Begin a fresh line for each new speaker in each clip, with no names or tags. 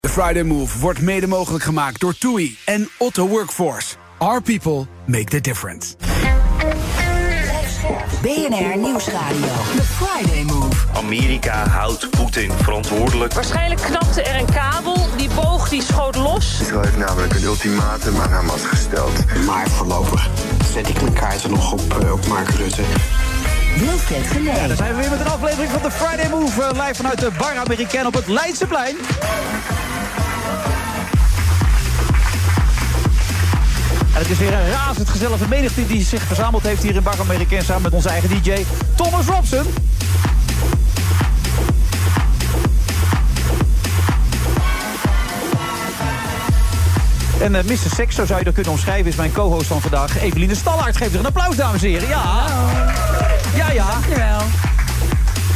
De Friday Move wordt mede mogelijk gemaakt door TUI en Otto Workforce. Our people make the difference.
BNR Nieuwsradio. The Friday Move.
Amerika houdt Poetin verantwoordelijk.
Waarschijnlijk knapte er een kabel, die boog die schoot los.
Israël heeft namelijk een ultimatum aan Hamas gesteld.
Maar voorlopig zet ik mijn kaarten nog op, eh, op Mark Rutte.
Wilfred
En
Genee.
dan zijn we weer met een aflevering van de Friday Move. eh, Live vanuit de Bar Amerikaan op het Leidseplein. En het is weer een razend gezellige menigte die zich verzameld heeft hier in Bar Amerikaan samen met onze eigen DJ Thomas Robson. En eh, Mr. Sex, zo zou je dat kunnen omschrijven, is mijn co-host van vandaag. Eveline Stallaert geeft zich een applaus, dames en heren. Ja, ja, ja.
Dankjewel.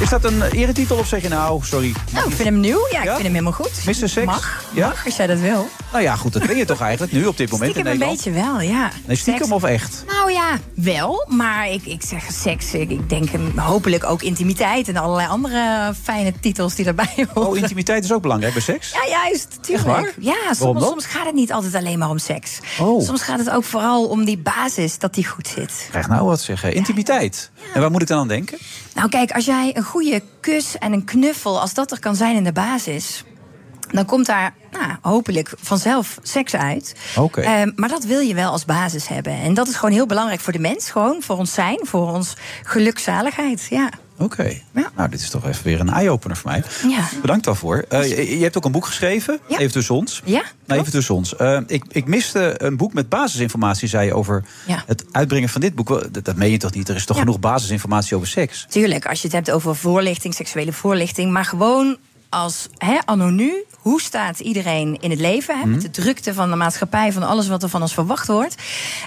Is dat een eh, eretitel of zeg je nou, sorry?
Nou, ik vind hem nieuw. Ja, ik
Ja?
vind hem helemaal goed.
Mr. Sex?
Mag,
Ja?
mag, als jij dat wil.
Nou ja, goed, dat ben je toch eigenlijk nu op dit moment
Stiekem
in
een
Nederland?
beetje wel, ja.
Nee, stiekem
Seks-
of echt?
Nou ja, wel. Maar ik, ik zeg seks. Ik, ik denk hem hopelijk ook intimiteit en allerlei andere fijne titels die daarbij horen.
Oh, intimiteit is ook belangrijk bij seks?
Ja, juist.
waar?
Tuurlijk. Ja, soms,
dan?
soms gaat het niet altijd alleen maar om seks.
Oh.
Soms gaat het ook vooral om die basis, dat die goed zit.
Krijg nou wat zeggen. Intimiteit. En waar moet ik dan aan denken?
Nou kijk, als jij een goede kus en een knuffel, als dat er kan zijn in de basis... dan komt daar nou, hopelijk vanzelf seks uit.
Oké.
Ehm, maar dat wil je wel als basis hebben. En dat is gewoon heel belangrijk voor de mens. Gewoon voor ons zijn, voor ons gelukzaligheid. Ja.
Oké.
Ja.
Nou, dit is toch even weer een eye-opener voor mij.
Ja.
Bedankt daarvoor. Eh, je, je hebt ook een boek geschreven,
Ja.
Even tussen ons.
Ja,
Nou,
klopt.
even tussen ons. Eh, ik, ik miste een boek met basisinformatie, zei je, over
Ja.
het uitbrengen van dit boek. Wel, Dat, dat meen je toch niet? Er is toch
Ja.
genoeg basisinformatie over seks?
Tuurlijk, als je het hebt over voorlichting, seksuele voorlichting, maar gewoon als hè, anno nu, hoe staat iedereen in het leven? Hè,
Mhm.
met de drukte van de maatschappij, van alles wat er van ons verwacht wordt.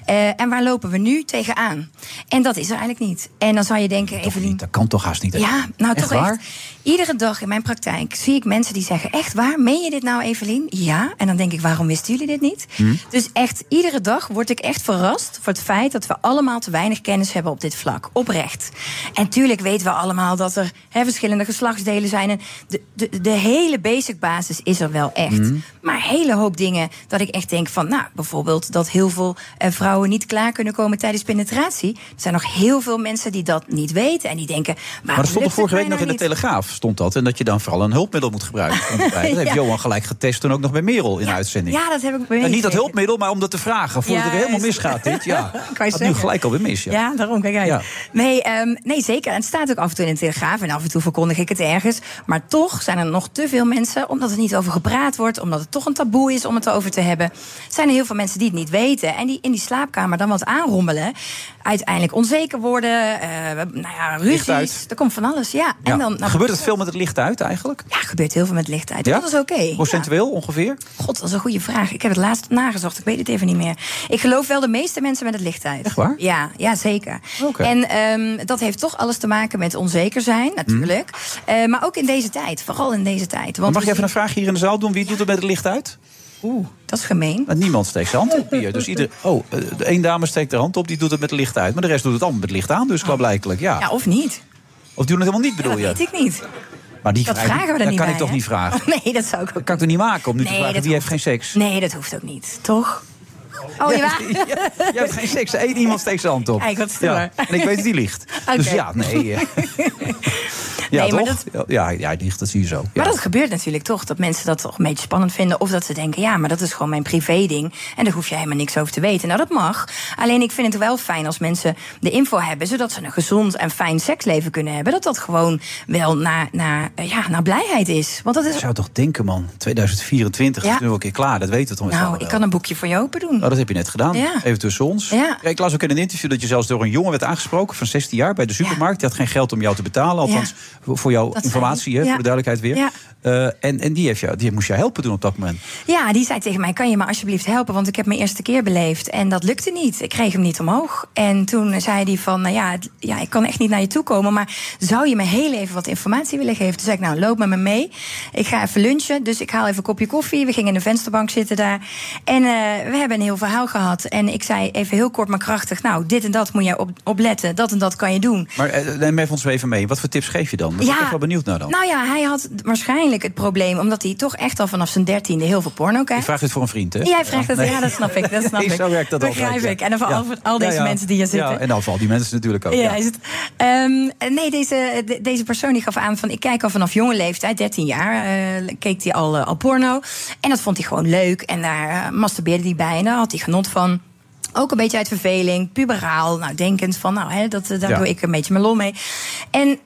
Eh, en waar lopen we nu tegenaan? En dat is er eigenlijk niet. En dan zou je denken,
Toch
Evelien.
niet, dat kan toch haast niet?
Ja, nou
Echt
toch
waar?
echt. Iedere dag in mijn praktijk zie ik mensen die zeggen: Echt waar? Meen je dit nou, Evelien? Ja. En dan denk ik: Waarom wisten jullie dit niet? Dus echt, iedere dag word ik echt verrast voor het feit dat we allemaal te weinig kennis hebben op dit vlak. Oprecht. En tuurlijk weten we allemaal dat er hè, verschillende geslachtsdelen zijn. En de, de, de hele basic basis is er wel echt.
Mhm.
Maar een hele hoop dingen dat ik echt denk: van, Nou, bijvoorbeeld dat heel veel eh, vrouwen niet klaar kunnen komen tijdens penetratie. Er zijn nog heel veel mensen die dat niet weten en die denken:
Maar dat stond er
lukt het
vorige week
mij
nog in de
nou niet?
Telegraaf. Stond dat. En dat je dan vooral een hulpmiddel moet gebruiken. om te bijten. Dat heeft
Ja.
Johan gelijk getest toen ook nog bij Merel in de uitzending.
Ja, dat heb ik
En
meegekregen.
niet dat hulpmiddel, maar om dat te vragen. Voordat het
Juist.
helemaal misgaat dit. Ja.
Kan je
Had nu
zeggen.
gelijk alweer mis. Ja.
Ja, daarom, kijk uit.
Ja.
Nee, ehm, nee, zeker. En het staat ook af en toe in de Telegraaf. En af en toe verkondig ik het ergens. Maar toch zijn er nog te veel mensen, omdat er niet over gepraat wordt... omdat het toch een taboe is om het erover te hebben... zijn er heel veel mensen die het niet weten. En die in die slaapkamer dan wat aanrommelen. Uiteindelijk onzeker worden, eh nou ja,
uit.
ruzies. Er komt van alles, ja.
Ja.
En dan, nou,
Gebeurt het veel met het licht uit eigenlijk?
Ja, gebeurt heel veel met licht uit. Dat is oké. Ja.
Procentueel ongeveer?
God, dat is een goede vraag. Ik heb het laatst nagezocht. Ik weet het even niet meer. Ik geloof wel de meeste mensen met het licht uit.
Echt waar?
Ja, ja zeker.
Oké.
En ehm, dat heeft toch alles te maken met onzeker zijn, natuurlijk. Eh, maar ook in deze tijd. Vooral in deze tijd. Want
Mhm.
we
mag je even een
zien-
vraag hier in de zaal doen? Wie doet het met het licht uit?
Oeh, dat is gemeen.
Want niemand steekt zijn hand op hier. Dus ieder... Oh, eh, de één dame steekt haar hand op, die doet het met het licht uit. Maar de rest doet het allemaal met het licht aan, dus klaarblijkelijk.
Ja,
Ja.
of niet?
Of doen het helemaal niet, bedoel
Dat weet
je?
ik niet.
Maar die
Dat
vraag-
vragen we
dat
dan niet
kan
bij,
ik toch
hè?
niet vragen?
Oh, nee, dat zou ik ook
Kan ik toch niet maken om nu te
Nee,
vragen
dat
wie heeft geen
hoeft-
seks?
Nee, dat hoeft ook niet. Toch? Oh, ja.
Jij hebt geen seks. Eén iemand steekt zijn hand op.
Kijk, wat stoer.
En ik weet dat die ligt.
Oké.
Dus ja, nee. eh. ja,
Nee, maar
toch? Ja, ja, die ligt, dat zie je zo. Ja.
Maar dat gebeurt natuurlijk toch, dat mensen dat toch een beetje spannend vinden. Of dat ze denken, ja, maar dat is gewoon mijn privéding. En daar hoef je helemaal niks over te weten. Nou, dat mag. Alleen ik vind het wel fijn als mensen de info hebben... zodat ze een gezond en fijn seksleven kunnen hebben. Dat dat gewoon wel naar, naar, eh, ja, naar blijheid is. Want dat
Je
is...
zou toch denken, man. 2024
Ja.
is nu wel een keer klaar. Dat weten we toch met z'n
Nou,
allen
ik
wel.
kan een boekje voor je open doen.
Nou, dat heb je net gedaan.
Ja.
Even tussen ons.
Ja.
Ik las ook in een interview dat je zelfs door een jongen werd aangesproken van 16 jaar bij de supermarkt. Die had geen geld om jou te betalen. Althans, voor jouw
Dat zei
informatie,
hij.
hè,
Ja.
voor de duidelijkheid weer.
Ja.
Eh, en en die, heeft jou, die moest jou helpen doen op dat moment.
Ja, die zei tegen mij: Kan je me alsjeblieft helpen? Want ik heb mijn eerste keer beleefd. En dat lukte niet. Ik kreeg hem niet omhoog. En toen zei hij: van, Nou ja, het- ja, ik kan echt niet naar je toe komen. Maar zou je me heel even wat informatie willen geven? Toen zei ik: Nou, loop met me mee. Ik ga even lunchen. Dus ik haal even een kopje koffie. We gingen in de vensterbank zitten daar. En eh, we hebben een heel verhaal gehad. En ik zei even heel kort maar krachtig: Nou, dit en dat moet je op, opletten. Dat en dat kan je doen.
Maar eh, neem even ons even mee. Wat voor tips geef je dan? Daar ben ik echt wel benieuwd naar dan.
Nou ja, hij had waarschijnlijk het probleem. Omdat hij toch echt al vanaf zijn dertiende heel veel porno kijkt.
je vraagt dit voor een vriend, hè?
Jij vraagt het,
Nee.
ja, dat snap ik. Dat snap
Nee,
ik.
Zo werkt dat
Begrijp
altijd, ja.
ik. En dan voor al, voor al deze
Ja, ja.
mensen die hier zitten.
Ja, en dan voor al die mensen natuurlijk ook.
Ja,
ja.
is het. Ehm, nee, deze, de- deze persoon die gaf aan van ik kijk al vanaf jonge leeftijd, 13 jaar, eh, keek hij al, eh, al porno. En dat vond hij gewoon leuk. En daar eh, masturbeerde hij bij en daar had hij genot van. Ook een beetje uit verveling, puberaal. Nou, denkend van, nou, hè, dat, eh, daar
Ja.
doe ik een beetje mijn lol mee. En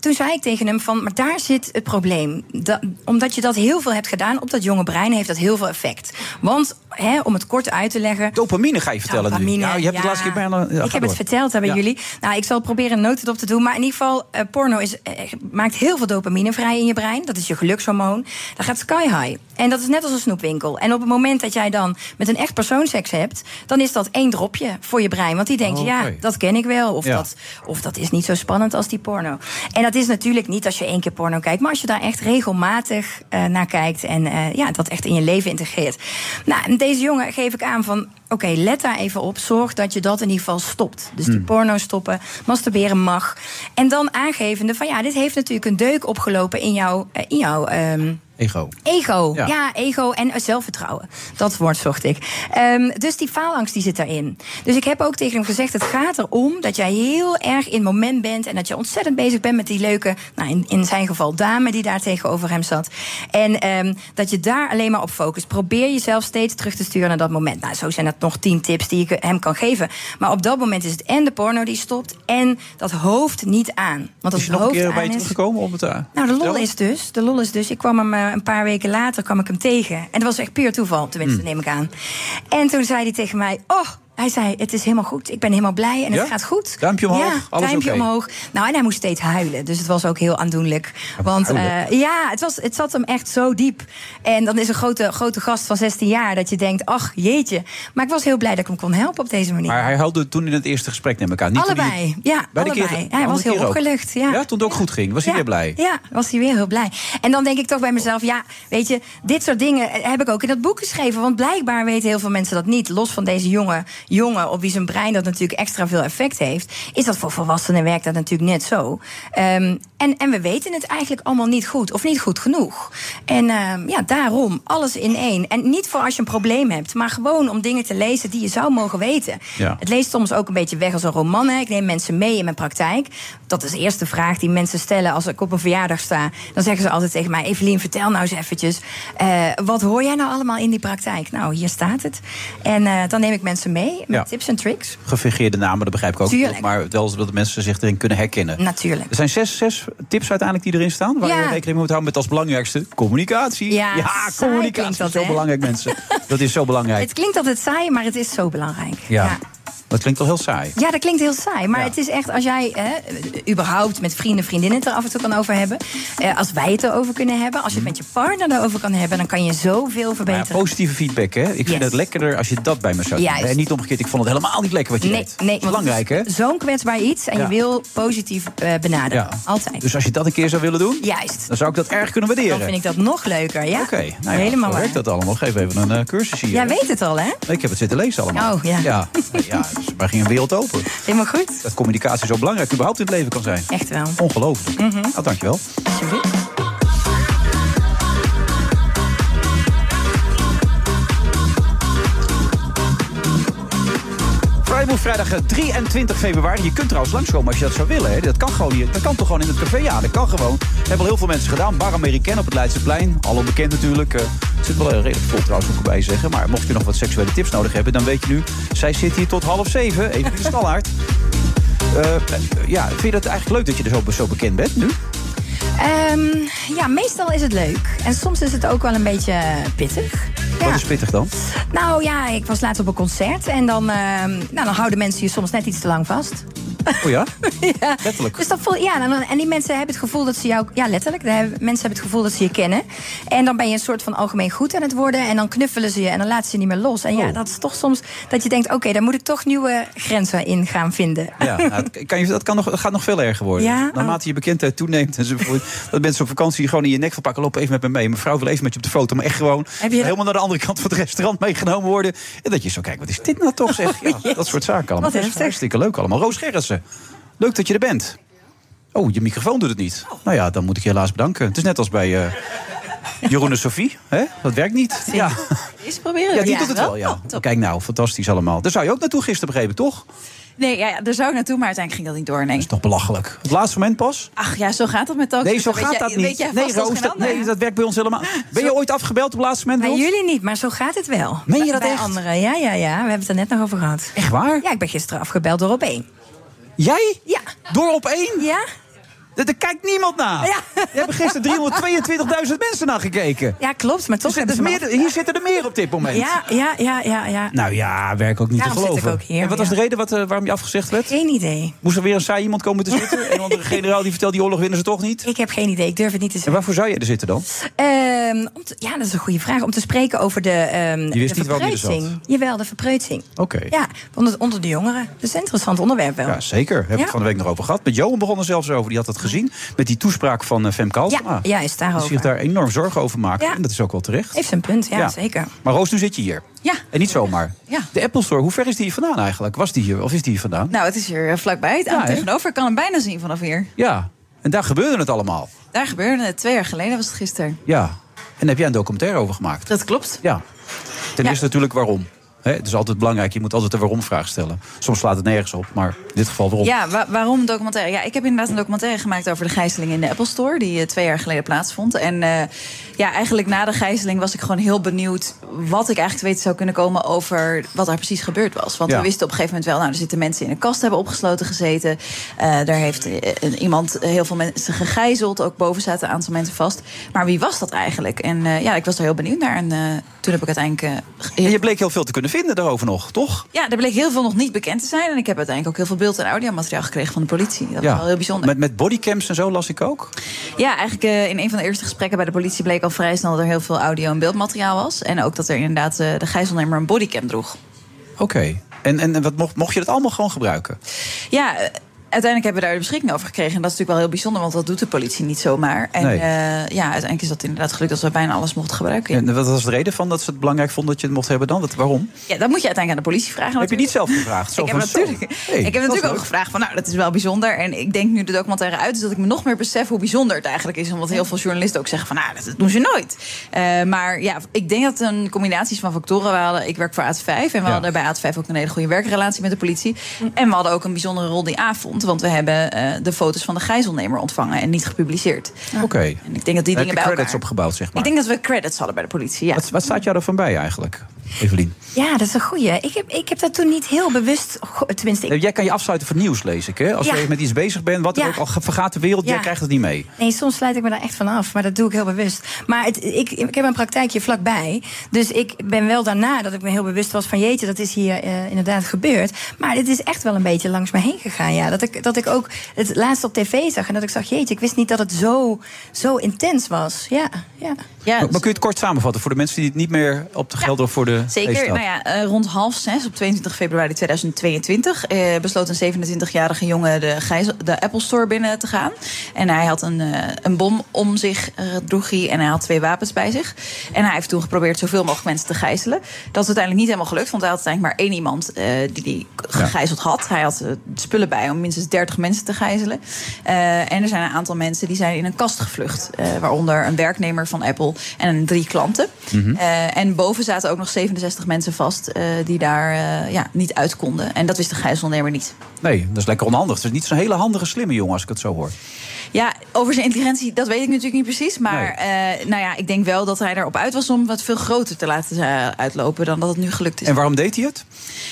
toen zei ik tegen hem van, maar daar zit het probleem. Da- omdat je dat heel veel hebt gedaan op dat jonge brein, heeft dat heel veel effect. Want, hè, om het kort uit te leggen,
Dopamine ga je vertellen
Dopamine,
nu. Nou, je hebt het
ja.
laatste keer bijna... ja, ga
ik heb
door.
het verteld hebben
Ja.
jullie. Nou, ik zal proberen een notendop te doen. Maar in ieder geval, eh, porno is, eh, maakt heel veel dopamine vrij in je brein. Dat is je gelukshormoon. Dat gaat sky high. En dat is net als een snoepwinkel. En op het moment dat jij dan met een echt persoon seks hebt... dan is dat één dropje voor je brein. Want die denkt,
Oh, oké.
ja, dat ken ik wel. Of,
Ja.
dat, of dat is niet zo spannend als die porno. En dat is natuurlijk niet als je één keer porno kijkt... maar als je daar echt regelmatig eh, naar kijkt... en eh, ja, dat echt in je leven integreert. Nou, en deze jongen geef ik aan van... oké, let daar even op. Zorg dat je dat in ieder geval stopt. Dus die porno stoppen, masturberen mag. En dan aangevende van ja, dit heeft natuurlijk een deuk opgelopen... in jouw... eh, in jouw ehm,
Ego.
Ego,
Ja.
ja. ego en zelfvertrouwen. Dat woord zocht ik. Ehm, dus die faalangst die zit daarin. Dus ik heb ook tegen hem gezegd: het gaat erom dat jij heel erg in het moment bent. En dat je ontzettend bezig bent met die leuke, nou, in, in zijn geval dame die daar tegenover hem zat. En ehm, dat je daar alleen maar op focust. Probeer jezelf steeds terug te sturen naar dat moment. Nou, zo zijn dat nog tien tips die ik hem kan geven. Maar op dat moment is het en de porno die stopt. En dat hoofd niet aan. Want als
Is je
het
nog een
hoofd
keer
aan
bij je
is,
teruggekomen om het eh, te
nou, de lol
vertellen?
is dus. De lol is dus. Ik kwam hem eh, een paar weken later kwam ik hem tegen. En dat was echt puur toeval, tenminste,
Hmm.
neem ik aan. En toen zei hij tegen mij: Oh, hij zei: Het is helemaal goed. Ik ben helemaal blij en
Ja?
het gaat goed.
Duimpje omhoog,
Ja,
alles
duimpje
oké.
omhoog. Nou, en hij moest steeds huilen. Dus het was ook heel aandoenlijk. Want eh,
huilen?
ja, het, was, het zat hem echt zo diep. En dan is een grote, grote gast van 16 jaar dat je denkt: Ach, jeetje. Maar ik was heel blij dat ik hem kon helpen op deze manier.
Maar hij huilde toen in het eerste gesprek, neem ik aan. Niet toen hij-
allebei. Ja,
Bij de
allebei.
keer-
hij
andere
was heel
keer ook.
opgelucht. Ja.
Ja, toen het ook goed ging. Was hij
Ja,
weer blij?
Ja, was hij weer heel blij. En dan denk ik toch bij mezelf, ja, weet je, dit soort dingen eh, heb ik ook in dat boek geschreven. Want blijkbaar weten heel veel mensen dat niet. Los van deze jonge jongen op wie zijn brein dat natuurlijk extra veel effect heeft, is dat voor volwassenen werkt dat natuurlijk net zo. Ehm, en, en we weten het eigenlijk allemaal niet goed of niet goed genoeg. En ehm, ja, daarom alles in één. En niet voor als je een probleem hebt, maar gewoon om dingen te lezen die je zou mogen weten.
Ja.
Het leest soms ook een beetje weg als een roman. Hè. Ik neem mensen mee in mijn praktijk. Dat is de eerste vraag die mensen stellen als ik op een verjaardag sta. Dan zeggen ze altijd tegen mij: Evelien, vertel nou eens eventjes. eh, wat hoor jij nou allemaal in die praktijk? Nou, hier staat het. En eh, dan neem ik mensen mee met
Ja.
tips en tricks.
Gefingeerde namen, dat begrijp ik ook.
Tuurlijk.
Maar wel zodat mensen zich erin kunnen herkennen.
Natuurlijk.
Er zijn zes, zes tips uiteindelijk die erin staan. Waar
Ja.
je rekening mee moet houden met als belangrijkste communicatie.
Ja, saai
communicatie
klinkt dat,
is zo
hè?
belangrijk, mensen. Dat is zo belangrijk.
Het klinkt altijd saai, maar het is zo belangrijk.
Ja. Dat klinkt al heel saai.
Ja, dat klinkt heel saai. Maar
Ja.
het is echt als jij eh, überhaupt met vrienden, vriendinnen het er af en toe kan over hebben. eh, als wij het erover kunnen hebben. Als je het met je partner erover kan hebben. Dan kan je zoveel
Maar Mhm. ja,
verbeteren.
positieve feedback, hè? Ik vind
Yes.
het lekkerder als je dat bij me zou doen.
Juist.
En niet omgekeerd, ik vond het helemaal niet lekker wat je
Nee,
deed.
nee, want
Belangrijk, hè?
het is Zo'n kwetsbaar iets en
Ja.
je wil positief eh, benaderen. Altijd.
Dus als je dat een keer zou willen doen,
Juist.
dan zou ik dat erg kunnen waarderen.
Dan vind ik dat nog leuker, ja?
Oké, nou ja,
helemaal
zo
waar.
werkt dat allemaal. Geef even een eh, cursus hier.
Jij weet het al, hè?
Ik heb het zitten lezen allemaal.
Oh, ja.
Ja, Nee, ja dus waar ging een wereld open?
Helemaal goed.
Dat communicatie zo belangrijk überhaupt in het leven kan zijn.
Echt Mhm. wel.
Ongelooflijk. Nou, dankjewel.
Alsjeblieft.
Vrijmoed vrijdag eh, 23 februari. Je kunt trouwens langskomen als je dat zou willen. Hè. Dat kan gewoon hier. Dat kan toch gewoon in het café? Ja, dat kan gewoon. Dat hebben al heel veel mensen gedaan. Bar American op het Leidseplein. Al onbekend natuurlijk. Eh, het zit wel eh, redelijk vol trouwens, moet ik erbij zeggen. Maar mocht je nog wat seksuele tips nodig hebben, dan weet je nu. Zij zit hier tot half zeven. Even in de stallaard. Eh, eh, ja, vind je dat eigenlijk leuk dat je er zo, zo bekend bent nu?
Ehm, ja, meestal is het leuk. En soms is het ook wel een beetje pittig.
Wat
Ja.
Oh, is pittig dan?
Nou ja, ik was laatst op een concert en dan, ehm, nou, dan houden mensen je soms net iets te lang vast.
Oh ja? Letterlijk.
Dus dat voel, ja, en dan- en die mensen hebben het gevoel dat ze jou... Ja, letterlijk. daar hebben- mensen hebben het gevoel dat ze je kennen. En dan ben je een soort van algemeen goed aan het worden. En dan knuffelen ze je en dan laten ze je niet meer los. En ja,
Oh.
dat is toch soms dat je denkt... Oké, daar moet ik toch nieuwe grenzen in gaan vinden.
Ja, nou, het kan je, dat, kan nog, dat gaat nog veel erger worden.
Ja?
Naarmate je bekendheid toeneelt en zo, dat mensen op vakantie gewoon in je nek van pakken, loop even met me mee. Mevrouw wil even met je op de foto, maar echt gewoon
Heb je-
helemaal naar de andere kant van het restaurant meegenomen worden. En dat je zo kijkt, wat is dit nou toch zeg? Ja,
jezus.
Dat soort zaken allemaal.
Wat
Dat is
heftig.
hartstikke leuk allemaal. Roos Gerritsen, leuk dat je er bent. Oh, je microfoon doet het niet. Nou ja, dan moet ik je helaas bedanken. Het is net als bij eh Jeroen en Sophie, hè? Dat werkt niet. Ja,
Eens proberen.
ja die doet het wel, ja.
Oh, top.
Kijk nou, fantastisch allemaal. Daar zou je ook naartoe gisteren begrepen, toch?
Nee, ja, ja, daar zou ik naartoe, maar uiteindelijk ging dat niet door. Nee.
Toch belachelijk. Het laatste moment pas?
Ach ja, zo gaat dat met
Oh,
talkshows.
Nee,
dus
zo
Dat weet
gaat
jij-
dat niet.
Weet jij
nee,
vast als
Roos,
geen
dat,
ander.
nee, dat werkt bij ons helemaal. Ben je ooit afgebeld op het laatste moment?
Maar
Roos?
jullie niet, maar zo gaat het wel.
Meen je
Bij-
dat
Bij
echt?
anderen, ja, ja, ja. We hebben het er net nog over gehad.
Echt waar?
Ja, ik ben gisteren afgebeld door op één.
Jij?
Ja.
Door op één?
Ja?
Er er kijkt niemand naar.
Ja.
Je hebt gisteren 322.000 mensen naar gekeken.
Ja, klopt, maar toch
Dus het
hebben
is
ze me
meer, hier zitten er meer op dit moment.
Ja, ja, ja, ja, ja.
Nou ja, werk ook niet
Daarom
te
zit ik
geloven.
ook hier,
en wat was
ja.
de reden wat, eh, waarom je afgezegd werd?
Geen idee.
Moest er weer een saai iemand komen te zitten? Een of andere generaal die vertelt, die oorlog winnen ze toch niet?
Ik heb geen idee, ik durf het niet te
En
zeggen.
waarvoor zou je er zitten dan?
Ehm, om te- ja, dat is een goede vraag. Om te spreken over de, ehm
Je wist
de
niet waarom je er zat.
verpreutsing. Jawel, de verpreutsing.
Oké.
Ja, onder, onder de jongeren. Dat is een interessant onderwerp wel.
Ja, zeker. Hebben we het
Ja.
van de week nog over gehad. Met Johan begon er zelfs over. Die had het gezien. Met die toespraak van eh, Femke Halsema.
Ja, ja, is daarover.
Die zich daar enorm zorgen over maakt.
Ja.
En dat is ook wel terecht.
Heeft zijn punt, ja,
Ja.
zeker.
Maar Roos, nu zit je hier.
Ja.
En niet zomaar.
Ja.
De Apple Store, hoe ver is die hier vandaan eigenlijk? Was die hier of is die hier vandaan?
Nou, het is hier eh, vlakbij. Het aan
Ja, hè?
tegenover. Ik kan hem bijna zien vanaf hier.
Ja. En daar gebeurde het allemaal.
Daar gebeurde het twee jaar geleden, was het gisteren.
Ja. En daar heb jij een documentaire over gemaakt.
Dat klopt.
Ja. Ten
Ja.
eerste natuurlijk waarom. Hè, het is altijd belangrijk. Je moet altijd de waarom-vraag stellen. Soms slaat het nergens op, maar in dit geval waarom.
Ja, wa- waarom documentaire? Ja, ik heb inderdaad een documentaire gemaakt over de gijzeling in de Apple Store, die eh, twee jaar geleden plaatsvond. En eh, ja, eigenlijk na de gijzeling was ik gewoon heel benieuwd wat ik eigenlijk te weten zou kunnen komen over wat er precies gebeurd was. Want
Ja.
we wisten op een gegeven moment wel, nou, er zitten mensen in een kast, hebben opgesloten gezeten. Eh, daar heeft eh, een- iemand eh, heel veel mensen gegijzeld. Ook boven zaten een aantal mensen vast. Maar wie was dat eigenlijk? En eh, ja, ik was er heel benieuwd naar. En eh, toen heb ik uiteindelijk eh, ge-
En je bleek heel veel te kunnen vinden daarover nog, toch?
ja, er bleek heel veel nog niet bekend te zijn. En ik heb uiteindelijk ook heel veel beeld- en audiomateriaal gekregen van de politie. Dat was wel heel bijzonder.
Met, met bodycams en zo las ik ook.
Ja, eigenlijk eh, in een van de eerste gesprekken bij de politie bleek al vrij snel dat er heel veel audio- en beeldmateriaal was. En ook dat er inderdaad eh, de gijzelnemer een bodycam droeg.
Oké. En, en, en wat mocht, mocht je dat allemaal gewoon gebruiken?
Ja, eh, uiteindelijk hebben we daar de beschikking over gekregen. En dat is natuurlijk wel heel bijzonder, want dat doet de politie niet zomaar. En
Nee.
eh, ja, uiteindelijk is dat inderdaad gelukt dat we bijna alles mochten gebruiken.
En wat was de reden van dat ze het belangrijk vonden dat je het mocht hebben dan? Wat, waarom?
Ja, dat moet je uiteindelijk aan de politie vragen.
Heb je niet zelf gevraagd? Zo
Ik heb
van, zo.
natuurlijk,
Hey,
ik heb
dat is
natuurlijk ook
leuk.
gevraagd van, nou, dat is wel bijzonder. En ik denk nu de documentaire uit, dus dat ik me nog meer besef hoe bijzonder het eigenlijk is. Omdat heel veel journalisten ook zeggen van, nou, dat doen ze nooit. Eh, maar ja, ik denk dat het een combinatie is van factoren. We hadden, ik werk voor AT5 en we hadden bij AT5 ook een hele goede werkrelatie met de politie. En we hadden ook een bijzondere rol die avond, want we hebben eh, de foto's van de gijzelnemer ontvangen en niet gepubliceerd.
Oké.
En ik denk dat die
Heb
dingen
je
bij
credits
elkaar...
opgebouwd, zeg maar.
Ik denk dat we credits hadden bij de politie, ja.
Wat, wat staat jou daarvan bij eigenlijk, Evelien?
Ja, dat is een goeie. Ik heb, ik heb dat toen niet heel bewust... go- Tenminste, ik,
Eh, Jij kan je afsluiten van nieuws, lees ik. Hè? Als
Ja.
je met iets bezig bent, wat er
Ja.
ook al ge- vergaat de wereld, jij
Ja.
krijgt het niet mee.
nee, soms sluit ik me daar echt van af. Maar dat doe ik heel bewust. Maar het, ik, ik heb een praktijkje vlakbij. Dus ik ben wel daarna dat ik me heel bewust was van... jeetje, dat is hier eh, inderdaad gebeurd. Maar dit is echt wel een beetje langs me heen gegaan. Ja. Dat, ik, dat ik ook het laatst op tv zag. En dat ik zag, jeetje, ik wist niet dat het zo, zo intens was. Ja, ja.
ja,
Maar, maar kun je het kort samenvatten voor de mensen die het niet meer op de gelden voor de
Zeker.
leesstad?
Nou ja, eh, rond half zes op 22 februari 2022 eh, besloot een 27-jarige jongen de, gijzel- de Apple Store binnen te gaan. En hij had een, eh, een bom om zich, eh, droeg hij, en hij had twee wapens bij zich. En hij heeft toen geprobeerd zoveel mogelijk mensen te gijzelen. Dat is uiteindelijk niet helemaal gelukt, want hij had uiteindelijk maar één iemand eh, die die gegijzeld had. Hij had eh, spullen bij om minstens 30 mensen te gijzelen. Eh, en er zijn een aantal mensen die zijn in een kast gevlucht. eh, waaronder een werknemer van Apple en drie klanten. Eh, en boven zaten ook nog 67 mensen vast eh, die daar eh, ja, niet uit konden. En dat wist de gijzelnemer niet.
Nee, dat is lekker onhandig. Het is niet zo'n hele handige, slimme jongen als ik het zo hoor.
Ja, over zijn intelligentie, dat weet ik natuurlijk niet precies. Maar eh, nou ja, ik denk wel dat hij erop uit was om wat veel groter te laten eh, uitlopen dan dat het nu gelukt is.
En waarom deed hij het?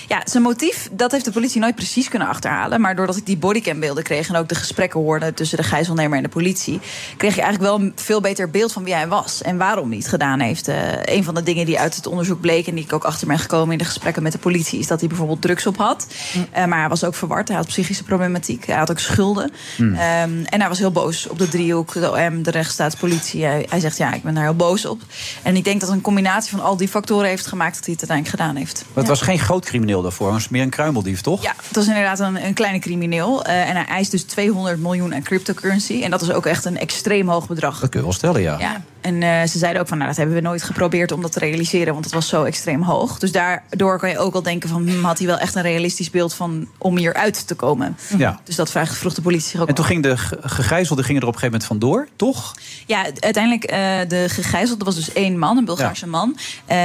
Ja, zijn motief, dat heeft de politie nooit precies kunnen achterhalen. Maar doordat ik die bodycambeelden kreeg en ook de gesprekken hoorde tussen de gijzelnemer en de politie, kreeg ik eigenlijk wel een veel beter beeld van wie hij was en waarom hij het gedaan heeft. Eh, een van de dingen die uit het onderzoek bleek en die ik ook achter ben gekomen in de gesprekken met de politie, is dat hij bijvoorbeeld drugs op had.
Hm.
Eh, maar hij was ook verward, hij had psychische problematiek, hij had ook schulden.
Mm.
Hmm.
Ehm, en hij was heel boos op de driehoek, de OM, de rechtsstaatspolitie. Hij, hij zegt ja, ik ben daar heel boos op. En ik denk dat een combinatie van al die factoren heeft gemaakt dat hij het uiteindelijk gedaan heeft.
Maar het was geen groot crimineel daarvoor, het was meer een kruimeldief, toch?
Ja, het was inderdaad een, een kleine crimineel. eh, en hij eist dus 200 miljoen aan cryptocurrency. En dat is ook echt een extreem hoog bedrag.
Dat kun je wel stellen, ja.
Ja. En eh, ze zeiden ook van, nou, dat hebben we nooit geprobeerd om dat te realiseren, want het was zo extreem hoog. Dus daardoor kan je ook al denken van, hmm, had hij wel echt een realistisch beeld van om hier uit te komen?
Ja.
Dus dat vraag vroeg de politie zich ook.
En toen
af.
ging de ge- gegijzelde ging er op een gegeven moment vandoor, toch?
Ja, uiteindelijk eh, de gegijzelde was dus één man, een Bulgaarse man. Eh,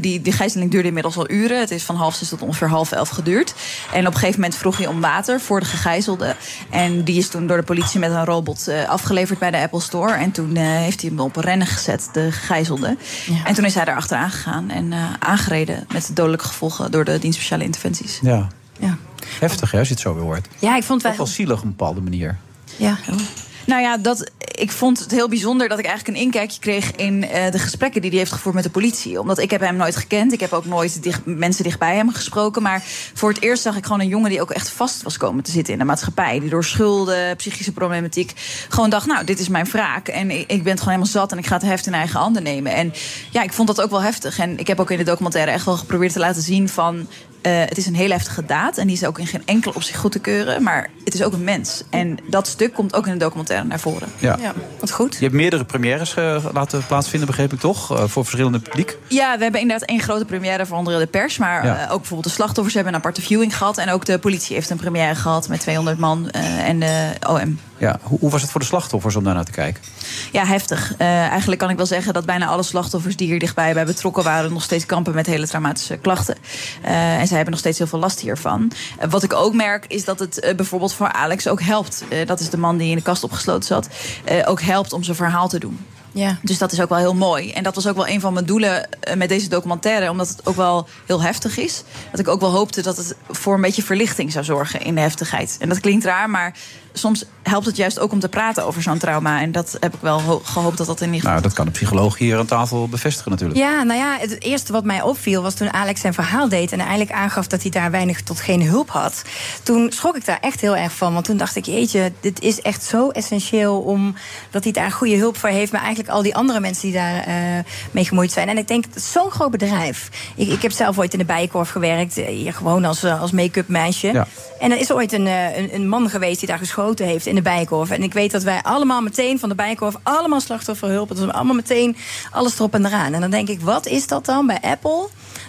die, die gijzeling duurde inmiddels al uren. Het is van half zes tot ongeveer half elf geduurd. En op een gegeven moment vroeg hij om water voor de gegijzelde. En die is toen door de politie met een robot eh, afgeleverd bij de Apple Store. En toen eh, heeft hij hem op rennen gezet, de gegijzelde. En toen is hij erachteraan gegaan en eh, aangereden met dodelijke gevolgen door de dienst speciale interventies.
Ja. Heftig, hè, als je het zo weer hoort.
Ja, ik vond
Ook wel zielig op een bepaalde manier.
ja. Nou ja, dat, ik vond het heel bijzonder dat ik eigenlijk een inkijkje kreeg in eh, de gesprekken die hij heeft gevoerd met de politie. Omdat ik heb hem nooit gekend. Ik heb ook nooit dicht, mensen dichtbij hem gesproken. Maar voor het eerst zag ik gewoon een jongen die ook echt vast was komen te zitten in de maatschappij. Die door schulden, psychische problematiek gewoon dacht, nou, dit is mijn wraak. En ik, ik ben het gewoon helemaal zat en ik ga het heft in eigen handen nemen. En ja, ik vond dat ook wel heftig. En ik heb ook in de documentaire echt wel geprobeerd te laten zien van... eh, het is een heel heftige daad en die is ook in geen enkele opzicht goed te keuren. Maar het is ook een mens. En dat stuk komt ook in de documentaire naar voren.
Ja.
wat goed.
Je hebt meerdere premières eh, laten plaatsvinden, begreep ik toch? Eh, voor verschillende publiek.
Ja, we hebben inderdaad één grote première voor onder de pers. Maar
Ja.
eh, ook bijvoorbeeld de slachtoffers hebben een aparte viewing gehad. En ook de politie heeft een première gehad met 200 man eh, en de OM.
Ja. Hoe, hoe was het voor de slachtoffers om daarnaar te kijken?
Ja, heftig. Eh, eigenlijk kan ik wel zeggen dat bijna alle slachtoffers die hier dichtbij bij betrokken waren... nog steeds kampen met hele traumatische klachten. Eh, en zij hebben nog steeds heel veel last hiervan. Eh, wat ik ook merk is dat het eh, bijvoorbeeld voor Alex ook helpt. Eh, dat is de man die in de kast opgesloten zat. eh, ook helpt om zijn verhaal te doen.
Ja.
Dus dat is ook wel heel mooi. En dat was ook wel een van mijn doelen eh, met deze documentaire. Omdat het ook wel heel heftig is. Dat ik ook wel hoopte dat het voor een beetje verlichting zou zorgen in de heftigheid. En dat klinkt raar, maar soms helpt het juist ook om te praten over zo'n trauma. En dat heb ik wel ho- gehoopt dat dat in ieder geval.
Nou, dat kan de psycholoog hier aan tafel bevestigen natuurlijk.
Ja, nou ja, het eerste wat mij opviel was toen Alex zijn verhaal deed... en eigenlijk aangaf dat hij daar weinig tot geen hulp had. Toen schrok ik daar echt heel erg van. Want toen dacht ik, jeetje, dit is echt zo essentieel... om dat hij daar goede hulp voor heeft... maar eigenlijk al die andere mensen die daar eh, mee gemoeid zijn. En ik denk, het is zo'n groot bedrijf. Ik, ik heb zelf ooit in de Bijenkorf gewerkt. eh, Hier gewoon als, eh, als make-up meisje.
Ja.
En er is ooit een, eh, een, een man geweest die daar geschoten heeft in de Bijenkorf. En ik weet dat wij allemaal meteen van de Bijenkorf... allemaal slachtofferhulp, het was allemaal meteen alles erop en eraan. En dan denk ik, wat is dat dan bij Apple?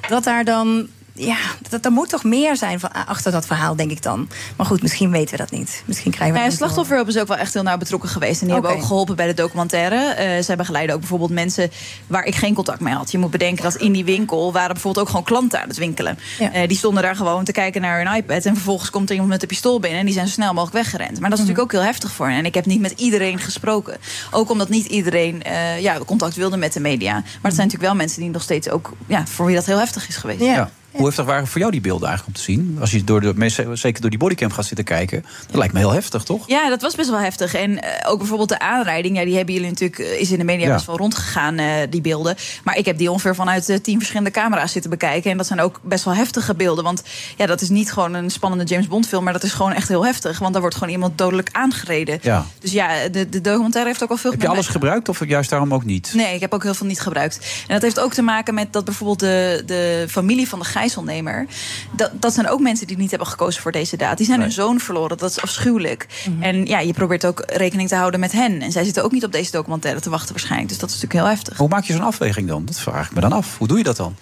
Dat daar dan... Ja, dat, er moet toch meer zijn van, ah, achter dat verhaal, denk ik dan. Maar goed, misschien weten we dat niet. Misschien krijgen we
Nou
het
ja,
niet te horen.
slachtofferhulp is ook wel echt heel nauw betrokken geweest. En die hebben ook geholpen bij de documentaire. Eh, zij begeleiden ook bijvoorbeeld mensen waar ik geen contact mee had. Je moet bedenken dat in die winkel waren bijvoorbeeld ook gewoon klanten aan het winkelen. Eh, die stonden daar gewoon te kijken naar hun iPad. En vervolgens komt er iemand met een pistool binnen. En die zijn zo snel mogelijk weggerend. Maar dat is natuurlijk ook heel heftig voor hen. En ik heb niet met iedereen gesproken. Ook omdat niet iedereen eh, ja, contact wilde met de media. Maar het zijn natuurlijk wel mensen die nog steeds ook... Ja, voor wie dat heel heftig is geweest.
Ja. Hoe heftig waren voor jou die beelden eigenlijk om te zien? Als je door de, mensen- zeker door die bodycam gaat zitten kijken, dat lijkt me heel heftig, toch?
Ja, dat was best wel heftig. En eh, ook bijvoorbeeld de aanrijding, ja, die hebben jullie natuurlijk, eh, is in de media
Ja.
best wel rondgegaan, eh, die beelden. Maar ik heb die ongeveer vanuit eh, tien verschillende camera's zitten bekijken. En dat zijn ook best wel heftige beelden. Want ja, dat is niet gewoon een spannende James Bond film, maar dat is gewoon echt heel heftig. Want daar wordt gewoon iemand dodelijk aangereden.
Ja.
Dus ja, de, de documentaire heeft ook al veel
Heb je
met
alles
mij-
gebruikt of juist daarom ook niet?
Nee, ik heb ook heel veel niet gebruikt. En dat heeft ook te maken met dat bijvoorbeeld de, de familie van de gijzelnemer. Dat, dat zijn ook mensen die niet hebben gekozen voor deze daad. Die zijn hun zoon verloren. Dat is afschuwelijk. En ja, je probeert ook rekening te houden met hen. En zij zitten ook niet op deze documentaire te wachten waarschijnlijk. Dus dat is natuurlijk heel heftig.
Hoe maak je zo'n afweging dan? Dat vraag ik me dan af. Hoe doe je dat dan?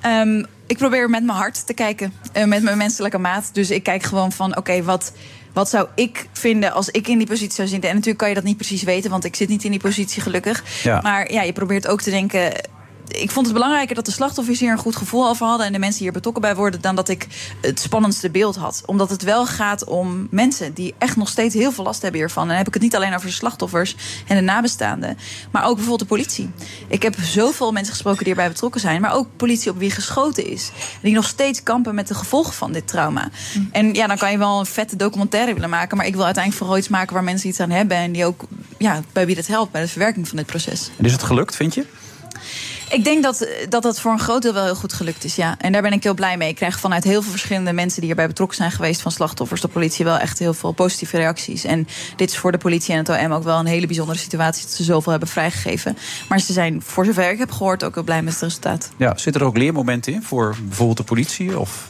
Ehm, ik probeer met mijn hart te kijken. eh, met mijn menselijke maat. Dus ik kijk gewoon van, oké, wat, wat zou ik vinden als ik in die positie zou zitten? En natuurlijk kan je dat niet precies weten, want ik zit niet in die positie gelukkig.
Ja.
Maar ja, je probeert ook te denken... ik vond het belangrijker dat de slachtoffers hier een goed gevoel over hadden en de mensen hier betrokken bij worden, dan dat ik het spannendste beeld had. Omdat het wel gaat om mensen die echt nog steeds heel veel last hebben hiervan. En dan heb ik het niet alleen over de slachtoffers en de nabestaanden, maar ook bijvoorbeeld de politie. Ik heb zoveel mensen gesproken die erbij betrokken zijn, maar ook politie op wie geschoten is. Die nog steeds kampen met de gevolgen van dit trauma. En ja, dan kan je wel een vette documentaire willen maken, maar ik wil uiteindelijk vooral iets maken waar mensen iets aan hebben en die ook, ja, bij wie dat helpt bij de verwerking van dit proces.
En is het gelukt, vind je?
Ik denk dat, dat dat voor een groot deel wel heel goed gelukt is, ja. En daar ben ik heel blij mee. Ik krijg vanuit heel veel verschillende mensen die hierbij betrokken zijn geweest... van slachtoffers, de politie, wel echt heel veel positieve reacties. En dit is voor de politie en het OM ook wel een hele bijzondere situatie... dat ze zoveel hebben vrijgegeven. Maar ze zijn, voor zover ik heb gehoord, ook heel blij met het resultaat.
Ja, zitten er ook leermomenten in voor bijvoorbeeld de politie of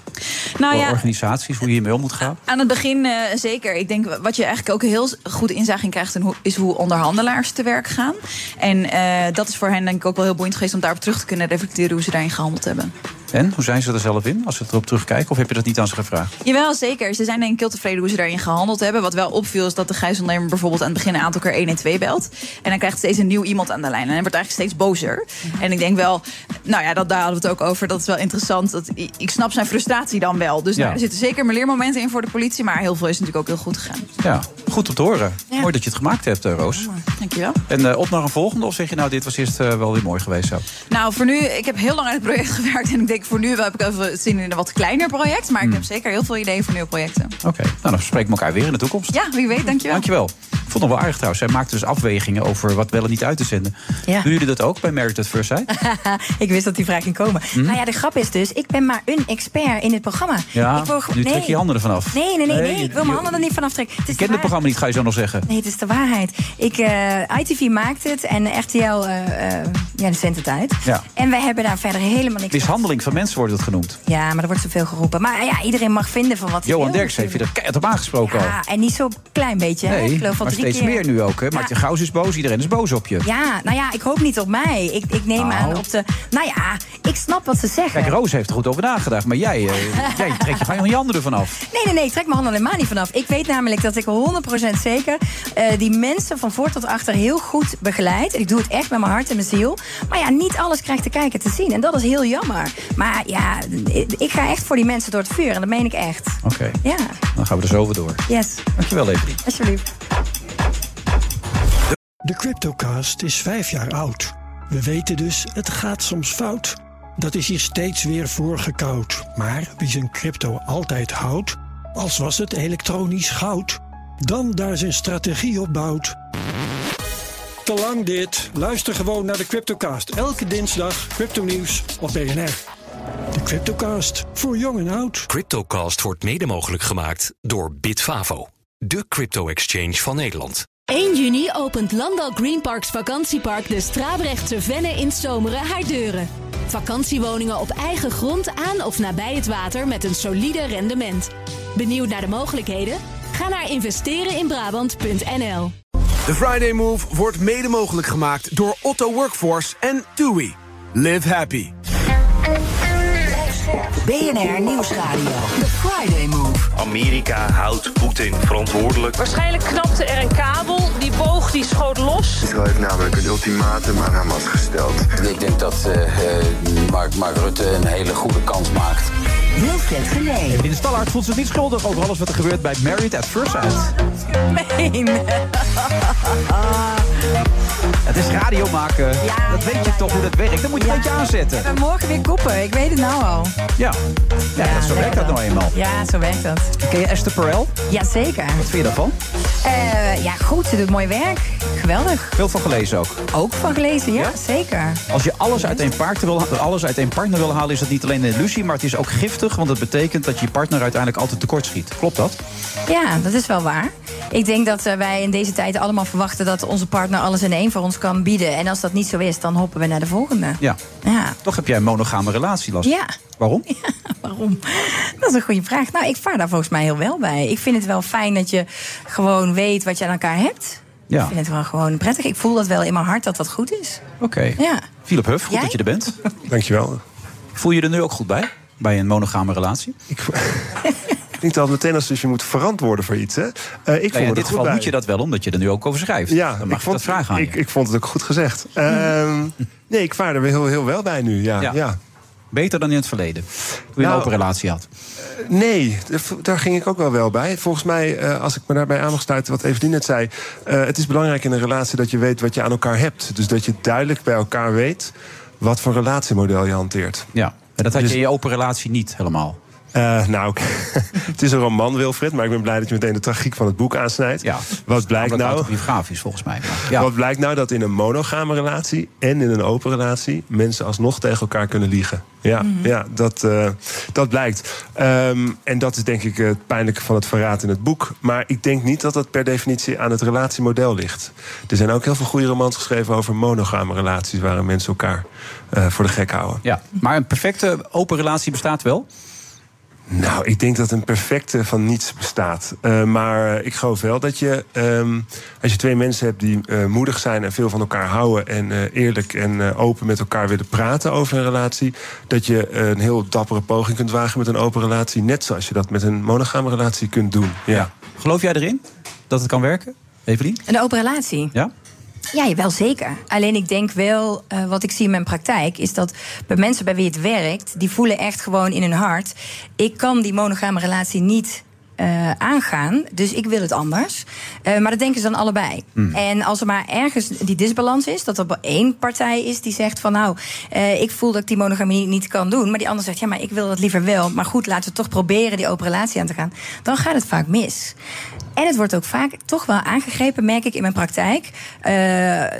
Nou
voor
ja,
organisaties, hoe je hiermee om moet gaan?
Aan het begin eh, zeker. Ik denk wat je eigenlijk ook heel goed inzage in krijgt... in hoe- is hoe onderhandelaars te werk gaan. En eh, dat is voor hen denk ik ook wel heel boeiend geweest... om daarop terug te kunnen reflecteren hoe ze daarin gehandeld hebben.
En hoe zijn ze er zelf in als ze erop terugkijken? Of heb je dat niet aan ze gevraagd?
Jawel, zeker. Ze zijn denk ik heel tevreden hoe ze daarin gehandeld hebben. Wat wel opviel is dat de gijzelnemer bijvoorbeeld aan het begin een aantal keer 112 belt. En dan krijgt steeds een nieuw iemand aan de lijn. En hij wordt eigenlijk steeds bozer. En ik denk wel, nou ja, dat, daar hadden we het ook over. Dat is wel interessant. Dat, ik, ik snap zijn frustratie dan wel. Dus
Ja.
nou, er zitten zeker mijn leermomenten in voor de politie. Maar heel veel is natuurlijk ook heel goed gegaan.
Ja, goed om te horen.
Ja.
Mooi dat je het gemaakt hebt, eh, Roos.
Dankjewel.
En eh, op naar een volgende? Of zeg je nou, dit was eerst eh, wel weer mooi geweest zo?
Nou, voor nu, ik heb heel lang aan het project gewerkt. En ik denk voor nu heb ik even zin in een wat kleiner project. Maar ik
Hmm.
heb zeker heel veel ideeën voor nieuwe projecten.
Oké, nou dan spreken we elkaar weer in de toekomst.
Ja, wie weet, dankjewel.
Dankjewel. Ik vond het wel aardig trouwens. Zij maakte dus afwegingen over wat wel en niet uit te zenden.
Ja.
Doen jullie dat ook bij Married at First Sight?
ik wist dat die vraag ging komen.
Hm?
Nou ja, de grap is dus, ik ben maar een expert in het programma.
Ja,
ik wil gewoon-
nu trek je je handen ervan af.
Nee, nee, nee, nee,
Nee,
ik wil
je-
mijn handen er niet van aftrekken. Het is
Ik
de
ken
waarheid.
het programma niet, ga je zo nog zeggen.
Nee, het is de waarheid. Ik, eh, ITV maakt het en RTL eh, eh, ja, zendt het uit.
Ja.
En wij hebben daar verder helemaal niks aan.
Mishandeling van mensen wordt het genoemd.
Ja, maar er wordt zoveel geroepen. Maar eh, ja, iedereen mag vinden van wat hij
Johan
wil.
Derks heeft je dat keihard op aangesproken
Ja, en niet zo'n klein beetje.
al.
hè?
Nee,
ik geloof al
maar
drie
steeds
keer.
meer nu ook. Hè?
Ja.
Maarten Gauws is boos, iedereen is boos op je.
Ja, nou ja, ik hoop niet op mij. Ik, ik neem
Nou.
aan op de... Nou ja, ik snap wat ze zeggen.
Kijk, Roos heeft er goed over nagedacht, maar jij, eh, jij trekt je gewoon je handen ervan af.
Nee, nee, nee, ik trek mijn handen helemaal niet vanaf. Ik weet namelijk dat ik 100% zeker eh, die mensen van voor tot achter heel goed begeleid. En ik doe het echt met mijn hart en mijn ziel. Maar ja, niet alles krijgt te kijken te zien. En dat is heel jammer. Maar ja, ik- ik ga echt voor die mensen door het vuur. En dat meen ik echt.
Oké,
Ja,
dan gaan we er zo over door.
yes.
Dankjewel, Evelien.
Alsjeblieft.
De Cryptocast is vijf jaar oud. We weten dus, het gaat soms fout. Dat is hier steeds weer voorgekoud. Maar wie zijn crypto altijd houdt, als was het elektronisch goud, dan daar zijn strategie op bouwt. Te lang dit. Luister gewoon naar de Cryptocast. Elke dinsdag crypto-nieuws op BNR. De Cryptocast voor jong en oud.
Cryptocast wordt mede mogelijk gemaakt door Bitfavo, de crypto-exchange van Nederland.
1 juni opent Landal Greenparks Vakantiepark de Strabrechtse Venne in Zomeren haar deuren. Vakantiewoningen op eigen grond aan of nabij het water met een solide rendement. Benieuwd naar de mogelijkheden? Ga naar investereninbrabant.nl.
De Friday Move wordt mede mogelijk gemaakt door Otto Workforce en TUI. Live happy.
BNR Nieuwsradio. The Friday Move.
Amerika houdt Poetin verantwoordelijk.
Waarschijnlijk knapte er een kabel, die boog die schoot los.
Israël heeft namelijk een ultimatum aan Hamas gesteld.
Ik denk dat eh, eh, Mark, Mark Rutte een hele goede kans maakt.
Wilfred Genee.
Evelien Stallaert voelt zich niet schuldig over alles wat er gebeurt bij Married at First Sight.
Meen.
Het is radio maken. dat weet je toch hoe dat werkt. Dan moet je een beetje aanzetten.
We morgen weer koppen. Ik weet het nou al.
Ja, ja, dat, zo werkt dat nou eenmaal.
Ja, zo werkt dat.
Ken je Esther Perel?
Jazeker.
Wat vind je daarvan?
Eh ja, goed. Ze doet mooi werk. Geweldig.
Veel van gelezen ook.
Ook van gelezen, ja, zeker.
Als je alles uit, één paard wil, alles uit één partner wil halen, is dat niet alleen een illusie, maar het is ook giftig. Want het betekent dat je je partner uiteindelijk altijd tekort schiet. Klopt dat?
Ja, dat is wel waar. Ik denk dat eh, wij in deze tijd allemaal verwachten dat onze partner alles in één voor ons kan bieden. En als dat niet zo is, dan hoppen we naar de volgende.
Ja.
Ja.
Toch heb jij een monogame relatie last.
Ja,
Waarom?
waarom? Dat is een goede vraag. Nou, ik vaar daar volgens mij heel wel bij. Ik vind het wel fijn dat je gewoon weet wat je aan elkaar hebt.
Ja.
Ik vind het wel gewoon prettig. Ik voel dat wel in mijn hart dat dat goed is.
Oké.
Ja.
Philip Huff, goed
Jij?
dat je er bent. Dankjewel. Voel je er nu ook goed bij? Bij een monogame relatie?
klinkt al meteen als dus je moet verantwoorden voor iets. Hè? Eh, ik vond
Nou ja,
me
in
er
dit
goed
geval
bij.
moet je dat wel, omdat je er nu ook over schrijft.
Ja,
dan mag
ik
ik
vond,
dat vragen aan
ik, ik vond het ook goed gezegd. Ehm, nee, ik vaar er heel, heel wel bij nu. Ja, ja.
Beter dan in het verleden, toen je
Nou,
een open relatie had.
Eh, Nee, d- daar ging ik ook wel wel bij. Volgens mij, eh, als ik me daarbij aan mag sluiten wat Evelien net zei... eh, het is belangrijk in een relatie dat je weet wat je aan elkaar hebt. Dus dat je duidelijk bij elkaar weet wat voor relatiemodel je hanteert.
Ja, en dat had
Dus-
je in je open relatie niet helemaal.
Eh, nou, het is een roman, Wilfred, maar ik ben blij dat je meteen de tragiek van het boek aansnijdt. Wat blijkt
Namelijk
nou?
autobiografisch, volgens mij.
Wat blijkt nou dat in een monogame relatie en in een open relatie mensen alsnog tegen elkaar kunnen liegen? Ja,
Mhm.
ja dat, eh, dat blijkt. Ehm, en dat is denk ik het pijnlijke van het verraad in het boek. Maar ik denk niet dat dat per definitie aan het relatiemodel ligt. Er zijn ook heel veel goede romans geschreven over monogame relaties waarin mensen elkaar eh, voor de gek houden.
Ja, maar een perfecte open relatie bestaat wel.
Nou, ik denk dat een perfecte van niets bestaat. Eh, maar ik geloof wel dat je, ehm, als je twee mensen hebt die eh, moedig zijn en veel van elkaar houden en eh, eerlijk en eh, open met elkaar willen praten over een relatie, dat je eh, een heel dappere poging kunt wagen met een open relatie, net zoals je dat met een monogame relatie kunt doen. Ja.
Geloof jij erin dat het kan werken, Evelien?
Een open relatie?
Ja?
Ja, wel zeker. Alleen ik denk wel, eh, wat ik zie in mijn praktijk, is dat bij mensen bij wie het werkt, die voelen echt gewoon in hun hart: ik kan die monogame relatie niet. eh, aangaan, dus ik wil het anders. Eh, maar dat denken ze dan allebei.
Hmm.
En als er maar ergens die disbalans is, dat er wel één partij is die zegt van nou, eh, ik voel dat ik die monogamie niet kan doen, maar die ander zegt ja, maar ik wil dat liever wel. Maar goed, laten we toch proberen die open relatie aan te gaan. Dan gaat het vaak mis. En het wordt ook vaak toch wel aangegrepen, merk ik in mijn praktijk, eh,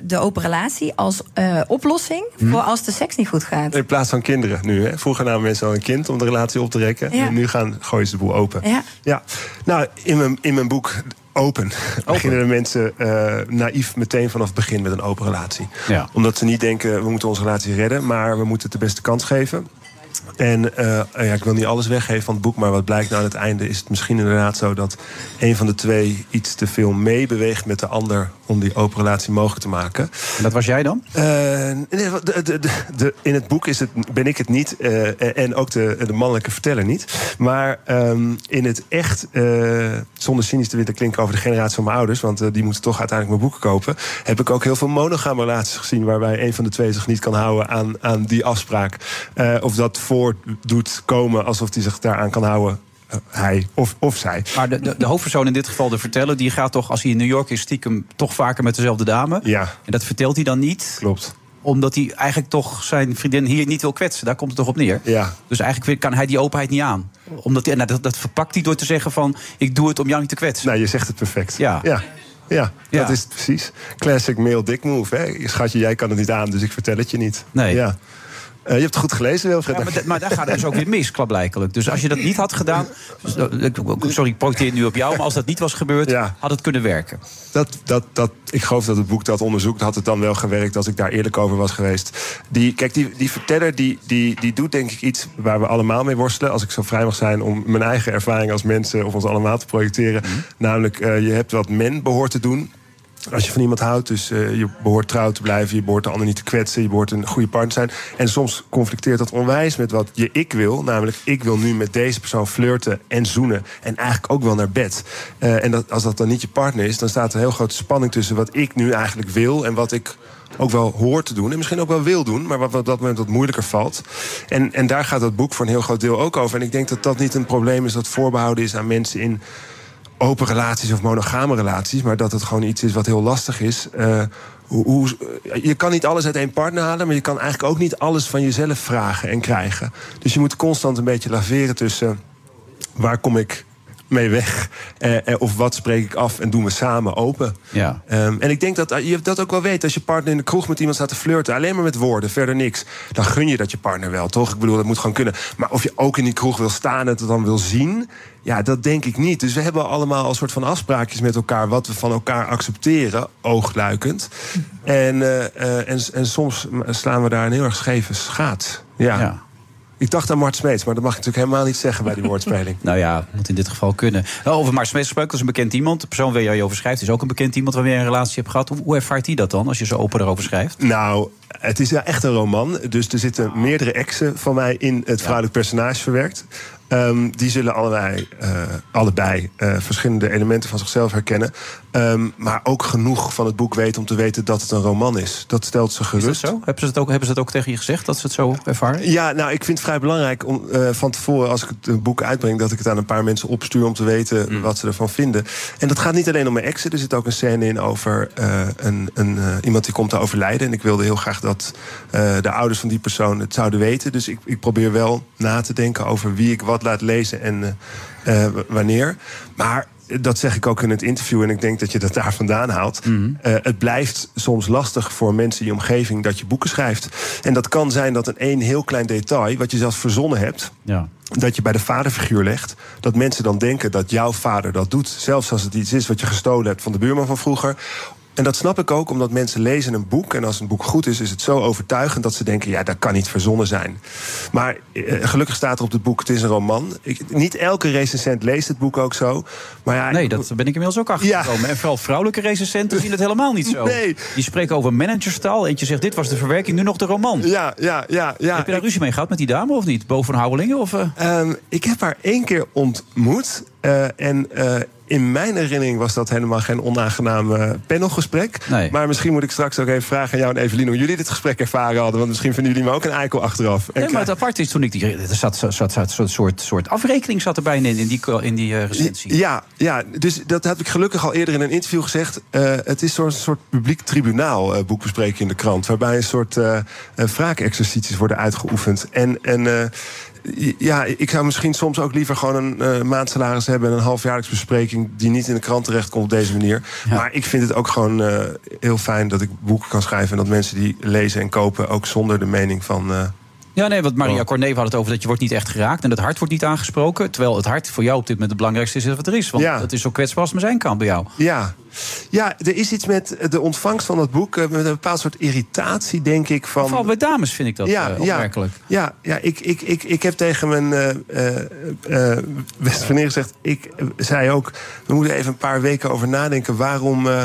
de open relatie als eh, oplossing
Hmm.
voor als de seks niet goed gaat.
In plaats van kinderen nu. Hè? Vroeger namen mensen al een kind om de relatie op te rekken.
Ja.
En nu gaan, gooien ze de boel open.
Ja.
Nou, in mijn, in mijn boek Open, beginnen de mensen eh, naïef meteen vanaf het begin met een open relatie.
Ja.
Omdat ze niet denken, we moeten onze relatie redden, maar we moeten het de beste kans geven. En eh, ja, ik wil niet alles weggeven van het boek, maar wat blijkt nou aan het einde is het misschien inderdaad zo dat een van de twee iets te veel meebeweegt met de ander om die open relatie mogelijk te maken.
En dat was jij dan?
Eh, de, de, de, de- in het boek is het, ben ik het niet eh, en ook de, de mannelijke verteller niet. Maar ehm, in het echt, eh, zonder cynisch te willen klinken over de generatie van mijn ouders, want eh, die moeten toch uiteindelijk mijn boeken kopen, heb ik ook heel veel monogame relaties gezien waarbij een van de twee zich niet kan houden aan, aan die afspraak. Eh, of dat voor doet komen alsof hij zich daaraan kan houden, eh, hij of, of zij.
Maar de, de, de hoofdpersoon in dit geval, de verteller, die gaat toch, als hij in New York is, stiekem toch vaker met dezelfde dame.
Ja.
En dat vertelt hij dan niet.
Klopt.
Omdat hij eigenlijk toch zijn vriendin hier niet wil kwetsen. Daar komt het toch op neer.
Ja.
Dus eigenlijk kan hij die openheid niet aan. Omdat hij, nou, dat, dat verpakt hij door te zeggen van, ik doe het om jou niet te kwetsen.
Nou, je zegt het perfect.
Ja.
Ja. Ja,
Ja.
dat is het precies. Classic male dick move. Hè? Schatje, jij kan het niet aan, dus ik vertel het je niet.
Nee.
Ja. Eh, je hebt het goed gelezen, Wilfred.
Ja, maar, da- maar daar gaat het dus ook weer mis, klaarblijkelijk. Dus als je dat niet had gedaan... dus dat- ik- Sorry, ik projecteer het nu op jou. Maar als dat niet was gebeurd, had het kunnen werken.
dat, dat, dat, ik geloof dat het boek dat onderzoekt, had het dan wel gewerkt als ik daar eerlijk over was geweest. Die, kijk, die, die verteller die, die, die doet denk ik iets waar we allemaal mee worstelen. Als ik zo vrij mag zijn om mijn eigen ervaring als mensen of ons allemaal te projecteren. Namelijk, eh, je hebt wat men behoort te doen. Als je van iemand houdt, dus eh, je behoort trouw te blijven, je behoort de ander niet te kwetsen, je behoort een goede partner te zijn. En soms conflicteert dat onwijs met wat je ik wil. Namelijk, ik wil nu met deze persoon flirten en zoenen. En eigenlijk ook wel naar bed. Eh, en dat, als dat dan niet je partner is, dan staat er heel grote spanning tussen wat ik nu eigenlijk wil en wat ik ook wel hoor te doen. En misschien ook wel wil doen, maar wat wat op dat moment wat moeilijker valt. En, en daar gaat dat boek voor een heel groot deel ook over. En ik denk dat dat niet een probleem is dat voorbehouden is aan mensen in open relaties of monogame relaties, maar dat het gewoon iets is wat heel lastig is. Eh, hoe, hoe- eh, je kan niet alles uit één partner halen, maar je kan eigenlijk ook niet alles van jezelf vragen en krijgen. Dus je moet constant een beetje laveren tussen waar kom ik mee weg eh, eh, of wat spreek ik af en doen we samen open.
Ja.
Ehm, en ik denk dat eh, je dat ook wel weet. Als je partner in de kroeg met iemand staat te flirten, alleen maar met woorden, verder niks. Dan gun je dat je partner wel, toch? Ik bedoel, dat moet gewoon kunnen. Maar of je ook in die kroeg wil staan en het dan wil zien, ja, dat denk ik niet. Dus we hebben allemaal een soort van afspraakjes met elkaar, wat we van elkaar accepteren, oogluikend. En, eh, eh, en, en soms slaan we daar een heel erg scheve schaats. Ja. Ik dacht aan Mart Smeets, maar dat mag ik natuurlijk helemaal niet zeggen bij die woordspeling.
Nou ja, moet in dit geval kunnen. Nou, over Mars Smeets gesproken, dat is een bekend iemand. De persoon waar je over schrijft is ook een bekend iemand waarmee je een relatie hebt gehad. Hoe, hoe ervaart hij dat dan, als je zo open erover schrijft?
Nou, het is ja echt een roman. Dus er zitten meerdere exen van mij in het vrouwelijk personage verwerkt. Ehm, die zullen allerlei, eh, allebei eh, verschillende elementen van zichzelf herkennen. Ehm, maar ook genoeg van het boek weten om te weten dat het een roman is. Dat stelt ze gerust.
Is dat zo? Hebben ze, het ook, hebben ze dat ook tegen je gezegd, dat ze het zo ervaren?
Ja, nou, ik vind het vrij belangrijk om eh, van tevoren, als ik het eh, boek uitbreng, dat ik het aan een paar mensen opstuur om te weten wat ze ervan vinden. En dat gaat niet alleen om mijn exen. Er zit ook een scène in over eh, een, een, eh, iemand die komt te overlijden. En ik wilde heel graag dat eh, de ouders van die persoon het zouden weten. Dus ik, ik probeer wel na te denken over wie ik wat laat lezen en eh, eh, w- wanneer. Maar. eh, Dat zeg ik ook in het interview en ik denk dat je dat daar vandaan haalt. Eh, het blijft soms lastig voor mensen in je omgeving dat je boeken schrijft. En dat kan zijn dat een één heel klein detail, wat je zelfs verzonnen hebt,
Ja.
dat je bij de vaderfiguur legt, dat mensen dan denken dat jouw vader dat doet. Zelfs als het iets is wat je gestolen hebt van de buurman van vroeger. En dat snap ik ook, omdat mensen lezen een boek. En als een boek goed is, is het zo overtuigend dat ze denken: ja, dat kan niet verzonnen zijn. Maar eh, gelukkig staat er op het boek: het is een roman. Ik, niet elke recensent leest het boek ook zo. Maar ja,
Nee, dat ben ik inmiddels ook achtergekomen. En vooral vrouwelijke recensenten zien het helemaal niet zo.
Nee.
Die spreken over managerstaal. Eentje zegt, dit was de verwerking, nu nog de roman.
Ja, ja, ja. ja.
Heb je daar ruzie mee gehad met die dame of niet? Boven van Houwelingen? Of, eh?
Ehm, ik heb haar één keer ontmoet. eh, en eh, in mijn herinnering was dat helemaal geen onaangenaam eh, panelgesprek. Maar misschien moet ik straks ook even vragen aan jou en Evelien... hoe jullie dit gesprek ervaren hadden. Want misschien vinden jullie me ook een eikel achteraf. eh, En
Nee, maar het apart is, toen ik die... Er zat, zat, zat, zat een soort, soort afrekening zat er bijna in, in die, in die eh, recensie.
Ja, ja, dus dat heb ik gelukkig al eerder in een interview gezegd. Eh, het is zo'n soort publiek tribunaal eh boekbespreking in de krant. Waarbij een soort eh eh, wraakexercities worden uitgeoefend. En, en eh, ja, ik zou misschien soms ook liever gewoon een eh, maandsalaris hebben. En een halfjaarlijks bespreking die niet in de krant terechtkomt op deze manier. Maar ik vind het ook gewoon eh, heel fijn dat ik boeken kan schrijven. En dat mensen die lezen en kopen ook zonder de mening van. eh,
Ja, nee, want
Oh.
Maria Corneve had het over dat je wordt niet echt geraakt... en het hart wordt niet aangesproken. Terwijl het hart voor jou op dit moment het belangrijkste is wat er is. Want het is zo kwetsbaar als het maar zijn kan bij jou.
Ja. ja, er is iets met de ontvangst van dat boek. eh, Met een bepaald soort irritatie, denk ik. Van...
Vooral Oh, bij dames vind ik dat eh, opmerkelijk.
Ja, ja, ja ik, ik, ik, ik heb tegen mijn eh eh, eh, beste vriendin gezegd... ik eh, zei ook, we moeten even een paar weken over nadenken... waarom... eh,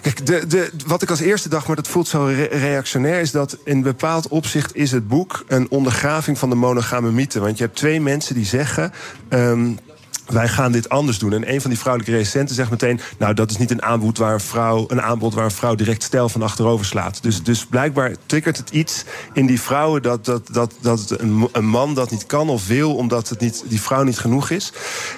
Kijk, de, de, wat ik als eerste dacht, maar dat voelt zo re- reactionair... is dat in bepaald opzicht is het boek een ondergraving van de monogame mythe. Want je hebt twee mensen die zeggen... ehm, wij gaan dit anders doen. En een van die vrouwelijke recensenten zegt meteen... nou, dat is niet een aanbod waar een vrouw, een aanbod waar een vrouw direct stijl van achterover slaat. Dus, dus blijkbaar triggert het iets in die vrouwen... dat, dat, dat, dat een, mo- een man dat niet kan of wil... omdat het niet, die vrouw niet genoeg is.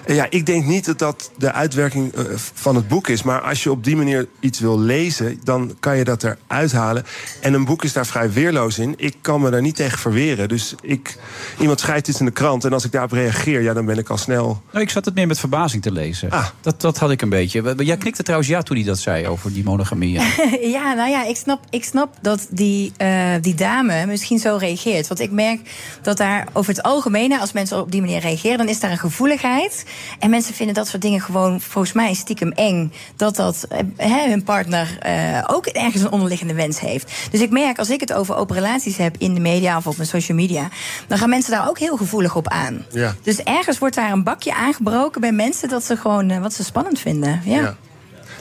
En ja, ik denk niet dat dat de uitwerking eh, van het boek is. Maar als je op die manier iets wil lezen... dan kan je dat eruit halen. En een boek is daar vrij weerloos in. Ik kan me daar niet tegen verweren. Dus ik, iemand schrijft iets in de krant... en als ik daarop reageer, ja, dan ben ik al snel...
Nou, ik zat het meer met verbazing te lezen.
Ah.
Dat, dat had ik een beetje. We- we- Jij knikte trouwens ja toen hij dat zei over die monogamie. ja.
ja, nou ja, ik snap, ik snap dat die, eh, die dame misschien zo reageert. Want ik merk dat daar over het algemeen, als mensen op die manier reageren, dan is daar een gevoeligheid. En mensen vinden dat soort dingen gewoon volgens mij stiekem eng. Dat dat eh, hè, hun partner eh, ook ergens een onderliggende wens heeft. Dus ik merk als ik het over open relaties heb in de media of op mijn social media, dan gaan mensen daar ook heel gevoelig op aan.
Ja.
Dus ergens wordt daar een bakje aangebroken bij mensen dat ze gewoon eh, wat ze spannend vinden. ja.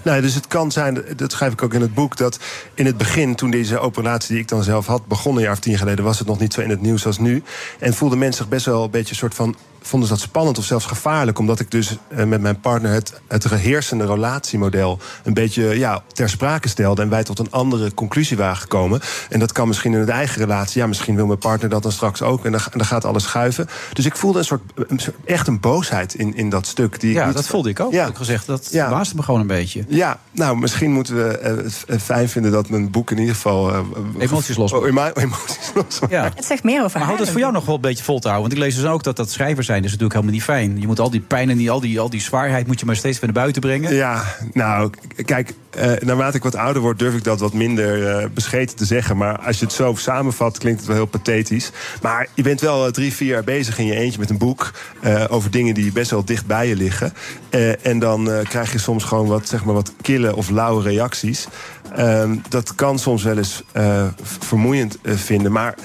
Nou, dus het kan zijn, dat schrijf ik ook in het boek, dat in het begin, toen deze operatie die ik dan zelf had begonnen, een jaar of tien geleden, was het nog niet zo in het nieuws als nu. En voelden mensen zich best wel een beetje een soort van. Vonden ze dat spannend of zelfs gevaarlijk? Omdat ik dus eh, met mijn partner het, het heersende relatiemodel een beetje ja, ter sprake stelde. En wij tot een andere conclusie waren gekomen. En dat kan misschien in het eigen relatie. Ja, misschien wil mijn partner dat dan straks ook. En dan, en dan gaat alles schuiven. Dus ik voelde een soort, een soort- echt een boosheid in, in dat stuk. Die ik
Ja,
niet-
dat voelde ik ook.
Ja.
eerlijk gezegd, dat verbaasde me gewoon een beetje.
Ja, nou, misschien moeten we eh, het f- eh, fijn vinden dat mijn boek in ieder geval... emoties los. Oh, emo- emoties los.
Ja.
Het zegt meer over
Maar
haar.
houdt het voor jou nog wel een beetje vol te houden? Want ik lees dus ook dat dat schrijver zijn is natuurlijk helemaal niet fijn. Je moet al die pijn en die, al, die, al die zwaarheid moet je maar steeds weer naar buiten brengen.
Ja, nou, k- kijk, eh, naarmate ik wat ouder word... durf ik dat wat minder eh, bescheten te zeggen. Maar als je het zo samenvat, klinkt het wel heel pathetisch. Maar je bent wel eh, drie, vier jaar bezig in je eentje met een boek... eh, over dingen die best wel dicht bij je liggen. Eh, en dan eh, krijg je soms gewoon wat, zeg maar, wat kille of lauwe reacties. Ehm, dat kan soms wel eens eh, v- vermoeiend eh, vinden, maar...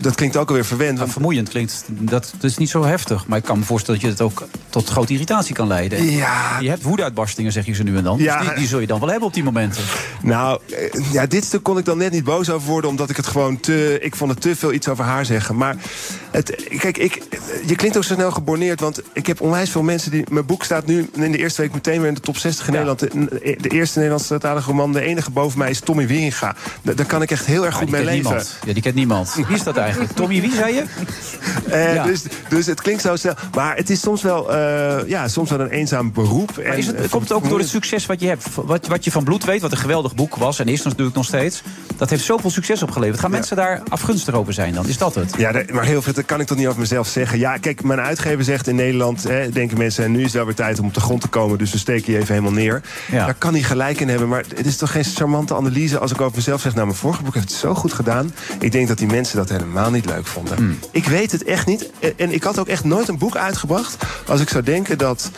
Dat klinkt ook alweer verwend.
vermoeiend klinkt, dat, dat is niet zo heftig. Maar ik kan me voorstellen dat je het ook tot grote irritatie kan leiden.
Ja.
Je hebt woedeuitbarstingen, zeg je ze nu en dan. Dus
Ja.
die, die zul je dan wel hebben op die momenten.
Nou, eh, ja, dit stuk kon ik dan net niet boos over worden, omdat ik het gewoon te. Ik vond het te veel iets over haar zeggen. Maar het, kijk, ik, je klinkt ook zo snel geborneerd, want ik heb onwijs veel mensen die. Mijn boek staat nu in de eerste week meteen weer in de top 60 in Nederland. De, de eerste Nederlandstalige roman, de enige boven mij is Tommy Wieringa. Da- Daar kan ik echt heel erg
Maar
goed
Ah, die
mee
kent
leven.
niemand. Ja, die kent niemand. Wie is dat eigenlijk? Tommy, wie zei je?
Eh,
Ja.
dus, dus het klinkt zo snel. Maar het is soms wel, eh, ja, soms wel een eenzaam beroep.
Maar is het,
eh,
komt het ook door het
vermoeiend.
succes wat je hebt? Wat, wat je van Bloed weet, wat een geweldig boek was en is natuurlijk nog steeds. Dat heeft zoveel succes opgeleverd. Gaan mensen daar afgunstig over zijn dan? Is dat het?
Ja, de- maar heel veel, dat kan ik toch niet over mezelf zeggen. Ja, kijk, mijn uitgever zegt in Nederland... Hè, denken mensen, nu is het wel weer tijd om op de grond te komen... dus we steken je even helemaal neer. Daar kan hij gelijk in hebben, maar het is toch geen charmante analyse... als ik over mezelf zeg, nou, mijn vorige boek heeft het zo goed gedaan... ik denk dat die mensen dat helemaal niet leuk vonden. Ik weet het echt niet. En- En ik had ook echt nooit een boek uitgebracht... als ik zou denken dat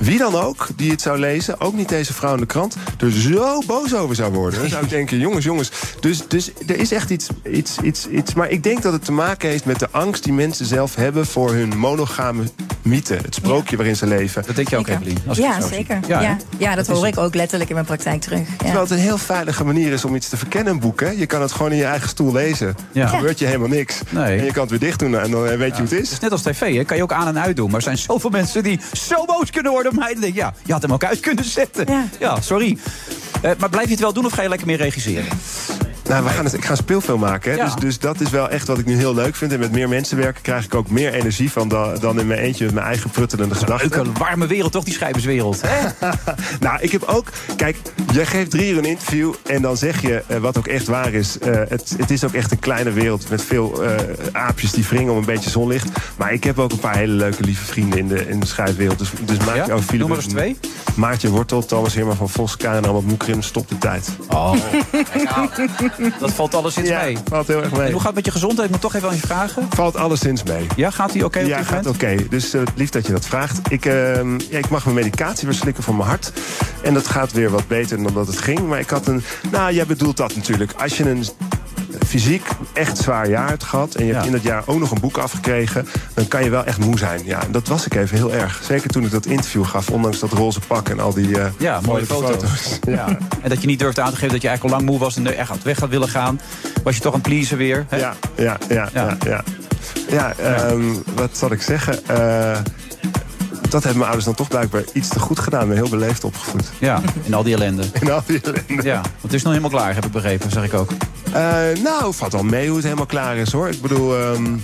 wie dan ook die het zou lezen, ook niet deze vrouw in de krant, er zo boos over zou worden. Dan zou ik denken, jongens, jongens. Dus, dus er is echt iets, iets, iets, iets. Maar ik denk dat het te maken heeft met de angst die mensen zelf hebben voor hun monogame mythe. Het sprookje waarin ze leven.
Dat denk je ook, Evelien.
Ja, zeker. Ja, ja. dat hoor ik ook letterlijk in mijn praktijk terug.
Nou,
Ja.
Terwijl het een heel veilige manier is om iets te verkennen, een boek. Hè? Je kan het gewoon in je eigen stoel lezen.
Ja.
Dan gebeurt je helemaal niks.
Nee.
En je kan het weer dicht doen en dan eh, weet je hoe het
Het
is.
is net als tv, hè? kan je ook aan en uit doen. Maar er zijn zoveel mensen die zo boos kunnen worden op mij. Dan denk ik, ja, je had hem ook uit kunnen zetten. Ja, sorry. Eh, maar blijf je het wel doen of ga je lekker meer regisseren?
Nou, we gaan het, ik ga een speelfilm maken. Hè?
Ja.
Dus, dus dat is wel echt wat ik nu heel leuk vind. En met meer mensen werken krijg ik ook meer energie van da- dan in mijn eentje met mijn eigen pruttelende gedachten.
Leuke, warme wereld, toch? Die schrijverswereld. Hè?
nou, ik heb ook. Kijk, jij geeft drie uur een interview. En dan zeg je, eh, wat ook echt waar is. eh, het, het is ook echt een kleine wereld met veel eh, aapjes die wringen om een beetje zonlicht. Maar ik heb ook een paar hele leuke, lieve vrienden in de, in de schrijfwereld. Dus, dus maak je ook Philip.
Noem maar eens twee.
Maartje Wortel, Thomas Heerma van Vos, Karen Amat Moekrim, stop de tijd.
Oh. Dat valt alleszins mee.
Valt heel erg mee.
En hoe gaat het met je gezondheid? Ik moet toch even aan je vragen.
Valt alleszins mee.
Ja, gaat die oké op
Ja,
dit
gaat
moment?
oké. Dus eh, lief dat je dat vraagt. Ik, ehm, ja, ik mag mijn medicatie weer slikken van mijn hart. En dat gaat weer wat beter dan dat het ging. Maar ik had een... Nou, jij bedoelt dat natuurlijk. Als je een fysiek echt zwaar jaar hebt gehad... en je hebt in dat jaar ook nog een boek afgekregen... dan kan je wel echt moe zijn. Ja, en dat was ik even heel erg. Zeker toen ik dat interview gaf, ondanks dat roze pak en al die... eh,
Ja, mooie
vrolijke
foto's. Ja. En dat je niet durfde aan te geven dat je eigenlijk al lang moe was en er echt had weg had willen gaan. Was je toch een pleaser weer? Hè?
Ja, ja, ja, ja. ja. Ja, ehm, wat zal ik zeggen? Eh, dat hebben mijn ouders dan toch blijkbaar iets te goed gedaan. Me heel beleefd opgevoed.
Ja, en al die ellende.
En al die ellende.
Ja, want het is nog helemaal klaar, heb ik begrepen, zeg ik ook.
Eh, nou, valt wel mee hoe het helemaal klaar is hoor. Ik bedoel, ehm,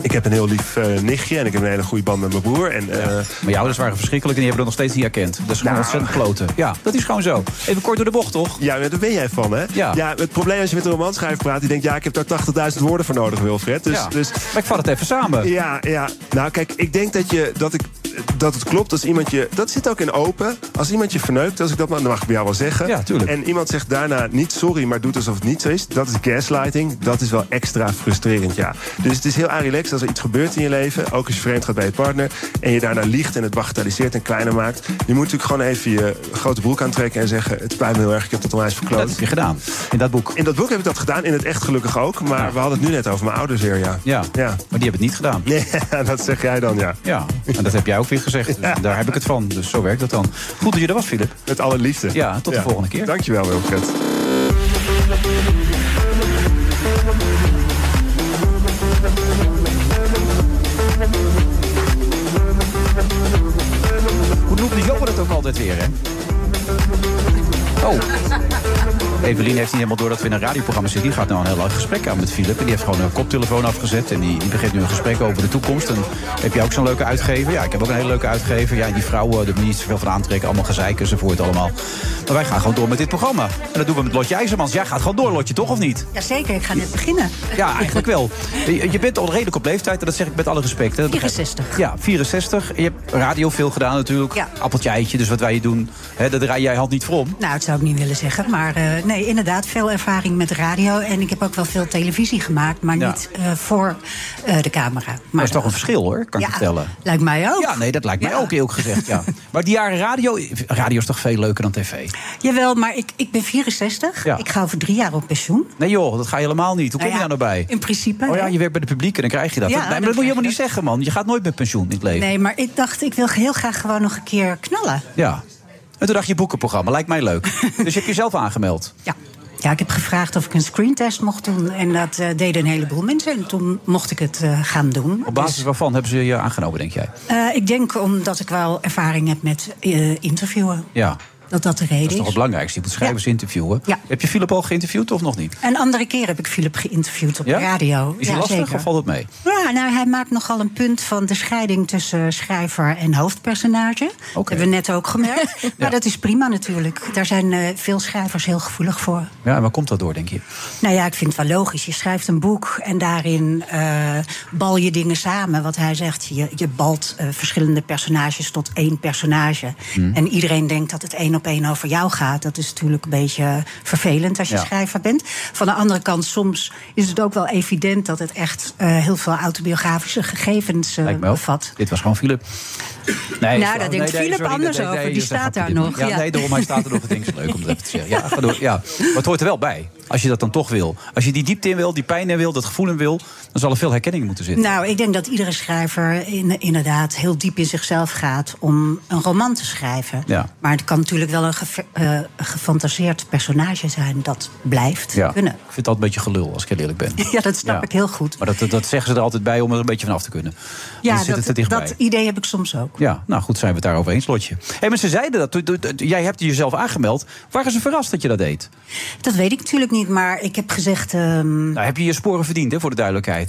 ik heb een heel lief eh, nichtje en ik heb een hele goede band met mijn broer. En, eh, Nou,
Maar je ouders waren verschrikkelijk en die hebben dat nog steeds niet herkend. Dat is gewoon ontzettend kloten. Ja, dat is gewoon zo. Even kort door de bocht, toch?
Ja, eh, daar ben jij van, hè?
Ja.
het probleem als je met een romanschrijver praat, die denkt, ja, ik heb daar 80.000 woorden voor nodig, Wilfred. Dus,
Ja.
dus,
maar ik vat het even samen.
Ja, ja. Nou, kijk, ik denk dat, je, dat, ik, dat het klopt als iemand je... Dat zit ook in open. Als iemand je verneukt, als ik dat maar, dan mag ik bij jou wel zeggen.
Ja, tuurlijk.
En iemand zegt daarna niet sorry, maar doet alsof het niet zo is. Dat is gaslighting. Dat is wel extra frustrerend, ja. Dus het is heel relaxed als er iets gebeurt in je leven. Ook als je vreemd gaat bij je partner. En je daarna liegt en het bagatelliseert en kleiner maakt. Je moet natuurlijk gewoon even je grote broek aantrekken en zeggen... het spijt me heel erg, ik heb dat onwijs verkloot.
Dat heb je gedaan, in dat boek.
In dat boek heb ik dat gedaan, in het echt gelukkig ook. Maar we hadden het nu net over mijn ouders weer, ja.
Ja, maar die hebben het niet gedaan.
Ja, dat zeg jij dan, ja.
Ja, en dat heb jij ook weer gezegd. Dus Daar heb ik het van. Dus zo werkt dat dan. Goed dat je er was, Filip.
Met alle liefde.
Ja, tot de volgende keer.
Dankjewel, Wilfred.
Hoe noemde Joppe dat ook altijd weer, hè? Oh. Evelien heeft niet helemaal door dat we in een radioprogramma zitten. Die gaat nou een heel lang gesprek aan met Filip. En die heeft gewoon een koptelefoon afgezet. En die, die begint nu een gesprek over de toekomst. En heb je ook zo'n leuke uitgever? Ja, ik heb ook een hele leuke uitgever. Ja, en die eh, vrouwen, daar moet je niet zoveel van aantrekken. Allemaal gezeik enzovoort allemaal. Maar wij gaan gewoon door met dit programma. En dat doen we met Lotje IJzermans. Jij gaat gewoon door, Lotje, toch of niet?
Jazeker, ik ga net beginnen.
Ja, eigenlijk wel. Je je bent al redelijk op leeftijd, en dat zeg ik met alle respect. Hè? Dat begrijp ik.
64.
Ja, 64. Je hebt radio veel gedaan natuurlijk.
Ja.
Appeltje eitje, dus wat wij hier doen, hè, daar draai jij hand niet voor om.
Nou, dat zou ik niet willen zeggen, maar eh, nee, inderdaad veel ervaring met radio. En ik heb ook wel veel televisie gemaakt, maar
Ja.
niet eh, voor eh, de camera. Maar
Maar dat is toch een verschil hoor, kan
Ja,
ik je vertellen.
Lijkt mij ook.
Ja, nee, dat lijkt mij ook heel gezegd. Ja. Maar die jaren radio, radio is toch veel leuker dan tv?
Jawel, maar ik, ik ben 64.
Ja.
Ik ga over drie jaar op pensioen.
Nee joh, dat ga je helemaal niet. Hoe kom
Nou
je
ja,
daar nou bij?
In principe.
Oh ja,
hè?
je werkt bij de publiek en dan krijg je dat.
Ja,
nee, maar dat
dan
moet je helemaal niet zeggen, man. Je gaat nooit met pensioen in het leven.
Nee, maar ik dacht, ik wil heel graag gewoon nog een keer knallen.
Ja. En toen dacht je boekenprogramma, lijkt mij leuk. dus je hebt jezelf aangemeld.
Ja. Ja, ik heb gevraagd of ik een screentest mocht doen. En dat eh, deden een heleboel mensen. En toen mocht ik het eh, gaan doen.
Op basis waarvan hebben ze je aangenomen, denk jij?
Eh, ik denk omdat ik wel ervaring heb met eh, interviewen.
Ja.
Dat dat de
Dat is
reden
toch
is.
het belangrijkste. Je moet schrijvers interviewen.
Ja.
Heb je Philip al geïnterviewd of nog niet?
Een andere keer heb ik Philip geïnterviewd op
Ja?
de radio.
Is hij
Ja,
lastig
zeker.
of valt het mee?
Ja, nou, hij maakt nogal een punt van de scheiding tussen schrijver en hoofdpersonage. Dat hebben we net ook gemerkt. Maar dat is prima natuurlijk. Daar zijn eh, veel schrijvers heel gevoelig voor.
Ja, en waar komt dat door, denk je?
Nou ja, ik vind het wel logisch. Je schrijft een boek en daarin eh, bal je dingen samen. Wat hij zegt, je, je balt eh, verschillende personages tot één personage.
Hmm.
En iedereen denkt dat het één op één over jou gaat. Dat is natuurlijk een beetje vervelend als je
Ja.
schrijver bent. Van de andere kant, soms is het ook wel evident dat het echt eh, heel veel autobiografische gegevens eh,
Lijkt me wel.
bevat.
Oh, Dit was gewoon Philip. Nee,
Nou,
sorry.
daar denkt Philip
dat-
anders over. Die
dat
staat
gaat
daar
Philip.
nog,
Ja,
ja.
Nee, daarom hij staat er nog. Het ding is leuk om dat even te zeggen. Ja, ga door. Ja. Maar het hoort er wel bij. Als je dat dan toch wil. Als je die diepte in wil, die pijn in wil, dat gevoel in wil... dan zal er veel herkenning in moeten zitten.
Nou, ik denk dat iedere schrijver in- inderdaad heel diep in zichzelf gaat om een roman te schrijven.
Ja.
Maar het kan natuurlijk wel een geve- eh, gefantaseerd personage zijn. Dat blijft
ja.
kunnen.
Ik vind dat een beetje gelul, als ik heel eerlijk ben.
Ja, dat snap
Ja.
ik heel goed.
Maar dat, dat zeggen ze er altijd bij om er een beetje van af te kunnen.
Ja,
dan zit het er
dat,
dichtbij.
dat idee heb ik soms ook.
Ja, nou goed, zijn we het daarover eens, Lotje. Hé, maar ze zeiden dat. toen- toen- toen- Jij hebt jezelf aangemeld. Waren ze verrast dat je dat deed?
Dat weet ik natuurlijk niet, maar ik heb gezegd. ehm,
Nou, heb je je sporen verdiend, hè, voor de duidelijkheid?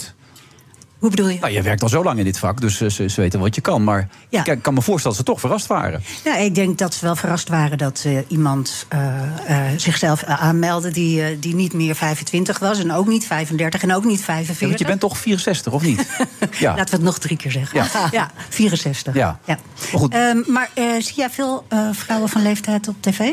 hoe bedoel je?
Nou, je werkt al zo lang in dit vak, dus eh, ze, ze weten wat je kan. Maar
Ja.
ik kan me voorstellen dat ze toch verrast waren.
Nou, ik denk dat ze wel verrast waren dat eh, iemand eh, eh, zichzelf eh, aanmeldde die, eh, die niet meer 25 was. En ook niet 35 en ook niet
Ja,
45.
want je bent toch 64, of niet? ja.
Laten we het nog drie keer zeggen.
Ja.
Ja, 64.
Ja.
Ja.
Maar goed.
Ehm, maar eh, zie jij veel eh, vrouwen van leeftijd op tv?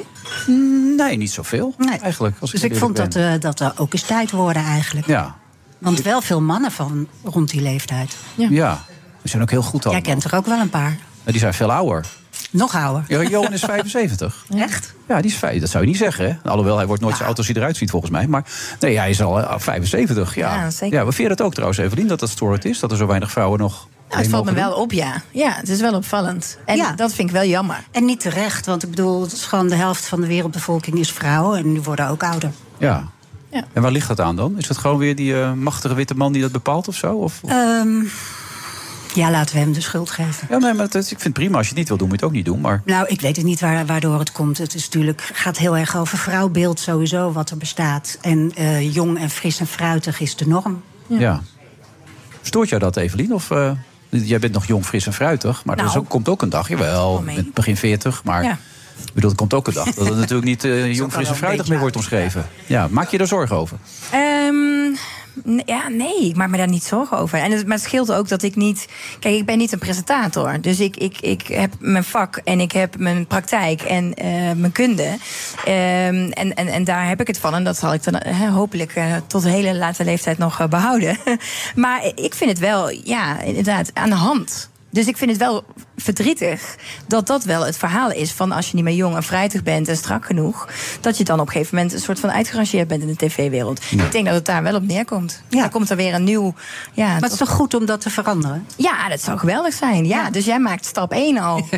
Nee, niet zoveel. Eigenlijk. Als
Mm, nou, Dus
heel
ik vond
eerlijk
dat,
ben.
eh, dat er ook eens tijd worden eigenlijk.
Ja.
Want wel veel mannen van rond die leeftijd.
Ja. We zijn ook heel goed al.
Jij kent er ook wel een paar.
Die zijn veel ouder.
Nog ouder.
Ja, Johan is 75.
Echt?
Ja, die is vijf. Dat zou je niet zeggen, hè? Alhoewel, hij wordt nooit zo oud als hij eruit ziet, volgens mij. Maar nee, hij is al eh, 75, ja.
Ja, zeker.
Ja, we vieren dat ook trouwens, Evelien, dat dat storend is. Dat er zo weinig vrouwen nog...
Nou, het valt me wel op, ja. Ja, het is wel opvallend. En dat vind ik wel jammer.
En niet terecht, want ik bedoel, het is gewoon de helft van de wereldbevolking is vrouwen en die worden ook ouder.
Ja.
Ja.
En waar ligt dat aan dan? Is dat gewoon weer die eh, machtige witte man die dat bepaalt of zo? Of...
Ehm, ja, laten we hem de schuld geven.
Ja, nee, maar dat is- ik vind het prima. Als je het niet wil doen, moet je het ook niet doen. Maar
Nou, ik weet het niet waar, waardoor het komt. Het is natuurlijk, gaat heel erg over vrouwbeeld sowieso, wat er bestaat. En eh, jong en fris en fruitig is de norm.
ja. Stoort jou dat, Evelien? Of, eh, jij bent nog jong, fris en fruitig. Maar er
Nou.
is ook, komt ook een dag, jawel, je bent begin 40. Maar
Ja.
ik bedoel, er komt ook een dag dat het natuurlijk niet eh, jong,
ook al
fris en
wel een
fruitig meer wordt omschreven. Ja, maak je daar zorgen over?
Ehm, n- ja, nee, ik maak me daar niet zorgen over. En het, maar het scheelt ook dat ik niet. Kijk, ik ben niet een presentator. Dus ik, ik, ik heb mijn vak en ik heb mijn praktijk en eh, mijn kunde. Ehm, en, en, en daar heb ik het van. En dat zal ik dan eh, hopelijk eh, tot hele late leeftijd nog eh, behouden. maar ik vind het wel, ja, inderdaad, aan de hand. Dus ik vind het wel verdrietig dat dat wel het verhaal is van als je niet meer jong en vrijdag bent en strak genoeg, dat je dan op een gegeven moment een soort van uitgerangeerd bent in de tv-wereld.
Ja.
Ik denk dat het daar wel op neerkomt. Dan komt er weer een nieuw. Ja,
Maar het is toch goed om dat te veranderen?
Ja, dat zou geweldig zijn. Ja, dus jij maakt stap 1 al.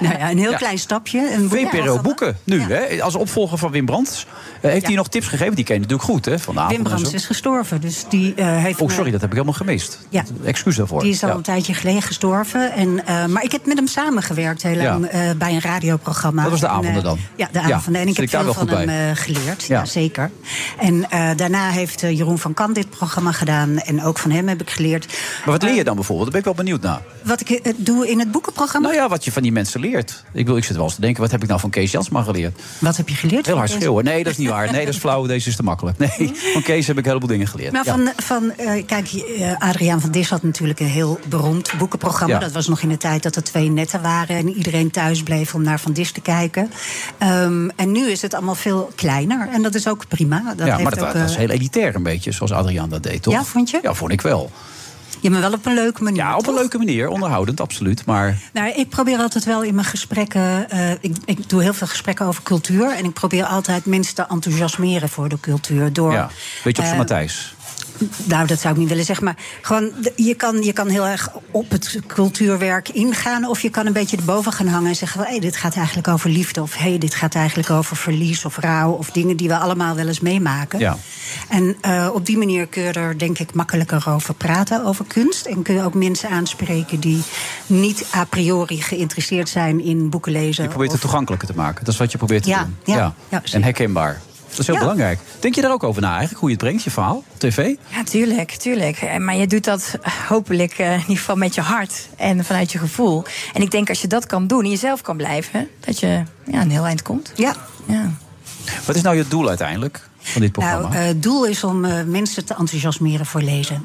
nou
ja, een heel
Ja.
klein stapje. Een boek-
VPRO boeken nu, hè? Als opvolger van Wim Brands. Eh, heeft hij nog tips gegeven? Die ken je natuurlijk goed, hè? Van de avond
Wim
en
Brands
zo.
is gestorven, dus die eh, heeft...
Oh,
me-
sorry, dat heb ik helemaal gemist.
Ja.
Excuus daarvoor.
Die is al
Ja.
een tijdje geleden gestorven. En, eh, maar ik heb met hem samengewerkt heel
Ja.
lang eh, bij een radioprogramma.
Dat was de
En, eh,
avonden dan?
Ja, de
Ja,
avonden. En
zit
ik heb
ik
veel
daar wel
van
goed
hem
bij?
eh, geleerd.
Ja.
Ja. zeker. En eh, daarna heeft eh, Jeroen van Kan dit programma gedaan. En ook van hem heb ik geleerd.
Maar wat leer je dan bijvoorbeeld? Daar ben ik wel benieuwd naar.
Wat ik eh, doe in het boekenprogramma.
Nou ja, wat je van die mensen leert. Ik, wil, ik zit wel eens te denken, wat heb ik nou van Kees Jansma geleerd?
Wat heb je geleerd?
Heel
van
hard
Kees?
schreeuwen. Nee, dat is niet waar. Nee, dat is flauw. Deze is te makkelijk. Nee, van Kees heb ik een heleboel dingen geleerd.
Maar
Ja.
Nou, van, eh, van eh, kijk, eh, Adriaan van Dis had natuurlijk een heel beroemd boekenprogramma.
Ja.
Dat was nog in de tijd dat er twee netten waren en iedereen thuis bleef om naar Van Dis te kijken. Um, en nu is het allemaal veel kleiner en dat is ook prima. Dat
ja,
heeft
maar dat,
ook,
wa- dat
eh,
is heel elitair een beetje, zoals Adriaan dat deed, toch?
Ja, vond je?
Ja, vond ik wel.
Ja, maar wel op een leuke manier.
Ja, op een leuke manier, onderhoudend, absoluut. Maar
Nou, ik probeer altijd wel in mijn gesprekken. eh, ik, ik doe heel veel gesprekken over cultuur. En ik probeer altijd mensen te enthousiasmeren voor de cultuur. Door,
ja, beetje op zijn
eh,
Matthijs.
Nou, dat zou ik niet willen zeggen. Maar gewoon, de- je kan, je kan heel erg op het cultuurwerk ingaan. Of je kan een beetje erboven gaan hangen en zeggen: hé, hey, dit gaat eigenlijk over liefde. Of hé, hey, dit gaat eigenlijk over verlies of rouw. Of dingen die we allemaal wel eens meemaken.
Ja.
En eh, op die manier kun je er denk ik makkelijker over praten, over kunst. En kun je ook mensen aanspreken die niet a priori geïnteresseerd zijn in boeken lezen.
Je probeert
of-
het toegankelijker te maken. Dat is wat je probeert te
Ja,
doen.
ja, ja,
en
zeker.
herkenbaar. Dat is heel
Ja.
belangrijk. Denk je daar ook over na eigenlijk, hoe je het brengt, je verhaal, op tv?
Ja, tuurlijk, tuurlijk. Eh, Maar je doet dat eh, hopelijk eh, in ieder geval met je hart en vanuit je gevoel. En ik denk als je dat kan doen en jezelf kan blijven, dat je ja, een heel eind komt.
Ja.
ja.
Wat is nou je doel uiteindelijk van dit programma?
Nou, eh, het doel is om eh, mensen te enthousiasmeren voor lezen.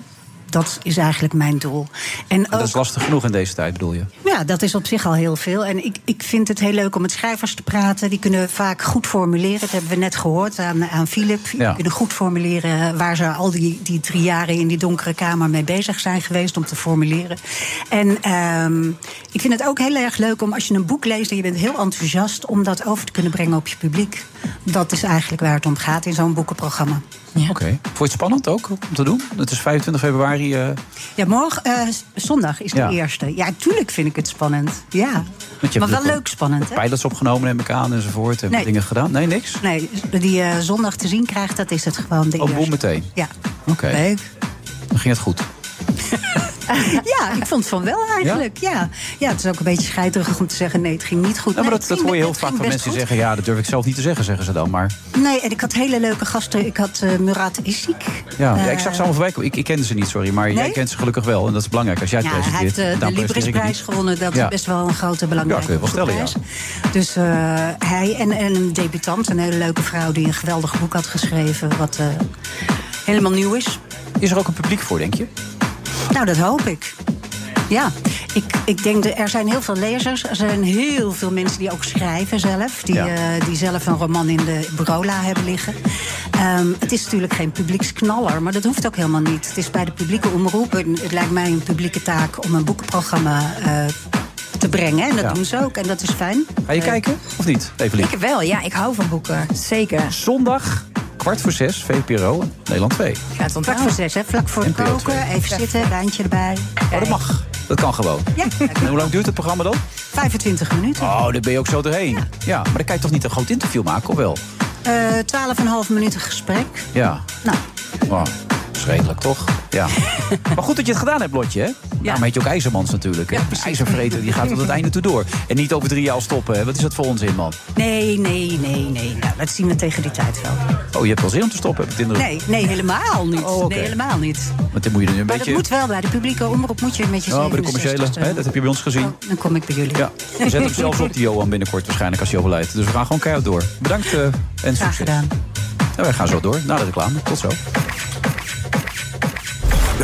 Dat is eigenlijk mijn doel. En
dat
ook,
is lastig genoeg in deze tijd, bedoel je?
ja, dat is op zich al heel veel. En ik, ik vind het heel leuk om met schrijvers te praten. Die kunnen vaak goed formuleren. Dat hebben we net gehoord aan, aan Philip. Die
Ja.
kunnen goed formuleren waar ze al die, die drie jaren in die donkere kamer mee bezig zijn geweest om te formuleren. En ehm, ik vind het ook heel erg leuk om als je een boek leest en je bent heel enthousiast, om dat over te kunnen brengen op je publiek. Dat is eigenlijk waar het om gaat in zo'n boekenprogramma.
Oké. Vond je het spannend ook om te doen? Het is 25 februari. eh,
Ja, morgen, eh, s- zondag is de
Ja.
eerste. Ja, tuurlijk vind ik het spannend. Ja.
want je
Maar
hebt
wel
ook
leuk spannend,
wat
hè?
Pilots opgenomen neem ik aan enzovoort. Hebben
Nee.
dingen gedaan? Nee, niks?
Nee, die eh, zondag te zien krijgt, dat is het gewoon de
Oh, boem
eerste.
meteen.
Ja.
Oké. Dan ging het goed.
ja, ik vond van wel eigenlijk. Ja? Ja. het is ook een beetje scheiterig om te zeggen: nee, het ging niet goed.
Nou,
Nee,
maar dat,
het
dat
ging
hoor je heel
best-
vaak
het
van
ging
mensen die
best
zeggen... ja, dat durf ik zelf niet te zeggen, zeggen ze dan. Maar
goed. Nee, en ik had hele leuke gasten. Ik had eh, Murat Isik.
ja,
Eh,
ja, ik zag ze allemaal voorbij komen. Ik, ik kende ze niet, sorry. Maar jij
Nee?
kent ze gelukkig wel. En dat is belangrijk. Als jij het
Ja, hij heeft eh,
presenteert,
de, de
dan presenteer ik het
Librisprijs
niet.
gewonnen. Dat
Ja.
is best wel een grote
Ja,
belangrijke
kun je wel stellen, ja.
prijs. Dus eh, hij en, en een debutant, een hele leuke vrouw die een geweldig boek had geschreven. Wat eh, helemaal nieuw is.
Is er ook een publiek voor, denk je?
Nou, dat hoop ik. Ja, ik, ik denk dat er zijn heel veel lezers. Er zijn heel veel mensen die ook schrijven zelf. Die,
Ja.
eh, die zelf een roman in de Brola hebben liggen. Ehm, het is natuurlijk geen publieksknaller, maar dat hoeft ook helemaal niet. Het is bij de publieke omroep. En het lijkt mij een publieke taak om een boekenprogramma eh, te brengen. En dat
Ja.
doen ze ook en dat is fijn. Eh,
Ga je kijken? Of niet, Evelien?
Ik wel, ja, ik hou van boeken. Zeker.
Zondag, kwart voor zes, VPRO, Nederland 2.
Gaat het
Vlak
onthouden.
voor zes, hè? vlak voor het
NPO
koken. Even zitten, wijntje erbij.
Oh, dat mag. Dat kan gewoon.
Ja,
En hoe lang duurt het programma dan?
25 minuten.
Oh, daar ben je ook zo doorheen. Ja, maar dan kan je toch niet een groot interview maken, of wel?
Eh 12,5 minuten gesprek.
Ja.
Nou.
Wow, dat is redelijk, toch? Ja. maar goed dat je het gedaan hebt, Lotje, hè? Ja. Maar heet je ook IJzermans natuurlijk. hè? IJzervreter, die gaat tot het einde toe door. En niet over drie jaar al stoppen, hè? Wat is dat voor onzin, man?
Nee, nee, nee, nee. Nou, dat zien we tegen die tijd wel.
Oh, je hebt wel zin om te stoppen, heb ik de indruk.
Nee, nee helemaal niet. Nee, helemaal niet.
Want dan moet je er nu Oh,
Maar
een beetje...
dat moet Dus wel bij de publieke omroep. Moet je met je
Oh, bij de
67ste
commerciële, hè? dat heb je bij ons gezien.
eh, oh, Dan kom ik bij jullie.
Ja, we zetten hem zelfs op, die Johan, binnenkort waarschijnlijk als hij overlijdt. Dus we gaan gewoon keihard door. Bedankt eh, en
Graag
succes.
gedaan.
En wij gaan zo door, na de reclame. Tot zo.
De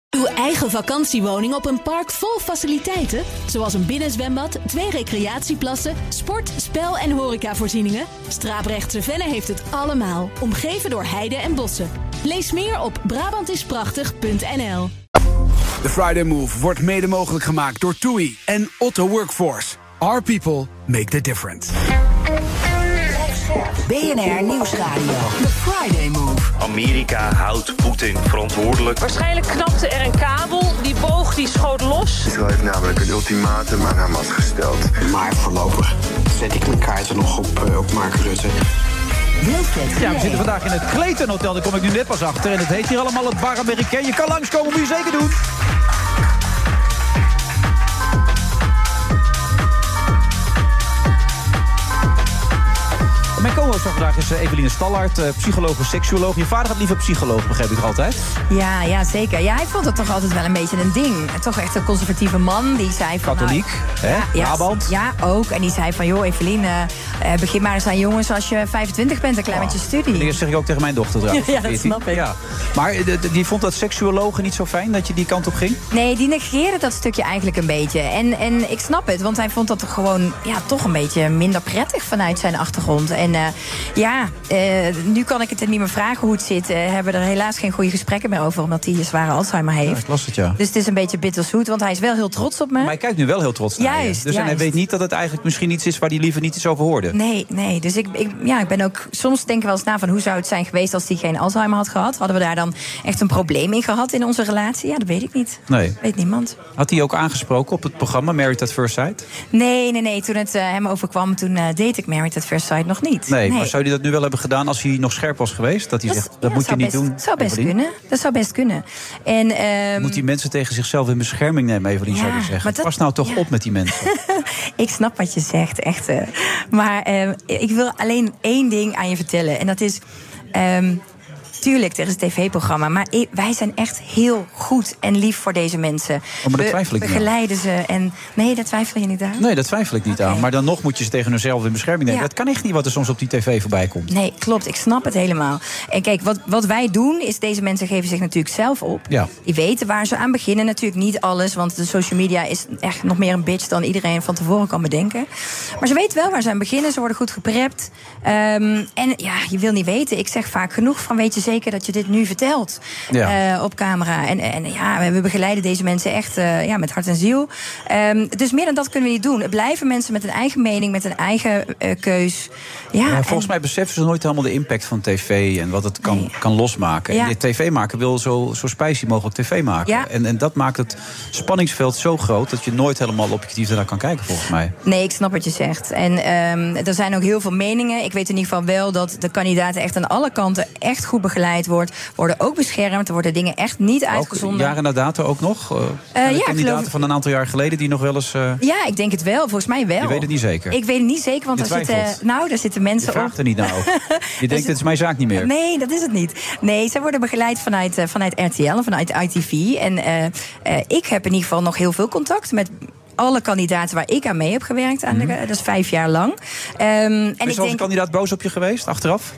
Uw eigen vakantiewoning op een park vol faciliteiten, zoals een binnenzwembad, twee recreatieplassen, sport, spel en horecavoorzieningen. Straaprechtse Venne heeft het allemaal, omgeven door heide en bossen. Lees meer op Brabantisprachtig.nl.
De Friday Move wordt mede mogelijk gemaakt door TUI en Otto Workforce. Our people make the difference.
BNR Nieuwsradio. The Friday Move.
Amerika houdt Poetin verantwoordelijk.
Waarschijnlijk knapte er een kabel, die boog die schoot los.
Israël heeft namelijk een ultimatum aan Hamas gesteld.
Maar voorlopig zet ik mijn kaarten nog op, eh, op Mark Rutte.
Ja, we zitten vandaag in het Clayton Hotel. Daar kom ik nu net pas achter. En het heet hier allemaal het Bar Americain. Je kan langskomen, moet je zeker doen. vandaag is eh, Eveline Stallaert, eh, psycholoog en seksuoloog. Je vader had liever psycholoog, begreep ik altijd.
Ja, ja, zeker. Ja, hij vond dat toch altijd wel een beetje een ding. En Toch echt een conservatieve man die zei van... nou,
Katholiek, hè?
ja,
Brabant.
Ja, ook. En die zei van, joh, Eveline, eh, begin maar eens aan jongens als je 25 bent, een klein
Oh.
beetje studie.
Dat zeg ik ook tegen mijn dochter trouwens.
Ja, dat
14.
snap ik.
Ja. Maar eh, de- de- die vond dat seksuologen niet zo fijn dat je die kant op ging?
Nee, die negeerde dat stukje eigenlijk een beetje. En, en ik snap het, want hij vond dat gewoon ja, toch een beetje minder prettig vanuit zijn achtergrond. En eh, ja, eh, nu kan ik het hem niet meer vragen hoe het zit. Eh, hebben we er helaas geen goede gesprekken meer over, omdat hij zware Alzheimer
Ja,
heeft.
ik las het, ja.
Dus het is een beetje bitterzoet, want hij is wel heel trots op me.
Maar hij kijkt nu wel heel trots naar je.
Juist,
Dus en hij
juist.
weet niet dat het eigenlijk misschien iets is waar hij liever niet iets over hoorde.
Nee, nee. Dus ik, ik, ja, ik ben ook soms denk ik wel eens na van hoe zou het zijn geweest als hij geen Alzheimer had gehad? Hadden we daar dan echt een probleem in gehad in onze relatie? Ja, dat weet ik niet.
Nee.
Weet niemand.
Had hij ook aangesproken op het programma Married at First Sight?
Nee, nee, nee. Toen het eh, hem overkwam, toen eh deed ik Married at First Sight nog niet.
Nee, maar zou hij dat nu wel hebben gedaan als hij nog scherp was geweest? Dat hij
Dat-
zegt, dat
ja,
moet je
zou
niet
best-
doen.
zou best
Evelien.
kunnen. Dat zou best kunnen. En, ehm,
Moet die mensen tegen zichzelf in bescherming nemen, Evelien, zou
Ja,
je zeggen.
maar dat-
Pas nou toch
ja.
op met die mensen.
ik snap wat je zegt, echt. eh. Maar ehm, ik wil alleen één ding aan je vertellen. En dat is. ehm, Tuurlijk, er is een tv-programma, maar i- wij zijn echt heel goed en lief voor deze mensen.
Oh, maar dat
We-
twijfel ik
We
niet aan.
begeleiden ze en... Nee, dat twijfel je niet aan?
Nee, dat twijfel ik niet aan. Maar dan nog moet je ze tegen hunzelf in bescherming nemen.
Ja.
Dat kan echt niet wat er soms op die tv voorbij komt.
Nee, klopt. Ik snap het helemaal. En kijk, wat, wat wij doen is... Deze mensen geven zich natuurlijk zelf op.
Ja.
Die weten waar ze aan beginnen. Natuurlijk niet alles, want de social media is echt nog meer een bitch... dan iedereen van tevoren kan bedenken. Maar ze weten wel waar ze aan beginnen. Ze worden goed geprept. Ehm, en ja, je wil niet weten. Ik zeg vaak genoeg van... weet je zeker dat je dit nu vertelt
Ja.
eh, op camera? En, en ja, we begeleiden deze mensen echt eh, ja, met hart en ziel. Ehm, dus meer dan dat kunnen we niet doen. Het blijven mensen met een eigen mening, met een eigen eh, keus. Ja,
Maar
en-
volgens mij beseffen ze nooit helemaal de impact van tv en wat het kan, kan losmaken.
Ja.
En dit tv maken wil zo, zo spicy mogelijk tv maken.
Ja.
En, en dat maakt het spanningsveld zo groot dat je nooit helemaal objectief naar kan kijken, volgens mij.
Nee, ik snap wat je zegt. En ehm, er zijn ook heel veel meningen. Ik weet in ieder geval wel dat de kandidaten echt aan alle kanten echt goed begeleid wordt, worden ook beschermd. Er worden dingen echt niet
Ook
uitgezonden.
jaren na dato ook nog? Eh, zijn er
ja, ik
kandidaten
geloof-
van een aantal jaar geleden die nog wel eens. eh,
Ja, ik denk het wel. Volgens mij wel.
Je weet het niet zeker.
Ik weet het niet zeker, want
Je
daar zitten,
twijfelt.
nou, daar zitten
je
mensen op.
vraagt er niet naar over. Je denkt, dit is mijn zaak niet meer.
dus- Nee, dat is het niet. Nee, zij worden begeleid vanuit, eh, vanuit RTL en vanuit ITV. En eh, eh, ik heb in ieder geval nog heel veel contact met alle kandidaten waar ik aan mee heb gewerkt. Aan de-
Mhm.
dat is vijf jaar lang. Ehm, en
Is
ik
er al eens een
denk,
kandidaat boos op je geweest, achteraf?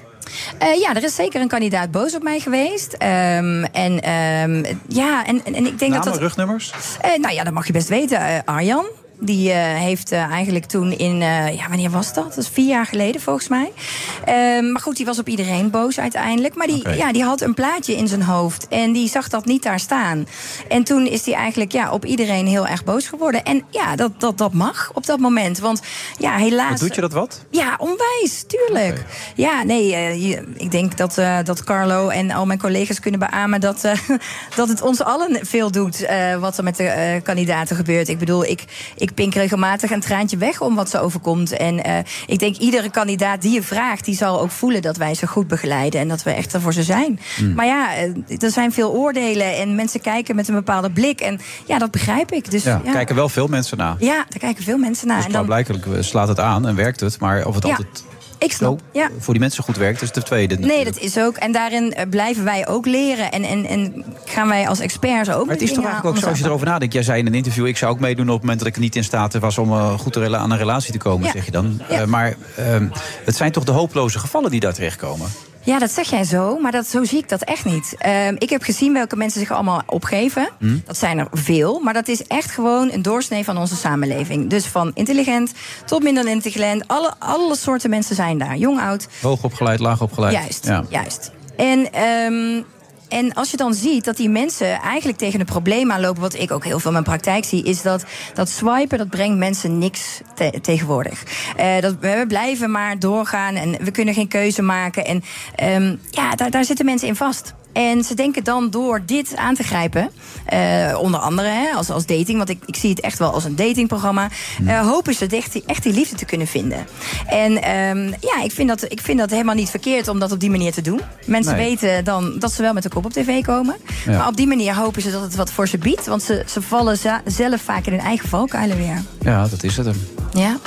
eh, ja, er is zeker een kandidaat boos op mij geweest. Ehm, en ehm, ja, en, en, en ik denk
Namen,
dat dat...
rugnummers?
Eh, nou ja, dat mag je best weten. Eh, Arjan. Die eh, heeft eh, eigenlijk toen in. eh, ja, wanneer was dat? Dat is vier jaar geleden volgens mij. Ehm, maar goed, die was op iedereen boos uiteindelijk. Maar die,
Oké.
ja, die had een plaatje in zijn hoofd. En die zag dat niet daar staan. En toen is hij eigenlijk ja, op iedereen heel erg boos geworden. En ja, dat, dat, dat mag op dat moment. Want ja, helaas.
Wat doet je dat wat?
Ja, onwijs, tuurlijk. Ja, nee, eh, je- ik denk dat, eh, dat Carlo en al mijn collega's kunnen beamen dat, eh, dat het ons allen veel doet eh, wat er met de eh, kandidaten gebeurt. Ik bedoel, ik, ik pink regelmatig een traantje weg om wat ze overkomt. En eh, ik denk iedere kandidaat die je vraagt, die zal ook voelen dat wij ze goed begeleiden en dat we echt er voor ze zijn.
Hmm.
Maar ja, eh, er zijn veel oordelen en mensen kijken met een bepaalde blik. En ja, dat begrijp ik. Dus,
ja,
ja,
kijken wel veel mensen naar.
Ja, daar kijken veel mensen naar.
Dus
en dan,
blijkbaar slaat het aan en werkt het. Maar of het
Ja.
altijd
ik snap. Ja.
voor die mensen goed werkt, is de tweede.
Nee, dat is ook. En daarin eh, blijven wij ook leren. En, en, en gaan wij als experts ook.
Maar het is toch eigenlijk ook zo, als je erover nadenkt. Jij zei in een interview, ik zou ook meedoen op het moment dat ik niet in staat was om eh, goed te rela- aan een relatie te komen,
Ja.
zeg je dan. Eh, maar ehm, het zijn toch de hopeloze gevallen die daar terechtkomen?
Ja, dat zeg jij zo, maar dat, zo zie ik dat echt niet. Ehm, ik heb gezien welke mensen zich allemaal opgeven.
Hm.
Dat zijn er veel, maar dat is echt gewoon een doorsnee van onze samenleving. Dus van intelligent tot minder intelligent. Alle, alle soorten mensen zijn daar, jong, oud.
Hoog opgeleid, laag opgeleid.
Juist, juist. En, ehm, en als je dan ziet dat die mensen eigenlijk tegen een probleem aanlopen... wat ik ook heel veel in mijn praktijk zie... is dat dat swipen, dat brengt mensen niks te- tegenwoordig. Eh, dat, we blijven maar doorgaan en we kunnen geen keuze maken. En ehm, ja, daar, daar zitten mensen in vast. En ze denken dan door dit aan te grijpen, eh, onder andere hè, als, als dating, want ik, ik zie het echt wel als een datingprogramma,
Hmm.
eh, hopen ze echt die, echt die liefde te kunnen vinden. En ehm, ja, ik vind, dat, ik vind dat helemaal niet verkeerd om dat op die manier te doen. Mensen
Nee.
weten dan dat ze wel met de kop op tv komen,
Ja.
maar op die manier hopen ze dat het wat voor ze biedt, want ze, ze vallen za- zelf vaak in hun eigen valkuilen weer.
Ja, dat is het hem.
Ja.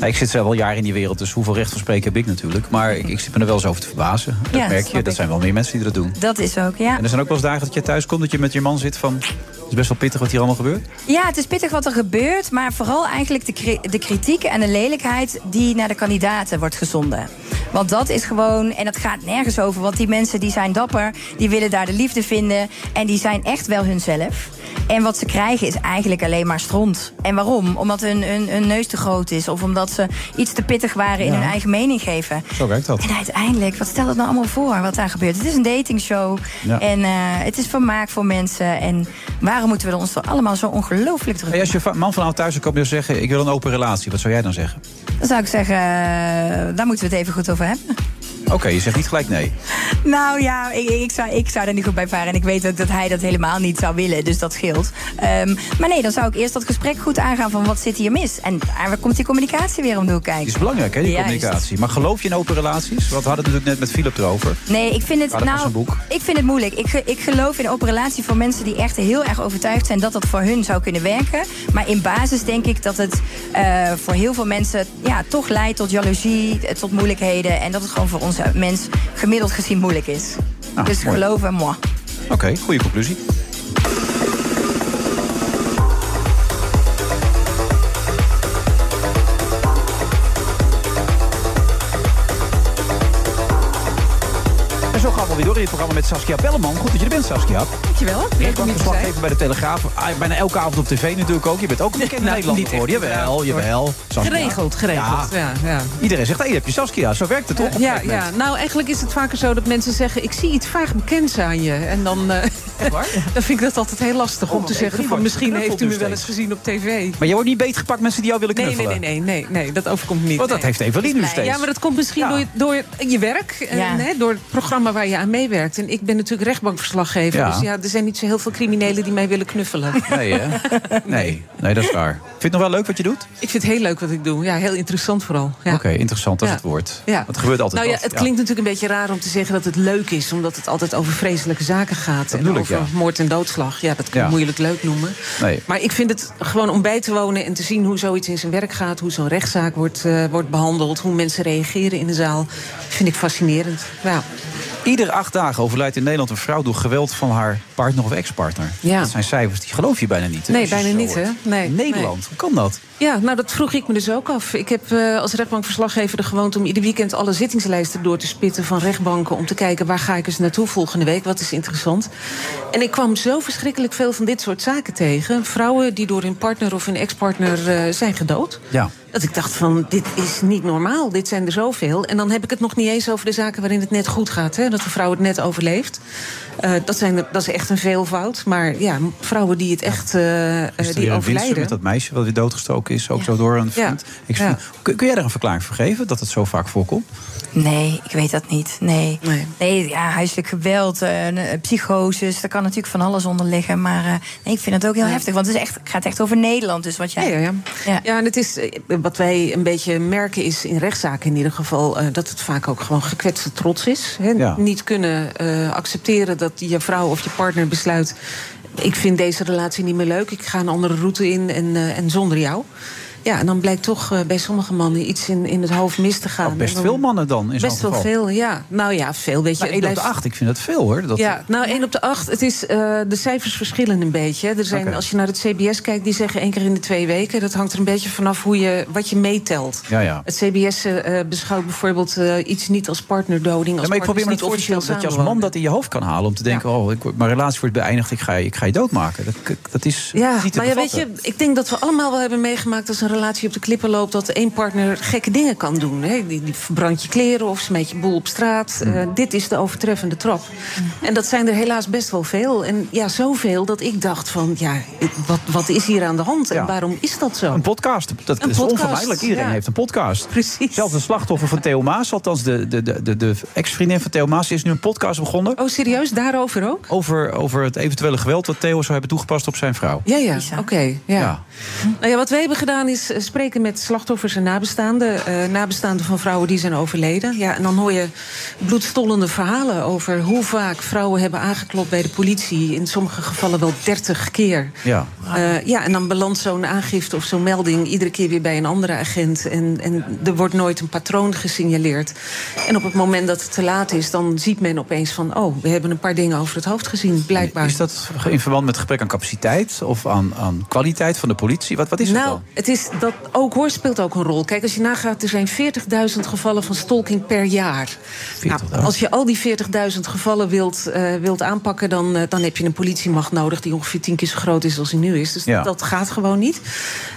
Nou, ik zit zelf al jaren in die wereld, dus hoeveel recht van spreken heb ik natuurlijk. Maar ik, ik zit me er wel eens over te verbazen. Dat
Ja,
merk
snap
je, dat
ik.
zijn wel meer mensen die dat doen.
Dat is ook, ja.
En er zijn ook wel eens dagen dat je thuis komt, dat je met je man zit van... Het is best wel pittig wat hier allemaal gebeurt.
Ja, het is pittig wat er gebeurt, maar vooral eigenlijk de, kri- de kritiek en de lelijkheid die naar de kandidaten wordt gezonden. Want dat is gewoon, en dat gaat nergens over, want die mensen die zijn dapper, die willen daar de liefde vinden en die zijn echt wel hunzelf. En wat ze krijgen is eigenlijk alleen maar stront. En waarom? Omdat hun, hun, hun neus te groot is of omdat ze iets te pittig waren in
Ja.
hun eigen mening geven.
Zo werkt dat.
En uiteindelijk, wat stel het nou allemaal voor wat daar gebeurt? Het is een datingshow
Ja.
en eh, het is vermaak voor mensen. En waarom moeten we er ons er allemaal zo ongelooflijk druk
Hey, als je va- man vanavond thuis zou komen en zou zeggen... ik wil een open relatie, wat zou jij dan zeggen?
Dan zou ik zeggen, eh, daar moeten we het even goed over hebben.
Oké, je zegt niet gelijk nee.
Nou ja, ik, ik, zou, ik zou daar niet goed bij varen. En ik weet ook dat hij dat helemaal niet zou willen, dus dat scheelt. Ehm, maar nee, dan zou ik eerst dat gesprek goed aangaan van wat zit hier mis? En waar komt die communicatie weer om de hoek kijken?
Het is belangrijk, hè, die
Juist.
communicatie. Maar geloof je in open relaties? Want we hadden het natuurlijk net met Philip erover.
Nee, ik vind het,
Ja, dat was
nou,
een boek.
ik vind het moeilijk. Ik, ge- ik geloof in open relatie voor mensen die echt heel erg overtuigd zijn dat dat voor hun zou kunnen werken. Maar in basis denk ik dat het eh, voor heel veel mensen ja, toch leidt tot jaloezie, eh, tot moeilijkheden. En dat het gewoon voor onze mens gemiddeld gezien moeilijk is.
Ah,
dus
mooi.
geloven, moi.
Oké, goede conclusie. En zo gaan we weer door in dit programma met Saskia Belleman. Goed dat je er bent, Saskia.
Dankjewel. Leuk om hier te zijn.
Verslaggever bij de Telegraaf. Ah, Bijna elke avond op tv natuurlijk ook. Je bent ook een bekend
Nou,
Nederlander
niet echt
geworden. Jawel, jawel. Saskia.
Geregeld, geregeld.
nou? Ja.
Ja, ja.
Iedereen zegt, hé, hey, heb je Saskia? Zo werkt het toch? op een
Ja,
gegeven
ja,
moment?
nou eigenlijk is het vaker zo dat mensen zeggen... ik zie iets vaag bekends aan je. En dan, eh, dan vind ik dat altijd heel lastig om te
want
zeggen...
Evelien
van
wordt
misschien heeft u me
geknuffeld
wel
nu
eens gezien op tv.
dus Maar je wordt niet beetgepakt mensen die jou willen
Nee, nee,
knuffelen.
nee, nee, nee, nee, dat overkomt niet.
Want dat
nee.
heeft Evelien nu steeds.
Ja, maar dat komt misschien door, je- door je- je werk. En,
Ja.
hè, door het programma waar je aan meewerkt. En ik ben natuurlijk rechtbankverslaggever.
Ja.
Dus ja, er zijn niet zo heel veel criminelen die mij willen knuffelen.
Nee, hè? Nee, nee, dat is waar. Vind je het nog wel leuk wat je doet?
Ik vind het heel leuk wat ik doe. Ja, heel interessant vooral. Ja.
Oké, interessant, dat is
Ja.
het woord.
Ja.
Dat gebeurt altijd
Nou ja,
wat,
het klinkt natuurlijk een beetje raar om te zeggen dat het leuk is, omdat het altijd over vreselijke zaken gaat. en
bedoel ik,
over
ja.
moord en doodslag. Ja, dat kan je
Ja.
moeilijk leuk noemen.
Nee.
Maar ik vind het gewoon om bij te wonen en te zien hoe zoiets in zijn werk gaat, hoe zo'n rechtszaak wordt, eh, wordt behandeld, hoe mensen reageren in de zaal, vind ik fascinerend. Ja.
Ieder acht dagen overlijdt in Nederland een vrouw door geweld van haar partner of ex-partner.
Ja.
Dat zijn cijfers, die geloof je bijna niet. hè,
Nee,
als je ze
bijna
zo
niet,
hoort.
hè? Nee,
In Nederland, hoe kan dat?
Ja, nou dat vroeg ik me dus ook af. Ik heb eh, als rechtbankverslaggever de gewoonte om ieder weekend alle zittingslijsten door te spitten van rechtbanken. Om te kijken waar ga ik eens naartoe volgende week, wat is interessant. En ik kwam zo verschrikkelijk veel van dit soort zaken tegen. Vrouwen die door hun partner of hun ex-partner eh, zijn gedood.
Ja.
Dat ik dacht van, dit is niet normaal, dit zijn er zoveel. En dan heb ik het nog niet eens over de zaken waarin het net goed gaat. Hè? Dat de vrouw het net overleeft. Eh, dat, zijn, er- dat is echt een veelvoud. Maar ja, vrouwen die het echt eh, eh,
Is er
die
weer een winst
overlijden.
met dat meisje wat weer doodgestoken is, ook zo door een
Ja.
vriend? Ik
Ja.
kun, kun jij daar een verklaring voor geven, dat het zo vaak voorkomt?
Nee, ik weet dat niet. Nee. Nee, ja, huiselijk geweld, eh, n- eh, psychoses, daar kan natuurlijk van alles onder liggen. Maar eh, nee, ik vind het ook heel heftig, want het, is echt, het gaat echt over Nederland. Dus wat jij.
Ja, ja, ja. ja, en het is, eh, wat wij een beetje merken is in rechtszaken in ieder geval... eh, dat het vaak ook gewoon gekwetste trots is. Hè?
Ja.
Niet kunnen eh, accepteren dat je vrouw of je partner besluit... ik vind deze relatie niet meer leuk, ik ga een andere route in en, eh, en zonder jou. Ja, en dan blijkt toch eh, bij sommige mannen iets in, in het hoofd mis te gaan.
Best
En dan-
veel mannen dan, in zo'n
Best
geval.
wel veel, ja. Nou ja, veel, weet je.
Maar één
het
op de
blijft-
acht, ik vind dat veel hoor. Dat,
ja, nou, 1 op de 8. Het is, eh, de cijfers verschillen een beetje. hè. Er zijn,
Oké.
Als je naar het CBS kijkt, die zeggen één keer in de twee weken. Dat hangt er een beetje vanaf hoe je, wat je meetelt.
Ja, ja.
Het CBS eh, beschouwt bijvoorbeeld eh, iets niet als partnerdoding. Als
Ja, maar ik probeer me
partners
voor te
niet
stellen
officieel
dat je als man
samenwonen.
dat in je hoofd kan halen. Om te denken, oh, ik, word- mijn relatie wordt beëindigd, ik ga, je- ik ga je doodmaken. Dat, dat is
Ja,
niet te
maar ja, weet
bevatten.
je, ik denk dat we allemaal wel hebben meegemaakt... als een relatie op de klippen loopt, dat één partner gekke dingen kan doen. Hè? Die, die verbrandt je kleren of smeet je boel op straat.
Mm.
Eh, dit is de overtreffende trap. En dat zijn er helaas best wel veel. En ja, zoveel dat ik dacht van, ja, ik- wat, wat is hier aan de hand? En waarom is dat zo?
Een podcast, dat
Een
is
podcast,
onvermijdelijk. Iedereen
ja.
heeft een podcast. Precies. Zelfs de slachtoffer van Theo Maas, althans de, de, de, de, de ex-vriendin van Theo Maas... is nu een podcast begonnen.
Oh, serieus? Daarover ook?
Over, over het eventuele geweld wat Theo zou hebben toegepast op zijn vrouw.
Ja, ja, oké. ja. Nou ja, wat wij hebben gedaan is is eh, spreken met slachtoffers en nabestaanden. eh, nabestaanden van vrouwen die zijn overleden. Ja, en dan hoor je bloedstollende verhalen over hoe vaak vrouwen hebben aangeklopt bij de politie. In sommige gevallen wel 30 keer.
Ja.
Eh, ja, en dan belandt zo'n aangifte of zo'n melding iedere keer weer bij een andere agent. En, en er wordt nooit een patroon gesignaleerd. En op het moment dat het te laat is, dan ziet men opeens van... oh, we hebben een paar dingen over het hoofd gezien, blijkbaar.
Is dat in verband met gebrek aan capaciteit of aan, aan kwaliteit van de politie? Wat, wat is dat
nou,
dan?
het is dat ook hoor speelt ook een rol. Kijk, als je nagaat, er zijn 40.000 gevallen van stalking per jaar. Nou, als je al die 40.000 gevallen wilt, eh, wilt aanpakken, dan, eh, dan heb je een politiemacht nodig die ongeveer tien keer zo groot is als die nu is. Dus
Ja.
dat gaat gewoon niet.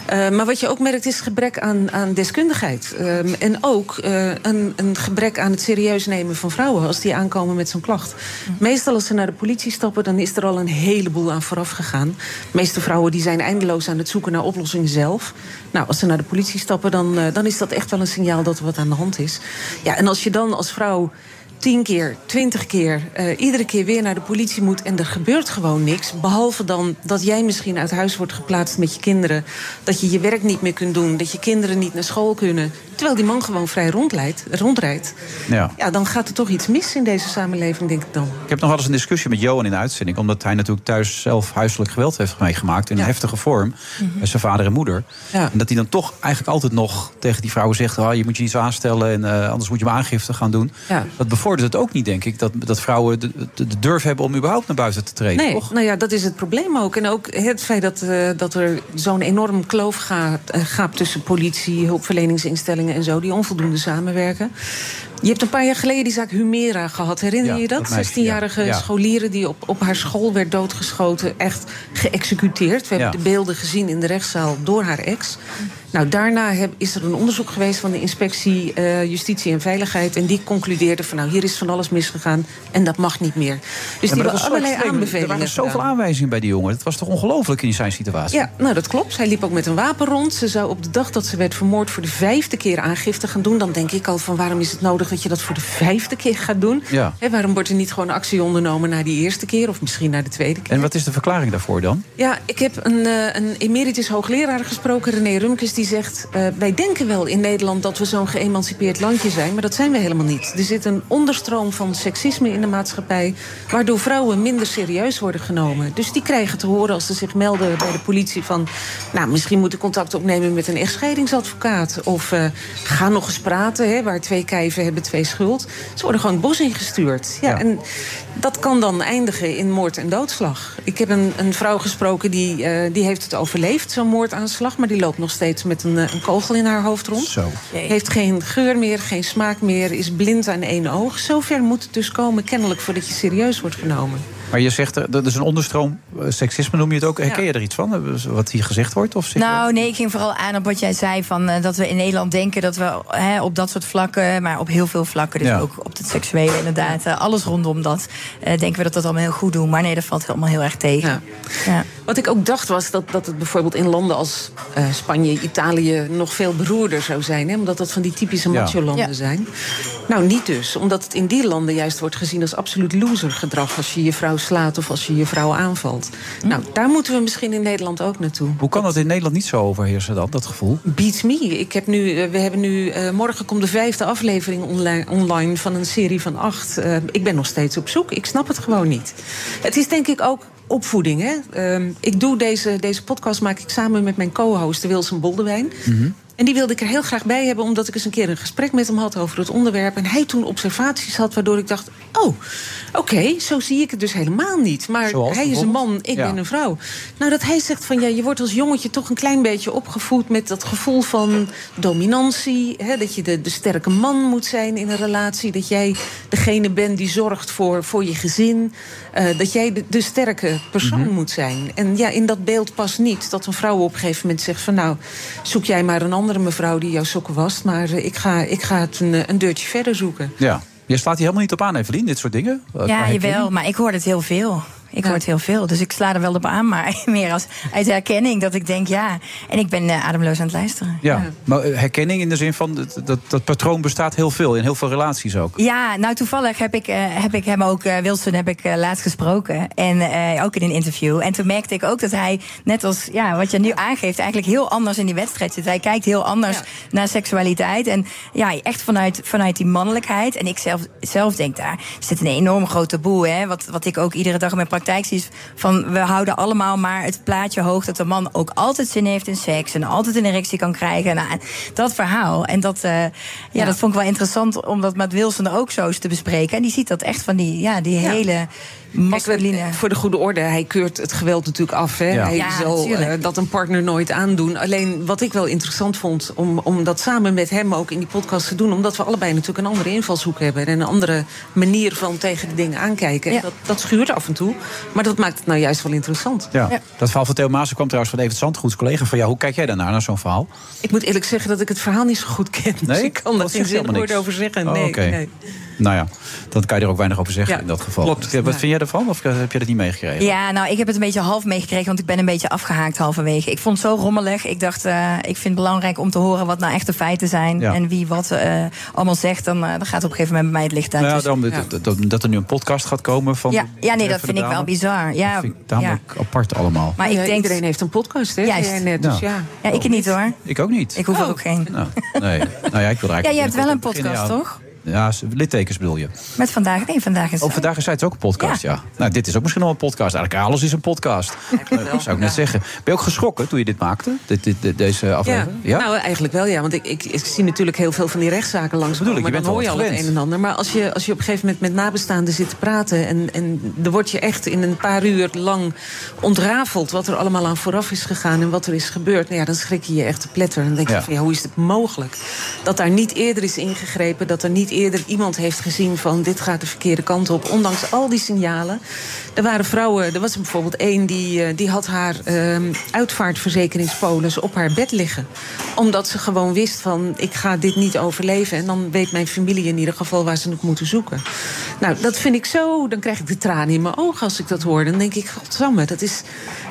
Eh, maar wat je ook merkt is gebrek aan, aan deskundigheid. Ehm, en ook eh, een, een gebrek aan het serieus nemen van vrouwen als die aankomen met zo'n klacht. Meestal als ze naar de politie stappen, dan is er al een heleboel aan vooraf gegaan. De meeste vrouwen die zijn eindeloos aan het zoeken naar oplossingen zelf. Nou, als ze naar de politie stappen, dan, eh, dan is dat echt wel een signaal dat er wat aan de hand is. Ja, en als je dan als vrouw tien keer, twintig keer, eh, iedere keer weer naar de politie moet en er gebeurt gewoon niks. Behalve dan dat jij misschien uit huis wordt geplaatst met je kinderen, dat je je werk niet meer kunt doen, dat je kinderen niet naar school kunnen, terwijl die man gewoon vrij rondleidt, rondrijdt.
Ja.
Ja, dan gaat er toch iets mis in deze samenleving, denk ik dan.
Ik heb nog wel eens een discussie met Johan in de uitzending. Omdat hij natuurlijk thuis zelf huiselijk geweld heeft meegemaakt. In een heftige vorm.
Mhm.
Bij zijn vader en moeder.
Ja.
En dat hij dan toch eigenlijk altijd nog tegen die vrouwen zegt... "Ah, je moet je niet zo aanstellen en eh, anders moet je maar aangifte gaan doen.
Ja.
Dat bevordert het ook niet, denk ik. Dat, dat vrouwen de, de- de durf hebben om überhaupt naar buiten te treden.
Nee,
toch?
nou ja, dat is het probleem ook. En ook het feit dat, eh, dat er zo'n enorm kloof gaat, eh, gaat tussen politie, hulpverleningsinstellingen en zo, die onvoldoende samenwerken. Je hebt een paar jaar geleden die zaak Humera gehad. Herinner
Ja,
je je
dat
dat?
meisje,
16-jarige
ja. Ja.
scholieren die op, op haar school werd doodgeschoten, echt geëxecuteerd. We
Ja.
hebben de beelden gezien in de rechtszaal door haar ex. Nou, daarna heb- is er een onderzoek geweest van de inspectie eh, Justitie en Veiligheid. En die concludeerde van nou, hier is van alles misgegaan en dat mag niet meer. Dus
Ja,
die
maar dat
hebben
was zo
allerlei
extreem.
aanbevelingen
Er waren zoveel
gedaan.
aanwijzingen bij die jongen. Dat was toch ongelooflijk in zijn situatie?
Ja, nou dat klopt. Hij liep ook met een wapen rond. Ze zou op de dag dat ze werd vermoord voor de vijfde keer aangifte gaan doen. Dan denk ik al van waarom is het nodig dat je dat voor de vijfde keer gaat doen?
Ja.
Hè, waarom wordt er niet gewoon actie ondernomen na die eerste keer of misschien na de tweede keer?
En wat is de verklaring daarvoor dan?
Ja, ik heb een, eh, een emeritus hoogleraar gesproken, René Rumkes, die zegt... eh, wij denken wel in Nederland dat we zo'n geëmancipeerd landje zijn... maar dat zijn we helemaal niet. Er zit een onderstroom van seksisme in de maatschappij... waardoor vrouwen minder serieus worden genomen. Dus die krijgen te horen als ze zich melden bij de politie van... nou, misschien moet ik contact opnemen met een echtscheidingsadvocaat... of eh, ga nog eens praten, hè, waar twee kijven hebben twee schuld. Ze worden gewoon het bos ingestuurd. Ja, En dat kan dan eindigen in moord en doodslag. Ik heb een, een vrouw gesproken die, eh, die heeft het overleefd, zo'n moordaanslag. Maar die loopt nog steeds met een, eh, een kogel in haar hoofd rond.
Zo.
Heeft geen geur meer, geen smaak meer, is blind aan één oog. Zover moet het dus komen, kennelijk, voordat je serieus wordt genomen.
Maar je zegt, er- dat is een onderstroom. eh, Seksisme noem je het ook. Herken je er iets van? eh, Wat hier gezegd wordt? Of zeg je-
Nou, nee, ik ging vooral aan op wat jij zei. Van, eh, dat we in Nederland denken dat we hè, op dat soort vlakken, maar op heel veel vlakken, dus
Ja.
ook op het seksuele inderdaad, eh, alles rondom dat, eh, denken we dat dat allemaal heel goed doen. Maar nee, dat valt allemaal heel erg tegen. Ja.
Wat ik ook dacht was dat, dat het bijvoorbeeld in landen als eh, Spanje, Italië nog veel beroerder zou zijn. Hè? Omdat dat van die typische
Ja.
macho-landen
Ja.
zijn. Nou, niet dus. Omdat het in die landen juist wordt gezien als absoluut loser-gedrag. Als je je vrouw slaat of als je je vrouw aanvalt. Nou, daar moeten we misschien in Nederland ook naartoe.
Hoe kan dat in Nederland niet zo overheersen dan, dat gevoel?
Beats me. Ik heb nu, eh, we hebben nu, eh, morgen komt de vijfde aflevering onli- online van een serie van acht. Eh, ik ben nog steeds op zoek. Ik snap het gewoon niet. Het is denk ik ook opvoeding. Hè? Ehm, ik doe deze, deze podcast maak ik samen met mijn co-host Wilson Boldewijn. En die wilde ik er heel graag bij hebben, omdat ik eens een keer een gesprek met hem had over het onderwerp. En hij toen observaties had, waardoor ik dacht: Oh, oké, zo zie ik het dus helemaal niet. Maar
Zoals
hij is een
bijvoorbeeld?
man, ik
Ja.
ben een vrouw. Nou, dat hij zegt van ja, je wordt als jongetje toch een klein beetje opgevoed met dat gevoel van dominantie. Hè, dat je de, de sterke man moet zijn in een relatie. Dat jij degene bent die zorgt voor, voor je gezin. Eh, dat jij de, de sterke persoon moet zijn. En ja, in dat beeld past niet dat een vrouw op een gegeven moment zegt van nou, zoek jij maar een andere mevrouw die jouw sokken wast. Maar eh, ik, ga, ik ga het een, eh, een deurtje verder zoeken.
Ja. Je slaat hier helemaal niet op aan, Evelien, dit soort dingen. Eh, qua
Ja,
herkenning.
jawel, maar ik hoor het heel veel. Ik hoor het heel veel, dus ik sla er wel op aan. Maar meer als uit herkenning dat ik denk, ja. En ik ben eh, ademloos aan het luisteren.
Ja, maar eh, herkenning in de zin van dat, dat, dat patroon bestaat heel veel in heel veel relaties ook.
Ja, nou toevallig heb ik, eh, heb ik hem ook, eh, Wilson heb ik eh, laatst gesproken. En eh, ook in een interview. En toen merkte ik ook dat hij, net als ja, wat je nu aangeeft, eigenlijk heel anders in die wedstrijd zit. Hij kijkt heel anders naar seksualiteit. En ja, echt vanuit, vanuit die mannelijkheid. En ik zelf, zelf denk daar, zit een enorm groot taboe. Hè? Wat, wat ik ook iedere dag in mijn praktijk zie, is van we houden allemaal maar het plaatje hoog dat een man ook altijd zin heeft in seks. En altijd een erectie kan krijgen. Nou, en dat verhaal. En dat, eh, ja,
Ja.
dat vond ik wel interessant om dat met Wilson ook zo eens te bespreken. En die ziet dat echt van die, ja, die
Ja.
hele masculine.
eh, Voor de goede orde, hij keurt het geweld natuurlijk af. Hè?
Ja.
Hij
Ja,
zal
natuurlijk.
eh, dat een partner nooit aandoen. Alleen wat ik wel interessant vond om, om dat samen met hem ook in die podcast te doen. Omdat we allebei natuurlijk een andere invalshoek hebben. En een andere manier van tegen de dingen aankijken. En Dat, dat schuurt af en toe. Maar dat maakt het nou juist wel interessant.
Ja. Dat verhaal van Theo Maassen kwam trouwens van Evert Zandgoeds collega van jou. Hoe kijk jij daarnaar, naar zo'n verhaal?
Ik moet eerlijk zeggen dat ik het verhaal niet zo goed ken. Dus
Nee?
ik kan
Dat
daar geen
zegt
zin
helemaal
woord
niks.
over zeggen.
Oh,
nee,
oké.
nee.
Nou ja, dan kan je er ook weinig over zeggen
Ja,
in dat geval.
klopt.
Ja, wat
Ja.
vind jij ervan? Of eh, heb je dat niet meegekregen?
Ja, nou, ik heb het een beetje half meegekregen, want ik ben een beetje afgehaakt halverwege. Ik vond het zo rommelig. Ik dacht, eh, ik vind het belangrijk om te horen wat nou echt de feiten zijn.
Ja.
En wie wat eh, allemaal zegt, dan, eh, dan gaat op een gegeven moment bij mij het licht uit.
Nou ja,
Dus-
daarom dat-
ja.
dat, dat, dat er nu een podcast gaat komen van.
Ja, ja, nee, dat
Treffer
vind
de
ik wel
Dame.
bizar. Ja,
Dat vind ik
ja.
tamelijk apart allemaal.
Maar ik denk... Iedereen
heeft een podcast, hè?
Juist.
Jij net, dus ja.
Ja, ik niet hoor.
Oh. Ik ook niet.
Ik hoef er ook geen.
Nou, nee. nou ja, ik wil er eigenlijk
Ja, je hebt
binnenkort
wel een
mee beginnen,
podcast,
ja.
toch?
Ja, s- lidtekens bedoel je.
Met vandaag? Nee, vandaag is
Op Vandaag is Zij het ook een podcast, ja. Nou, dit is ook misschien wel een podcast. Eigenlijk alles is een podcast. Dat zou ik net zeggen. Ben je ook geschrokken toen je dit maakte? Dit, dit, dit- deze aflevering?
Ja, nou eigenlijk wel ja. Want ik, ik, ik zie natuurlijk heel veel van die rechtszaken langs.
bedoel ik, je
maar
bent
dan hoor
wel
je al
wat
het een
gewend.
en ander. Maar als je, als je op een gegeven moment met nabestaanden zit te praten. En, en er wordt je echt in een paar uur lang ontrafeld. wat er allemaal aan vooraf is gegaan en wat er is gebeurd. Nou ja, dan schrik je je echt te pletter. En dan denk je
Ja.
van ja, hoe is het mogelijk? Dat daar niet eerder is ingegrepen. Dat er niet eerder iemand heeft gezien van dit gaat de verkeerde kant op. Ondanks al die signalen. Er waren vrouwen, er was er bijvoorbeeld één die, eh, die had haar ehm uitvaartverzekeringspolis op haar bed liggen. Omdat ze gewoon wist van ik ga dit niet overleven. En dan weet mijn familie in ieder geval waar ze het moeten zoeken. Nou, dat vind ik zo. Dan krijg ik de tranen in mijn ogen als ik dat hoor. Dan denk ik, godsamme, dat is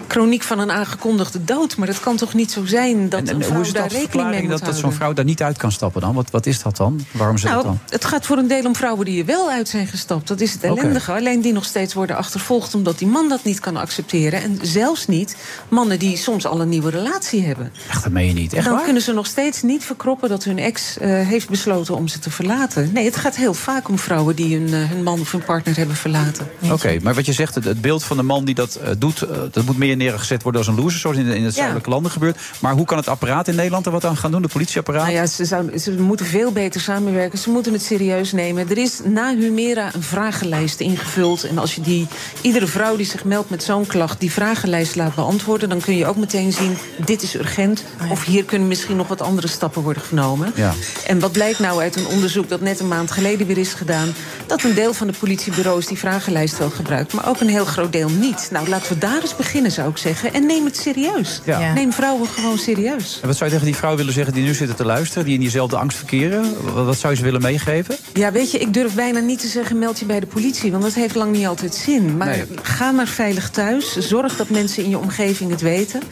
chroniek van een aangekondigde dood. Maar dat kan toch niet zo zijn dat
En
een vrouw
hoe is
daar
dat
rekening mee
verklaring
moet
dat, dat
houden?
zo'n vrouw daar niet uit kan stappen dan? Wat, wat is dat dan? Waarom is dat
Nou,
dan?
het gaat voor een deel om vrouwen die er wel uit zijn gestapt. Dat is het
Oké.
ellendige. Alleen die nog steeds worden achtervolgd omdat die man dat niet kan accepteren. En zelfs niet mannen die soms al een nieuwe relatie hebben.
Echt, dat meen je niet. Echt
dan
waar?
kunnen ze nog steeds niet verkroppen dat hun ex eh, heeft besloten om ze te verlaten. Nee, het gaat heel vaak om vrouwen die hun, eh, hun man of hun partner hebben verlaten.
Oké, maar wat je zegt, het, het beeld van de man die dat eh, doet... eh, dat moet meer neergezet worden als een loser, zoals in, de- in het
Ja.
zuidelijke landen gebeurt. Maar hoe kan het apparaat in Nederland er wat aan gaan doen? De politieapparaat?
Nou ja, ze, zouden- ze moeten veel beter samenwerken. Ze moeten het serieus nemen. Er is na Humera een vragenlijst ingevuld. En als je die, iedere vrouw die zich meldt met zo'n klacht... die vragenlijst laat beantwoorden... dan kun je ook meteen zien, dit is urgent. Of hier kunnen misschien nog wat andere stappen worden genomen.
Oh Ja.
En wat blijkt nou uit een onderzoek dat net een maand geleden weer is gedaan... dat een deel van de politiebureaus die vragenlijst wel gebruikt... maar ook een heel groot deel niet. Nou, laten we daar eens beginnen, zou ik zeggen. En neem het serieus.
Ja. Ja.
Neem vrouwen gewoon serieus.
En wat zou je tegen die vrouwen willen zeggen die nu zitten te luisteren... die in diezelfde angst verkeren? Wat, wat zou je ze willen meegeven?
Ja, weet je, ik durf bijna niet te zeggen meld je bij de politie, want dat heeft lang niet altijd zin. Maar
Nee.
ga maar veilig thuis, zorg dat mensen in je omgeving het weten.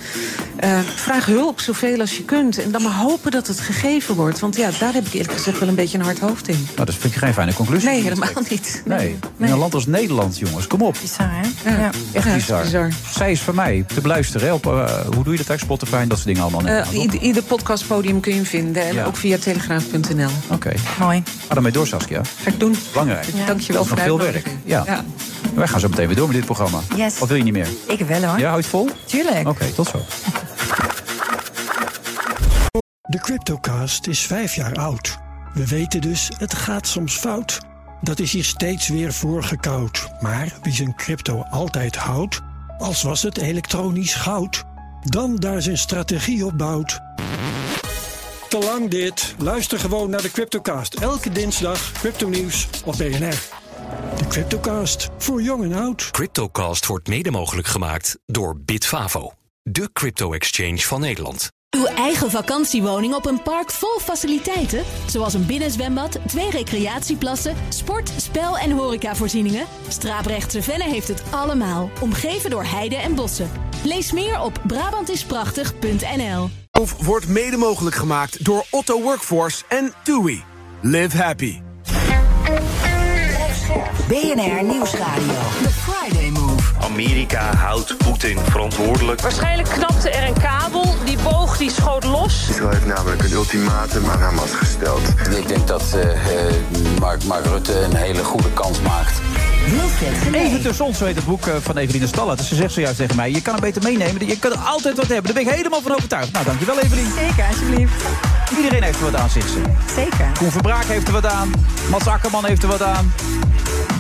Eh, vraag hulp zoveel als je kunt en dan maar hopen dat het gegeven wordt. Want ja, daar heb ik eerlijk gezegd wel een beetje een hard hoofd in.
Nou, dat vind ik geen fijne conclusie.
Nee, helemaal niet.
Nee. in een land als Nederland, jongens, kom op.
Bizar, hè?
Ja.
Echt
Ja,
bizar. Zij is van mij te beluisteren. hè, Op, eh, hoe doe je dat uit Spotify en dat soort dingen allemaal?
Eh, ieder, ieder podcastpodium kun je hem vinden en
Ja.
ook via telegraaf.nl.
Oké.
Mooi.
Ga daarmee door, Saskia.
Ga ik doen.
Belangrijk.
Ja. Dankjewel
Dat is nog
voor
veel
de
werk. Ja.
Ja.
Wij gaan zo meteen weer door met dit programma.
Yes.
Of wil je niet meer?
Ik wel hoor.
Ja, houdt vol?
Tuurlijk.
Oké, tot zo.
De Cryptocast is vijf jaar oud. We weten dus, het gaat soms fout. Dat is hier steeds weer voorgekoud. Maar wie zijn crypto altijd houdt, als was het elektronisch goud, dan daar zijn strategie op bouwt. Te lang dit. Luister gewoon naar de Cryptocast. Elke dinsdag crypto-nieuws op BNR. De Cryptocast voor jong en oud.
Cryptocast wordt mede mogelijk gemaakt door Bitfavo, de crypto-exchange van Nederland.
Uw eigen vakantiewoning op een park vol faciliteiten, zoals een binnenzwembad, twee recreatieplassen, sport, spel en horecavoorzieningen. Straaprechtse Venne heeft het allemaal, omgeven door heide en bossen. Lees meer op Brabantisprachtig.nl.
Of wordt mede mogelijk gemaakt door Otto Workforce en TUI. Live happy.
BNR Nieuwsradio. The Friday Move.
Amerika houdt Poetin verantwoordelijk.
Waarschijnlijk knapte er een kabel, die boog die schoot los.
Israël heeft namelijk een ultimatum aan Hamas gesteld.
Ik denk dat eh, eh, Mark, Mark Rutte een hele goede kans maakt.
Even tussen ons, zo heet het boek eh, van Eveline Stallat. Dus ze zegt zojuist tegen mij, je kan het beter meenemen. Je kan er altijd wat hebben. Daar ben ik helemaal van overtuigd. Nou, dankjewel Eveline.
Zeker, alsjeblieft.
Iedereen heeft er wat aan, zegt ze.
Zeker.
Koen Verbraak heeft er wat aan. Mats Akkerman heeft er wat aan.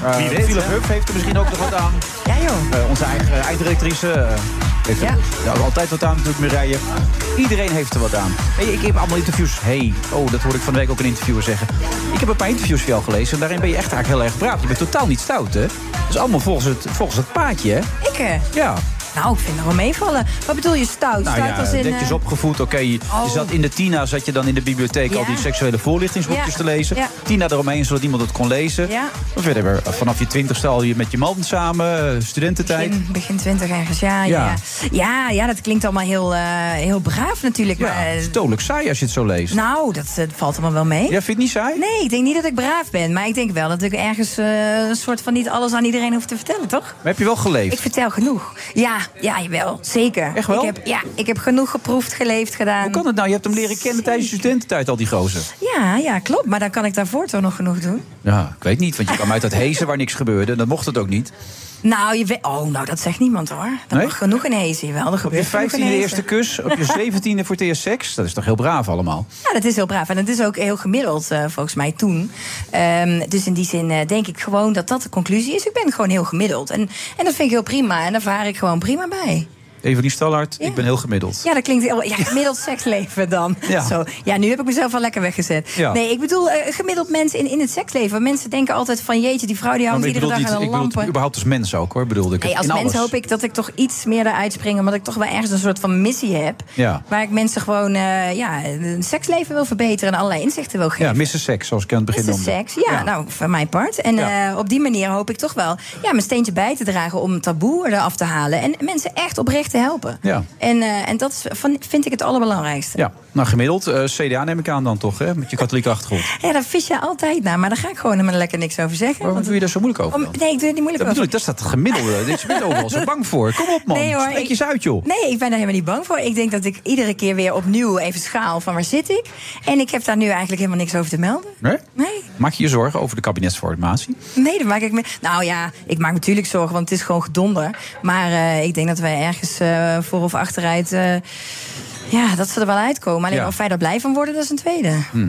Eh,
Wie weet,
Philip
hè?
Huff heeft er misschien ook nog wat aan.
Ja, joh.
Eh, onze eigen eh, einddirectrice eh, heeft er ja, altijd wat aan, natuurlijk Mireille. Iedereen heeft er wat aan. Hey, ik heb allemaal interviews. hey, oh, dat hoor ik van de week ook een interviewer zeggen. Ik heb een paar interviews van jou gelezen en daarin ben je echt eigenlijk heel erg braaf. Je bent totaal niet stout, hè? Dat is allemaal volgens het, volgens het paadje, hè?
Ik? eh,
Ja.
Nou, ik vind het wel meevallen. Wat bedoel je stout?
Nou
stout
ja,
als in,
netjes
eh,
opgevoed. Oké, je, je
Oh.
zat in de Tina, zat je dan in de bibliotheek al die seksuele voorlichtingsboekjes
Ja,
te lezen.
ja.
Tina eromheen, zodat iemand het kon lezen.
Ja.
Maar Verder, weer, vanaf je twintigste al je met je man samen, eh, studententijd.
Begin, begin twintig ergens, ja ja.
Ja.
ja. ja. ja, dat klinkt allemaal heel, eh, heel braaf natuurlijk.
Ja,
maar, eh,
het is dodelijk saai als je het zo leest.
nou, dat eh, valt allemaal wel mee. Ja,
vind je het niet saai?
Nee, ik denk niet dat ik braaf ben. Maar ik denk wel dat ik ergens eh, een soort van niet alles aan iedereen hoef te vertellen, toch?
Maar heb je wel geleefd?
Ik vertel genoeg. Ja, ja, jawel. Zeker. Echt wel? Ik heb, ja, ik heb genoeg geproefd, geleefd, gedaan.
Hoe kan het nou? Je hebt hem leren kennen tijdens je studententijd, al die gozer.
Ja, ja, klopt. Maar dan kan ik daarvoor toch nog genoeg doen.
Ja, ik weet niet, want je kwam uit dat hezen waar niks gebeurde. En dat mocht het ook niet.
Nou, je weet... Oh, nou, dat zegt niemand, hoor. Dat
Nee?
mag genoeg in Hezen, jawel. Er
Op je
Nou, gebeurt genoeg in
15e de
Hezen.
eerste kus, op je 17e voor het eerst seks. Dat is toch heel braaf allemaal?
Ja, dat is heel braaf. En dat is ook heel gemiddeld, eh, volgens mij, toen. Ehm, dus in die zin eh, denk ik gewoon dat dat de conclusie is. Ik ben gewoon heel gemiddeld. En, en dat vind ik heel prima. En daar vaar ik gewoon prima bij.
Evelie Stallard, ik ben heel gemiddeld.
Ja, dat klinkt heel... Ja, gemiddeld seksleven dan.
Ja.
Ja. Zo. ja, nu heb ik mezelf al lekker weggezet.
Ja.
Nee, ik bedoel eh, gemiddeld mensen in, in het seksleven. Mensen denken altijd van jeetje, die vrouw die
Nou,
hangt
maar ik
iedere
bedoel,
dag aan
niet, ik
de
bedoel het
lampen.
überhaupt als mens ook, hoor. Bedoelde ik het
Nee, als
in
mens
alles.
hoop ik dat ik toch iets meer eruit spring... omdat ik toch wel ergens een soort van missie heb...
Ja.
waar ik mensen gewoon eh, ja, een seksleven wil verbeteren... en allerlei inzichten wil geven.
Ja, missen seks, zoals ik aan het begin
Is
noemde.
het seks? Ja, nou, van mijn part. En eh, op die manier hoop ik toch wel ja, mijn steentje bij te dragen om het taboe eraf te halen. En mensen echt oprecht te helpen.
Ja.
En, eh, en dat is van, vind ik het allerbelangrijkste.
Ja, nou gemiddeld. eh, CDA neem ik aan dan toch, hè? Met je katholieke achtergrond.
Ja, daar vis je altijd naar, maar daar ga ik gewoon helemaal lekker niks over zeggen.
Waarom doe je daar zo moeilijk over
Om-
dan?
nee, ik doe het niet moeilijk
Dat
over.
bedoel ik, dat is dat gemiddelde. Dit is bent overal zo bang voor. Kom op, man.
Nee, hoor,
Spreek
ik-
je eens uit, joh.
Nee, ik ben daar helemaal niet bang voor. Ik denk dat ik iedere keer weer opnieuw even schaal van waar zit ik. En ik heb daar nu eigenlijk helemaal niks over te melden.
Nee?
Nee.
Maak je je zorgen over de kabinetsformatie?
Nee, daar maak ik me. Nou ja, ik maak me natuurlijk zorgen, want het is gewoon gedonder. Maar eh, ik denk dat wij ergens eh, voor of achteruit. eh, ja, dat ze er wel uitkomen. Alleen
Ja.
of wij daar blij van worden, dat is een tweede.
Hm.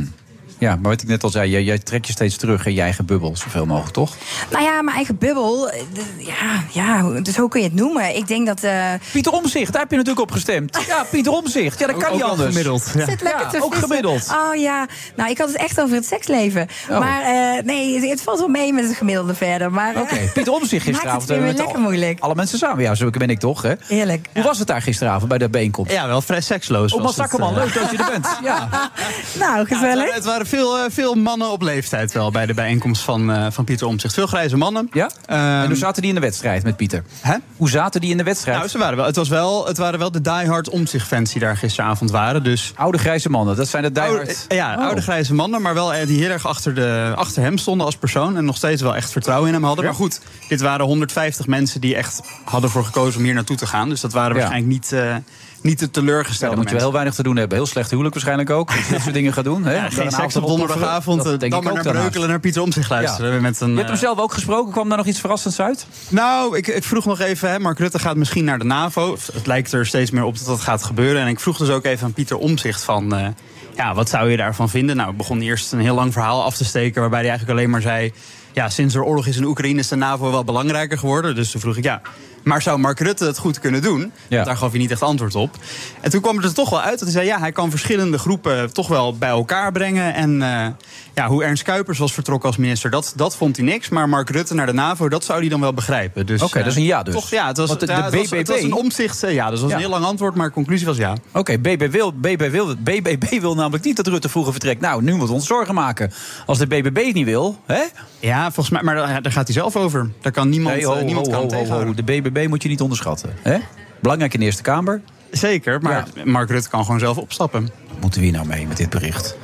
Ja, maar wat ik net al zei, jij, jij trekt je steeds terug in je eigen bubbel, zoveel mogelijk, toch?
Nou ja, mijn eigen bubbel. eh, d- Ja, ja, hoe- dus hoe kun je het noemen? Ik denk dat. eh,
Pieter Omzicht, daar heb je natuurlijk op gestemd. Ja, Pieter Omzicht, ja, dat kan
Ook-
niet
ook wel
anders.
gemiddeld, ja. zit lekker
Ja,
te
ook
vissen.
gemiddeld.
Oh ja, nou ik had het echt over het seksleven.
Oh.
Maar eh, nee, het, het valt wel mee met het gemiddelde verder. Maar, eh,
Oké, Pieter Omzicht
maakt
gisteravond.
het weer
eh, met
lekker
al-
moeilijk.
Alle mensen samen, ja, zo ben ik toch, hè?
Heerlijk.
Hoe was het daar gisteravond bij de bijeenkomst?
Ja, wel vrij seksloos.
Oh,
was
Mats
het,
Akkerman,
eh.
leuk dat je er bent. Ja.
Nou,
Ja, het, waren, het waren veel, eh, veel mannen op leeftijd wel bij de bijeenkomst van, eh, van Pieter Omtzigt. Veel grijze mannen.
Ja?
en
hoe zaten die in de wedstrijd met Pieter?
Hè?
Hoe zaten die in de wedstrijd?
Nou, ze waren wel, het, was wel, het waren wel de diehard Omtzigt-fans die daar gisteravond waren. Dus
Oude grijze mannen, dat zijn de diehard.
Oude, eh, ja,
Oh.
oude grijze mannen, maar wel eh, die heel erg achter, de, achter hem stonden als persoon. En nog steeds wel echt vertrouwen in hem hadden.
Ja.
Maar goed, dit waren 150 mensen die echt hadden voor gekozen om hier naartoe te gaan. Dus dat waren
Ja.
waarschijnlijk niet, eh, niet de
Ja,
teleurgestelde
dan moet je wel
mensen.
heel weinig te doen hebben. Heel slecht huwelijk waarschijnlijk ook. Als je dit soort dingen gaat doen. Hè?
Ja,
Daar
geen
een
seks
avond
op
opofferen.
donderdagavond.
Dat
eh,
denk
Dan
ik
maar
ook
naar
daarnaast.
Breukelen, naar Pieter Omtzigt luisteren.
Ja.
Met een,
je hebt hem
eh,
zelf ook gesproken. Kwam daar nog iets verrassends uit?
Nou, ik, ik vroeg nog even, hè, Mark Rutte gaat misschien naar de NAVO. Het lijkt er steeds meer op dat dat gaat gebeuren. En ik vroeg dus ook even aan Pieter Omzicht van... eh, ja, wat zou je daarvan vinden? Nou, ik begon eerst een heel lang verhaal af te steken... waarbij hij eigenlijk alleen maar zei... ja, sinds er oorlog is in Oekraïne is de NAVO wel belangrijker geworden. Dus toen vroeg ik, ja, maar zou Mark Rutte het goed kunnen doen? Want Daar gaf hij niet echt antwoord op. En toen kwam het er dus toch wel uit dat hij zei... ja, hij kan verschillende groepen toch wel bij elkaar brengen. En eh, ja, hoe Ernst Kuipers was vertrokken als minister, dat, dat vond hij niks. Maar Mark Rutte naar de NAVO, dat zou hij dan wel begrijpen. Dus,
Oké,
eh,
dat is een ja dus.
Toch, ja, het was,
Want de-
ja,
de
het was- het was
BBB
een omzicht. eh, Ja, dus het was
Ja.
een heel lang antwoord, maar de conclusie was ja.
Oké, BBB, wil, BBB, wil, BBB wil namelijk niet dat Rutte vroeger vertrekt. Nou, nu moeten we ons zorgen maken. Als de BBB het niet wil, hè?
Ja, volgens mij, maar daar- daar gaat hij zelf over. Daar kan niemand,
Nee, ho,
eh, niemand
ho,
kan
ho,
hem
ho,
tegenhouden.
ho. De BBB moet je niet onderschatten. Hè? Belangrijk in de Eerste Kamer.
Zeker, maar Mark Rutte kan gewoon zelf opstappen.
Wat moeten we hier nou mee met dit bericht?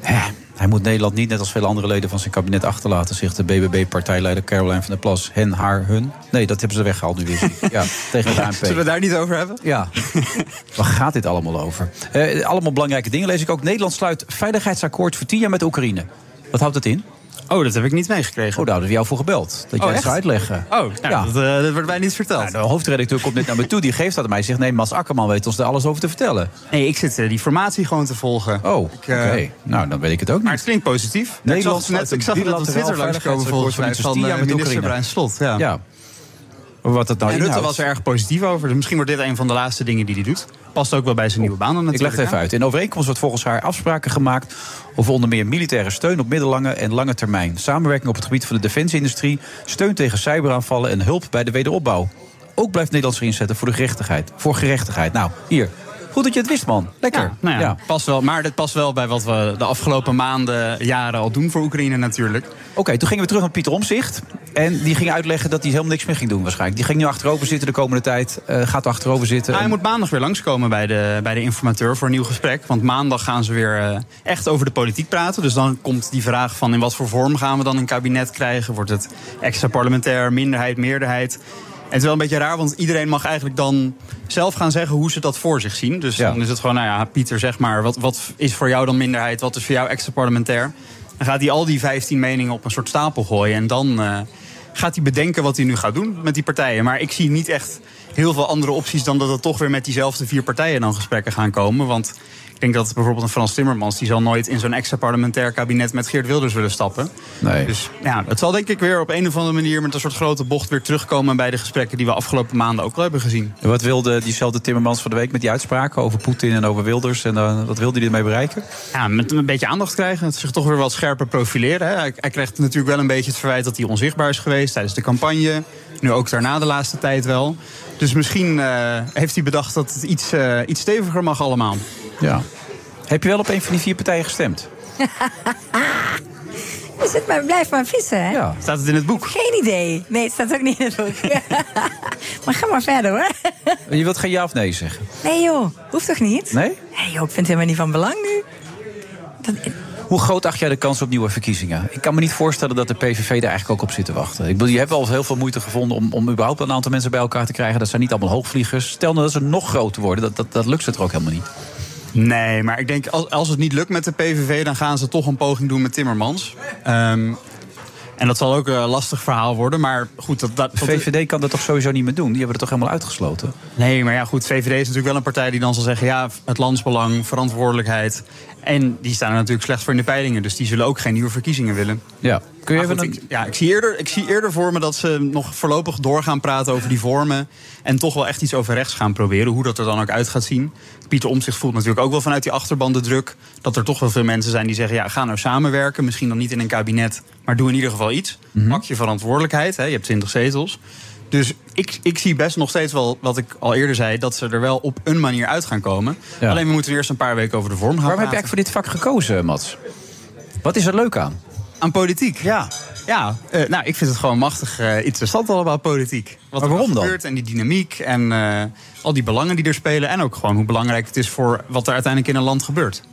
Hè, Hij moet Nederland niet, net als vele andere leden van zijn kabinet, achterlaten... zegt de BBB-partijleider Caroline van der Plas. Hen, haar, hun. Nee, dat hebben ze weggehaald nu weer. zie ik. Ja, tegen de ANP.
Zullen we het daar niet over hebben?
Ja. Waar gaat dit allemaal over? Eh, allemaal belangrijke dingen lees ik ook. Nederland sluit veiligheidsakkoord voor tien jaar met Oekraïne. Wat houdt dat in?
Oh, dat heb ik niet meegekregen. Oh,
daar hadden we jou voor gebeld. Dat
Oh,
jij het
echt?
zou uitleggen.
Oh, nou,
Ja.
dat, eh, dat wordt mij niet verteld.
Nou, de hoofdredacteur komt net naar me toe. Die geeft dat aan mij. Zegt, nee, Mas Akkerman weet ons daar alles over te vertellen.
Nee, ik zit eh, die formatie gewoon te volgen. eh,
Oh, oké. Nou, dan weet ik het ook niet. Maar
het klinkt positief.
Nederland
ik zag het net, ik
sluit
zag
een
het net op Twitter
bilateraal
langskomen volgens mij
veiligheidsakkoord
van eh,
voor minstens tien jaar
minister
met
Bruin Slot. Ja.
Ja. Wat het nou
en Rutte
inhoudt.
was er erg positief over. Dus misschien wordt dit een van de laatste dingen die hij doet. Past ook wel bij zijn nieuwe baan dan
Ik leg
natuurlijk.
het even
hè?
uit. In overeenkomst wordt volgens haar afspraken gemaakt over onder meer militaire steun op middellange en lange termijn, samenwerking op het gebied van de defensieindustrie, steun tegen cyberaanvallen en hulp bij de wederopbouw. Ook blijft Nederland zich inzetten voor de gerechtigheid. Voor gerechtigheid. Nou, hier. Goed dat je het wist, man. Lekker.
Ja, nou ja, Past wel, maar dit past wel bij wat we de afgelopen maanden, jaren al doen voor Oekraïne natuurlijk.
Oké, toen gingen we terug naar Pieter Omzicht. En die ging uitleggen dat hij helemaal niks meer ging doen waarschijnlijk. Die ging nu achterover zitten de komende tijd. eh, gaat achterover zitten.
hij moet maandag weer langskomen bij de, bij de informateur voor een nieuw gesprek. Want maandag gaan ze weer eh, echt over de politiek praten. Dus dan komt die vraag van in wat voor vorm gaan we dan een kabinet krijgen? Wordt het extra parlementair, minderheid, meerderheid? En het is wel een beetje raar, want iedereen mag eigenlijk dan zelf gaan zeggen hoe ze dat voor zich zien. Dus dan is het gewoon, nou ja, Pieter, zeg maar, wat, wat is voor jou dan minderheid? Wat is voor jou extra parlementair? Dan gaat hij al die 15 meningen op een soort stapel gooien. En dan eh, gaat hij bedenken wat hij nu gaat doen met die partijen. Maar ik zie niet echt heel veel andere opties dan dat het toch weer met diezelfde vier partijen dan gesprekken gaan komen. Want ik denk dat bijvoorbeeld een Frans Timmermans, die zal nooit in zo'n extra parlementair kabinet met Geert Wilders willen stappen.
Nee.
Dus ja, het zal denk ik weer op een of andere manier met een soort grote bocht weer terugkomen bij de gesprekken die we afgelopen maanden ook al hebben gezien.
En Wat wilde diezelfde Timmermans van de week met die uitspraken over Poetin en over Wilders? En eh, wat wilde hij ermee bereiken?
Ja, met een beetje aandacht krijgen. Het zich toch weer wat scherper profileren. Hè. Hij, hij krijgt natuurlijk wel een beetje het verwijt dat hij onzichtbaar is geweest tijdens de campagne. Nu ook daarna de laatste tijd wel. Dus misschien eh, heeft hij bedacht dat het iets, eh, iets steviger mag allemaal.
Ja. Heb je wel op een van die vier partijen gestemd?
Je zit maar, blijf maar vissen, hè?
Staat het in het boek?
Geen idee. Nee, het staat ook niet in het boek. maar ga maar verder, hoor.
Je wilt geen ja of nee zeggen?
Nee, joh. Hoeft toch niet?
Nee?
Nee, joh. Ik vind het helemaal niet van belang nu.
Hoe groot acht jij de kans op nieuwe verkiezingen? Ik kan me niet voorstellen dat de PVV daar eigenlijk ook op zit te wachten. Ik bedoel, je hebt wel heel veel moeite gevonden om, om überhaupt een aantal mensen bij elkaar te krijgen. Dat zijn niet allemaal hoogvliegers. Stel nou dat ze nog groter worden, dat, dat, dat lukt ze er ook helemaal niet.
Nee, maar ik denk als, als het niet lukt met de PVV, dan gaan ze toch een poging doen met Timmermans. Ehm, en dat zal ook een lastig verhaal worden. Maar goed, dat, dat,
De VVD kan dat toch sowieso niet meer doen? Die hebben het toch helemaal uitgesloten?
Nee, maar ja, goed. VVD is natuurlijk wel een partij die dan zal zeggen: ja, het landsbelang, verantwoordelijkheid. En die staan er natuurlijk slecht voor in de peilingen. Dus die zullen ook geen nieuwe verkiezingen willen.
Ja. Kun je
Maar
even
Ah, goed,
een-
ik, ja, ik, zie eerder, ik zie eerder voor me dat ze nog voorlopig door gaan praten over die vormen. En toch wel echt iets over rechts gaan proberen. Hoe dat er dan ook uit gaat zien. Pieter Omtzigt voelt natuurlijk ook wel vanuit die achterban de druk. Dat er toch wel veel mensen zijn die zeggen: ja, ga nou samenwerken. Misschien dan niet in een kabinet, maar doe in ieder geval iets.
Mhm.
Pak je verantwoordelijkheid. Hè, je hebt 20 zetels. Dus ik, ik zie best nog steeds wel, wat ik al eerder zei, dat ze er wel op een manier uit gaan komen.
Ja.
Alleen we moeten eerst een paar weken over de vorm gaan
Waarom heb je
praten.
eigenlijk voor dit vak gekozen, Mats? Wat is er leuk aan?
Aan politiek? Ja. Ja, eh, nou, ik vind het gewoon machtig eh, interessant allemaal politiek. Wat er
waarom dan?
gebeurt en die dynamiek en eh, al die belangen die er spelen. En ook gewoon hoe belangrijk het is voor wat er uiteindelijk in een land gebeurt.
Ja,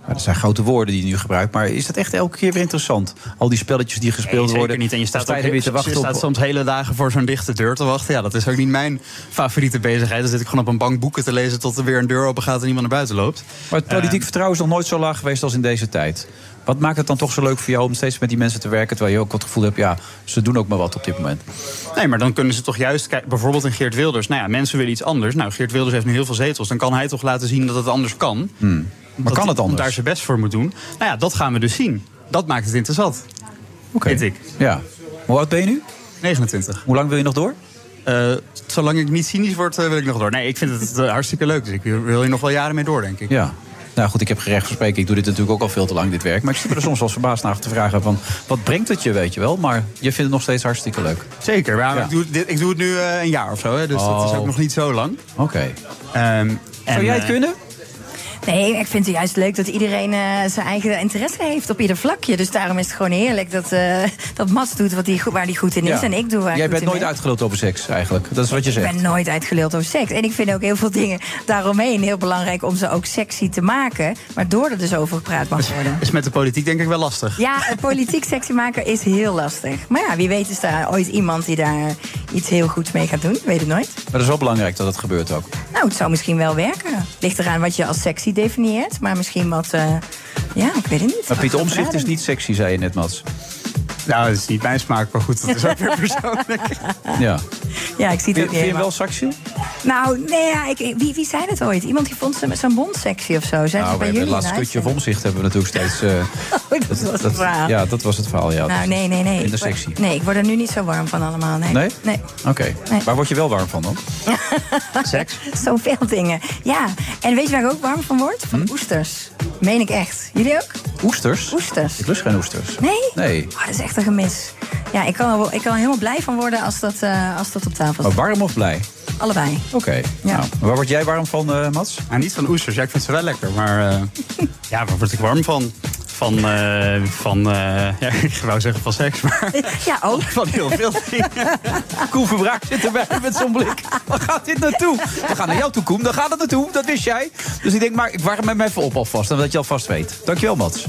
Nou, dat zijn grote woorden die je nu gebruikt, maar is dat echt elke keer weer interessant? Al die spelletjes die gespeeld
Nee, zeker
worden.
niet. En je
dan
staat, ook,
sta er weer te
je
wachten
staat
op.
soms hele dagen voor zo'n dichte deur te wachten. Ja, dat is ook niet mijn favoriete bezigheid. Dan zit ik gewoon op een bank boeken te lezen tot er weer een deur open gaat en iemand naar buiten loopt.
Maar het politiek
Eh,
vertrouwen is nog nooit zo laag geweest als in deze tijd. Wat maakt het dan toch zo leuk voor jou om steeds met die mensen te werken, terwijl je ook het gevoel hebt, ja, ze doen ook maar wat op dit moment?
Nee, maar dan kunnen ze toch juist, kijk- bijvoorbeeld in Geert Wilders. Nou ja, mensen willen iets anders. Nou, Geert Wilders heeft nu heel veel zetels. Dan kan hij toch laten zien dat het anders kan.
Hmm. Maar
Dat
kan het
hij
anders?
Daar zijn best voor moet doen. Nou ja, dat gaan we dus zien. Dat maakt het interessant. Vind ik.
Ja. Hoe oud ben je nu?
29.
Hoe lang wil je nog door?
Eh, zolang ik niet cynisch word, eh, wil ik nog door. Nee, ik vind het eh, hartstikke leuk. Dus ik wil hier nog wel jaren mee door, denk ik.
Ja. Nou goed, ik heb gerecht verspreken. Ik doe dit natuurlijk ook al veel te lang, dit werk. Maar ik zit me er soms wel eens verbaasd naar te vragen van... wat brengt het je, weet je wel? Maar je vindt het nog steeds hartstikke leuk.
Zeker. Maar
Ja.
ik, doe, dit, ik doe het nu eh, een jaar of zo. Hè, dus dat is
Oh.
ook nog niet Ehm, eh, zo lang.
Oké.
Zou
jij het
eh,
kunnen?
Nee, ik vind het juist leuk dat iedereen eh, zijn eigen interesse heeft op ieder vlakje. Dus daarom is het gewoon heerlijk dat, eh dat Mas doet wat die, goed- waar hij goed in is.
Ja.
En ik doe waar
Jij
ik goed
bent
in
nooit
ben.
uitgeluld over seks, eigenlijk. Dat is wat je
Ik
zegt.
ben nooit uitgeleeld over seks. En ik vind ook heel veel dingen daaromheen heel belangrijk om ze ook sexy te maken. Waardoor er dus over gepraat mag worden.
Is met de politiek denk ik wel lastig.
Ja, eh, politiek sexy maken is heel lastig. Maar ja, wie weet is daar ooit iemand die daar iets heel goeds mee gaat doen. Ik Weet het nooit.
Maar dat is wel belangrijk dat het gebeurt ook.
Nou, het zou misschien wel werken. Ligt eraan wat je als sexy definieert. Maar misschien wat... eh, ja, ik weet het niet.
Maar Pieter Omzicht is niet sexy, zei je net, Mats.
Nou, dat is niet mijn smaak, maar goed, dat is ook weer persoonlijk.
Ja.
Ja, ik zie het ook niet
Vind, vind je
helemaal.
wel sexy?
Nou, nee, ja, ik, wie, wie zei dat ooit? Iemand die vond ze- zo'n bond sexy of zo. Zijn
Nou,
ze
we
bij
hebben
jullie
het laatste
live?
kutje of omzicht hebben we natuurlijk steeds... eh,
Oh, dat was het verhaal.
ja, dat was het verhaal, ja.
nou, nee, nee, nee.
Minder
Ik word-
sexy.
Nee, ik word er nu niet zo warm van allemaal. Nee?
Nee?
Nee.
Oké.
Nee.
Waar word je wel warm van dan? Seks?
Zoveel dingen. Ja. En weet je waar ik ook warm van word?
Hm?
Van oesters. Meen ik echt. Jullie ook?
Oesters?
Oesters.
Ik lust geen oesters.
Nee?
Nee.
Oh, dat is echt een gemis. Ja, ik kan er, wel- ik kan er helemaal blij van worden als dat, eh, als dat op tafel
Maar
staat.
warm of blij?
Allebei.
Oh. Oké. Nou, waar word jij warm van, eh, Mats?
Nou, niet van oesters. Ja, ik vind ze wel lekker. Maar eh, ja, waar word ik warm van? Van, eh, van eh, ja, ik wou zeggen van seks, maar
Ja, ook.
van heel veel dingen.
Koen Verbraak zit erbij met zo'n blik. Waar gaat dit naartoe? We gaan naar jou toe, Koen. Daar gaat het naartoe. Dat wist jij. Dus ik denk, maar ik warm hem even op alvast. Omdat je alvast weet. Dankjewel, Mats.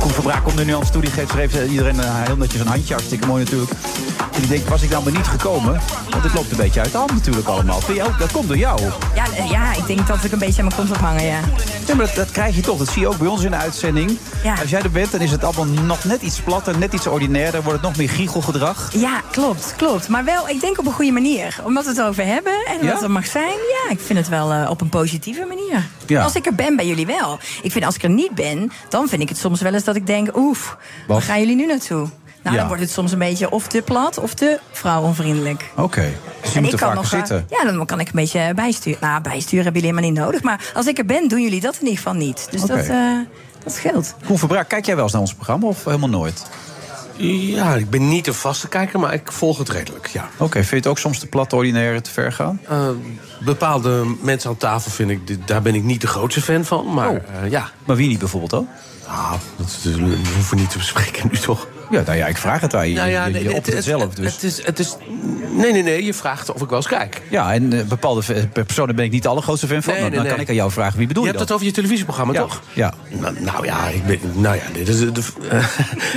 Koen Verbraak komt er nu aan toe. Die geeft er even iedereen eh, een heel netjes een handje. Hartstikke mooi natuurlijk. En ik denk, was ik nou maar niet gekomen? Want het loopt een beetje uit de hand natuurlijk allemaal. Vind je ook? Dat komt door jou.
Ja, eh, ja, ik denk dat ik een beetje aan mijn kont op hangen, ja.
Ja, maar dat, dat krijg je toch. Dat zie je ook bij ons in de uitzending.
Ja.
Als jij er bent, dan is het allemaal nog net iets platter, net iets ordinairder. Wordt het nog meer giechelgedrag.
Ja, klopt, klopt. Maar wel, ik denk op een goede manier. Omdat we het over hebben en omdat
Ja?
het mag zijn. Ja, ik vind het wel eh, op een positieve manier.
Ja.
Als ik er ben, bij jullie wel. Ik vind als ik er niet ben, dan vind ik het soms wel eens dat ik denk... oef, waar gaan jullie nu naartoe? Nou,
Ja.
dan wordt het soms een beetje of te plat of te vrouwonvriendelijk.
Oké, dus je moet er vaker
nog, eh,
zitten.
Ja, dan kan ik een beetje bijsturen. Nou, bijsturen hebben jullie helemaal niet nodig. Maar als ik er ben, doen jullie dat in ieder geval niet. Dus
Oké.
dat, eh, dat scheelt.
Koen Verbraak, kijk jij wel eens naar ons programma of helemaal nooit?
Ja, ik ben niet een vaste kijker, maar ik volg het redelijk, ja.
Oké, vind je het ook soms te plat, ordinair, te ver gaan?
Eh, bepaalde mensen aan tafel vind ik, dit- daar ben ik niet de grootste fan van, maar eh, ja.
Oh. Maar wie niet bijvoorbeeld dan?
Ah, dat is- dat hoeven we niet te bespreken nu toch?
Ja, nou ja, ik vraag het aan je.
Nou ja,
je,
nee,
je
het-
opt het
het-
zelf.
het-
Dus.
het is, het is, nee, nee, nee, je vraagt of ik wel eens kijk.
Ja, en eh, bepaalde ve- personen ben ik niet de allergrootste fan van.
Nee,
dan
nee,
dan
nee.
kan ik aan jou vragen, wie bedoel
je
je,
hebt
dan?
het over je televisieprogramma,
Ja.
toch?
Ja.
Nou, nou ja, ik ben, nou ja dit is, de- de- eh,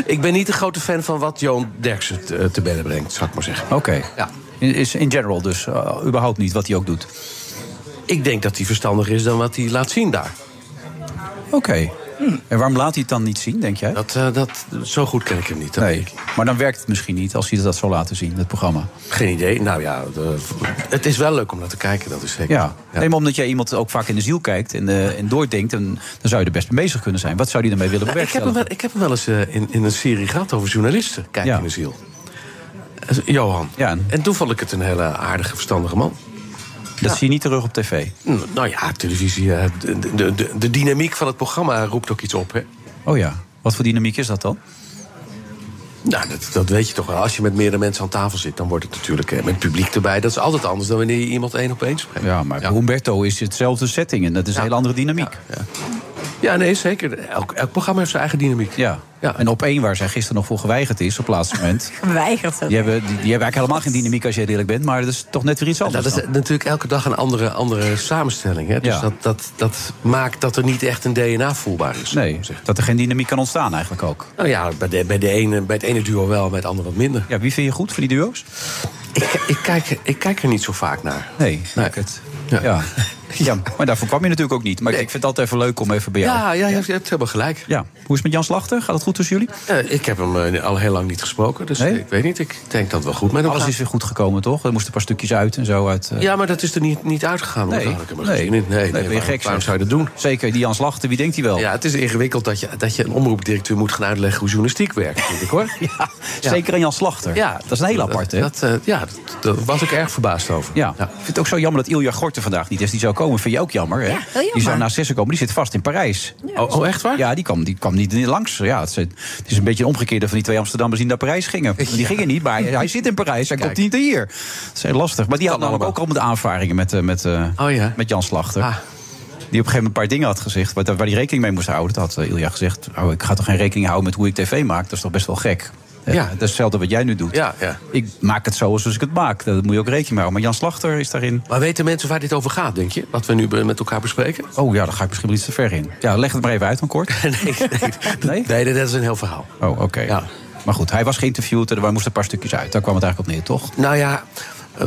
ik ben niet de grote fan van wat Johan Derksen te, te bedden brengt, zou ik maar zeggen.
Oké. In- Is in general dus eh, überhaupt niet wat hij ook doet.
Ik denk dat hij verstandiger is dan wat hij laat zien daar.
Oké. En waarom laat hij het dan niet zien, denk jij?
Dat, eh, dat, zo goed ken ik hem niet.
Nee. Maar dan werkt het misschien niet als hij dat zou laten zien, het programma.
Geen idee. Nou ja, de- het is wel leuk om naar te kijken, dat is zeker.
Ja. Nee, maar omdat jij iemand ook vaak in de ziel kijkt en, eh, en doordenkt, en, dan zou je er best mee bezig kunnen zijn. Wat zou hij ermee willen
Nou, ik, heb hem
bewerkstelligen?
wel, ik heb hem wel eens eh, in, in een serie gehad over journalisten. Kijk in de ziel. Eh, Johan.
en?
toen vond ik het een hele aardige, verstandige man.
Dat zie je niet terug op tv.
Nou, nou ja, televisie. eh, De, de, de, de dynamiek van het programma roept ook iets op. Hè?
Oh ja. Wat voor dynamiek is dat dan?
Nou, dat, dat weet je toch wel. Als je met meerdere mensen aan tafel zit, dan wordt het natuurlijk eh, met publiek erbij. Dat is altijd anders dan wanneer je iemand één op één spreekt.
Ja, maar Humberto is hetzelfde setting en dat is een hele andere dynamiek.
Ja, nee, zeker. Elk, elk programma heeft zijn eigen dynamiek.
Ja. En op één waar zij gisteren nog voor geweigerd is op laatste moment.
Geweigerd.
Die hebben, die, die hebben eigenlijk helemaal geen dynamiek als jij eerlijk bent, maar dat is toch net weer iets anders.
Nou, Dat is
dan.
natuurlijk elke dag een andere, andere samenstelling. Hè? Dus
Ja.
dat, dat, dat maakt dat er niet echt een DNA voelbaar is.
Nee, dat er geen dynamiek kan ontstaan eigenlijk ook.
Nou ja, bij, de, bij, de ene, bij het ene duo wel, bij het andere wat minder.
Ja, wie vind je goed voor die duo's?
Ik, ik, kijk, ik kijk er niet zo vaak naar.
Nee, ik het. Ja. Ja, maar daarvoor kwam je natuurlijk ook niet. Maar ik vind het altijd even leuk om even bij jou.
Ja, ja, je hebt- je hebt helemaal gelijk.
Ja. Hoe is het met Jan Slachter? Gaat het goed tussen jullie?
ik heb hem eh, al heel lang niet gesproken, dus ik weet niet. Ik denk dat het wel goed met hem
Alles
gaat.
is weer goed gekomen, toch? Er moesten een paar stukjes uit en zo. Uit, eh,
Ja, maar dat is er niet, niet uitgegaan. hoor.
Nee,
Daar had ik helemaal
nee.
geen zin in. nee, nee,
ben je
waarom-
gek,
Waarom
zeg.
zou je dat doen?
Zeker, die Jan Slachter, wie denkt hij wel?
Ja, het is ingewikkeld dat je, dat je een omroepdirecteur moet gaan uitleggen hoe journalistiek werkt, vind ik hoor.
ja, Zeker aan Jan Slachter.
Ja,
dat is een heel apart, hè?
Dat, eh, ja, dat, dat was ik erg verbaasd over.
Ja. Ik vind het ook zo jammer dat Ilja Gorten vandaag niet is. Die zou komen, vind je ook jammer, hè? Die zou na zessen komen, die zit vast in Parijs.
Oh, echt waar?
Ja, die kwam, die kwam niet langs. Ja, het, is, het is een beetje een omgekeerde van die twee Amsterdammers die naar Parijs gingen. Die gingen niet, maar hij, hij zit in Parijs, hij komt niet hier. Dat is heel lastig. Maar die had namelijk ook allemaal de aanvaringen met, eh, met, eh,
Oh,
met Jan Slachter.
Ah.
Die op een gegeven moment een paar dingen had gezegd waar, waar hij rekening mee moest houden. Dat had eh, Ilja gezegd. Oh, ik ga toch geen rekening houden met hoe ik tv maak? Dat is toch best wel gek? Eh,
Ja.
Dat is hetzelfde wat jij nu doet.
Ja, ja.
Ik maak het zoals ik het maak. Daar moet je ook rekening mee houden. Maar Jan Slachter is daarin.
Maar weten mensen waar dit over gaat, denk je? Wat we nu be- met elkaar bespreken?
Oh ja, daar ga ik misschien wel iets te ver in. Ja, leg het maar even uit dan kort.
nee, nee, nee, dat is een heel verhaal.
Oh, oké. Maar goed, hij was geïnterviewd en er moesten een paar stukjes uit. Daar kwam het eigenlijk op neer, toch?
Nou ja, eh,